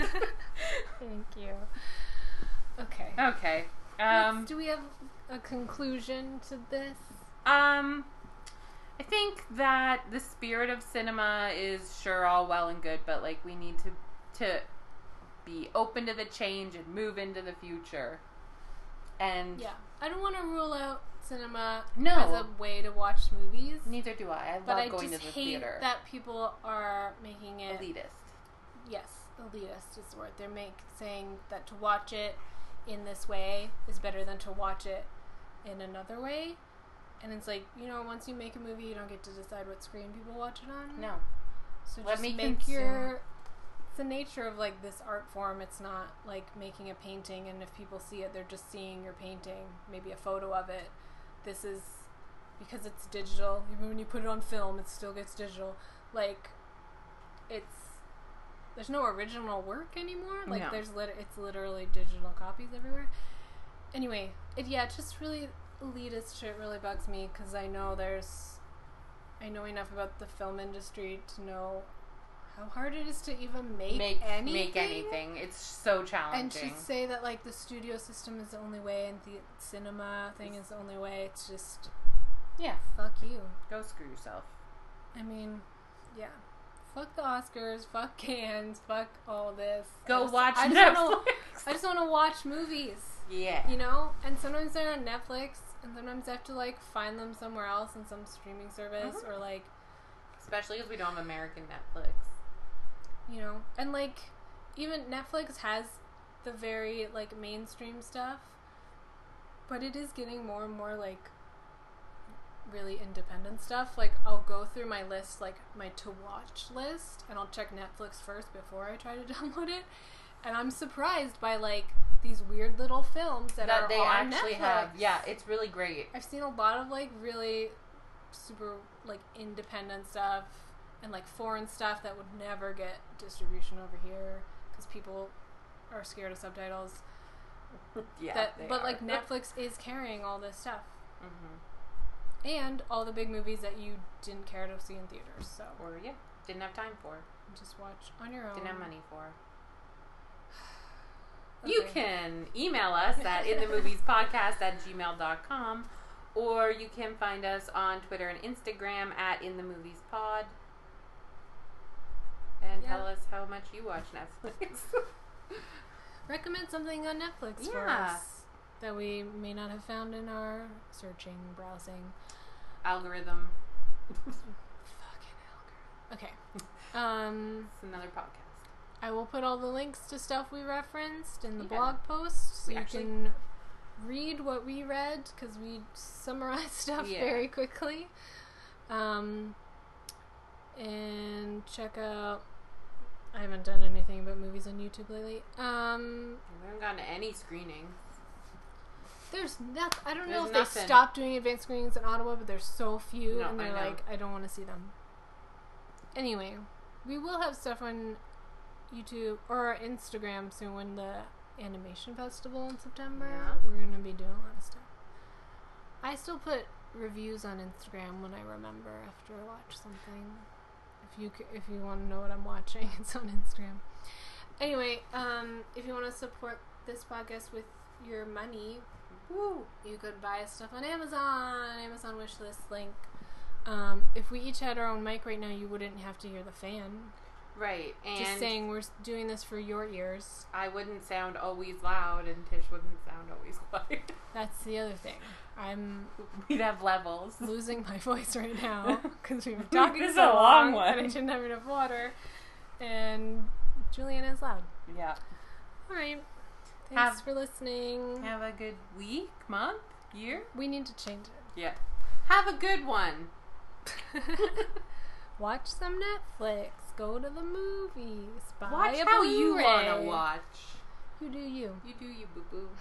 S1: Thank you. Okay.
S2: okay. Um,
S1: do we have a conclusion to this?
S2: um, I think that the spirit of cinema is sure all well and good, but like we need to to be open to the change and move into the future. And
S1: Yeah, I don't want to rule out cinema
S2: No.
S1: as a way to watch movies,
S2: neither do I. I love
S1: but I
S2: going
S1: just
S2: to the
S1: hate
S2: theater.
S1: that people are making it.
S2: Elitist.
S1: Yes, elitist is the word. They're make, saying that to watch it in this way is better than to watch it in another way. And it's like, you know, once you make a movie, you don't get to decide what screen people watch it on.
S2: No.
S1: So
S2: Let
S1: just
S2: me
S1: make
S2: consume.
S1: your. It's the nature of like this art form. It's not like making a painting, and if people see it, they're just seeing your painting, maybe a photo of it. This is because it's digital. Even when you put it on film, it still gets digital. Like it's there's no original work anymore. Like
S2: No.
S1: there's lit- it's literally digital copies everywhere. Anyway, it yeah, it's just really elitist shit really bugs me because I know there's I know enough about the film industry to know how hard it is to even make,
S2: Make
S1: anything.
S2: make anything. It's so challenging.
S1: And to say that like the studio system is the only way and the cinema thing is the only way, it's just
S2: yeah.
S1: fuck you.
S2: Go screw yourself.
S1: I mean, yeah. Fuck the Oscars, fuck Cannes, fuck all this. I
S2: Go
S1: just-
S2: watch
S1: I just
S2: Netflix.
S1: wanna- I just want to watch movies.
S2: yeah.
S1: you know and sometimes they're on netflix and sometimes i have to like find them somewhere else in some streaming service
S2: Mhm.
S1: or like
S2: Especially because we don't have American Netflix.
S1: you know and like even netflix has the very like mainstream stuff but it is getting more and more like really independent stuff like i'll go through my list like my to watch list and i'll check netflix first before i try to download it and i'm surprised by like these weird little films that,
S2: That
S1: are
S2: they
S1: on
S2: actually
S1: Netflix.
S2: have. Yeah, it's really great.
S1: I've seen a lot of like really super like independent stuff and like foreign stuff that would never get distribution over here because people are scared of subtitles.
S2: Yeah.
S1: that,
S2: they
S1: but
S2: are.
S1: like Netflix is carrying all this stuff
S2: Mhm.
S1: and all the big movies that you didn't care to see in theaters. So
S2: Or, yeah, didn't have time for.
S1: just watch on your own.
S2: Didn't have money for.
S1: Okay.
S2: You can email us at inthemoviespodcast at gmail.com or you can find us on Twitter and Instagram at inthemoviespod. And
S1: Yeah.
S2: tell us how much you watch Netflix.
S1: recommend something on Netflix for
S2: Yeah.
S1: us that we may not have found in our searching, browsing.
S2: Algorithm.
S1: Fucking algorithm. Okay. Um.
S2: It's another podcast.
S1: I will put all the links to stuff we referenced in the
S2: Yeah.
S1: blog post so
S2: We
S1: you
S2: actually-
S1: can read what we read because we summarize stuff
S2: Yeah.
S1: very quickly. Um, and check out. I haven't done anything about movies on YouTube lately. Um,
S2: We haven't gotten to any screening.
S1: there's nothing. I don't know
S2: There's
S1: if
S2: nothing.
S1: they stopped doing advanced screenings in Ottawa, but there's so few,
S2: No,
S1: and
S2: I
S1: they're
S2: know.
S1: like, I don't want to see them. Anyway, we will have stuff on YouTube or Instagram soon when the animation festival in September.
S2: Yeah.
S1: We're gonna be doing a lot of stuff. I still put reviews on Instagram when I remember after I watch something. If you c- if you want to know what I'm watching, it's on Instagram. Anyway, um, if you want to support this podcast with your money,
S2: Woo!
S1: you could buy stuff on Amazon, Amazon wishlist link. Um, if we each had our own mic right now, you wouldn't have to hear the fan.
S2: Right. And
S1: Just saying, we're s- doing this for your ears.
S2: I wouldn't sound always loud and Tish wouldn't sound always quiet.
S1: That's the other thing. I'm
S2: We'd have levels.
S1: losing my voice right now because we've been talking
S2: This is
S1: so
S2: a long
S1: long, that I
S2: one.
S1: didn't have enough water. And Juliana is loud.
S2: Yeah.
S1: All right. Thanks
S2: Have-
S1: for listening.
S2: Have a good week, month, year.
S1: We need to change it.
S2: Yeah. Have a good one.
S1: watch some Netflix. Go to the movies. Buy
S2: Watch
S1: a
S2: how you want to
S1: Blu-ray.
S2: watch.
S1: You do you.
S2: You do you, boo boo.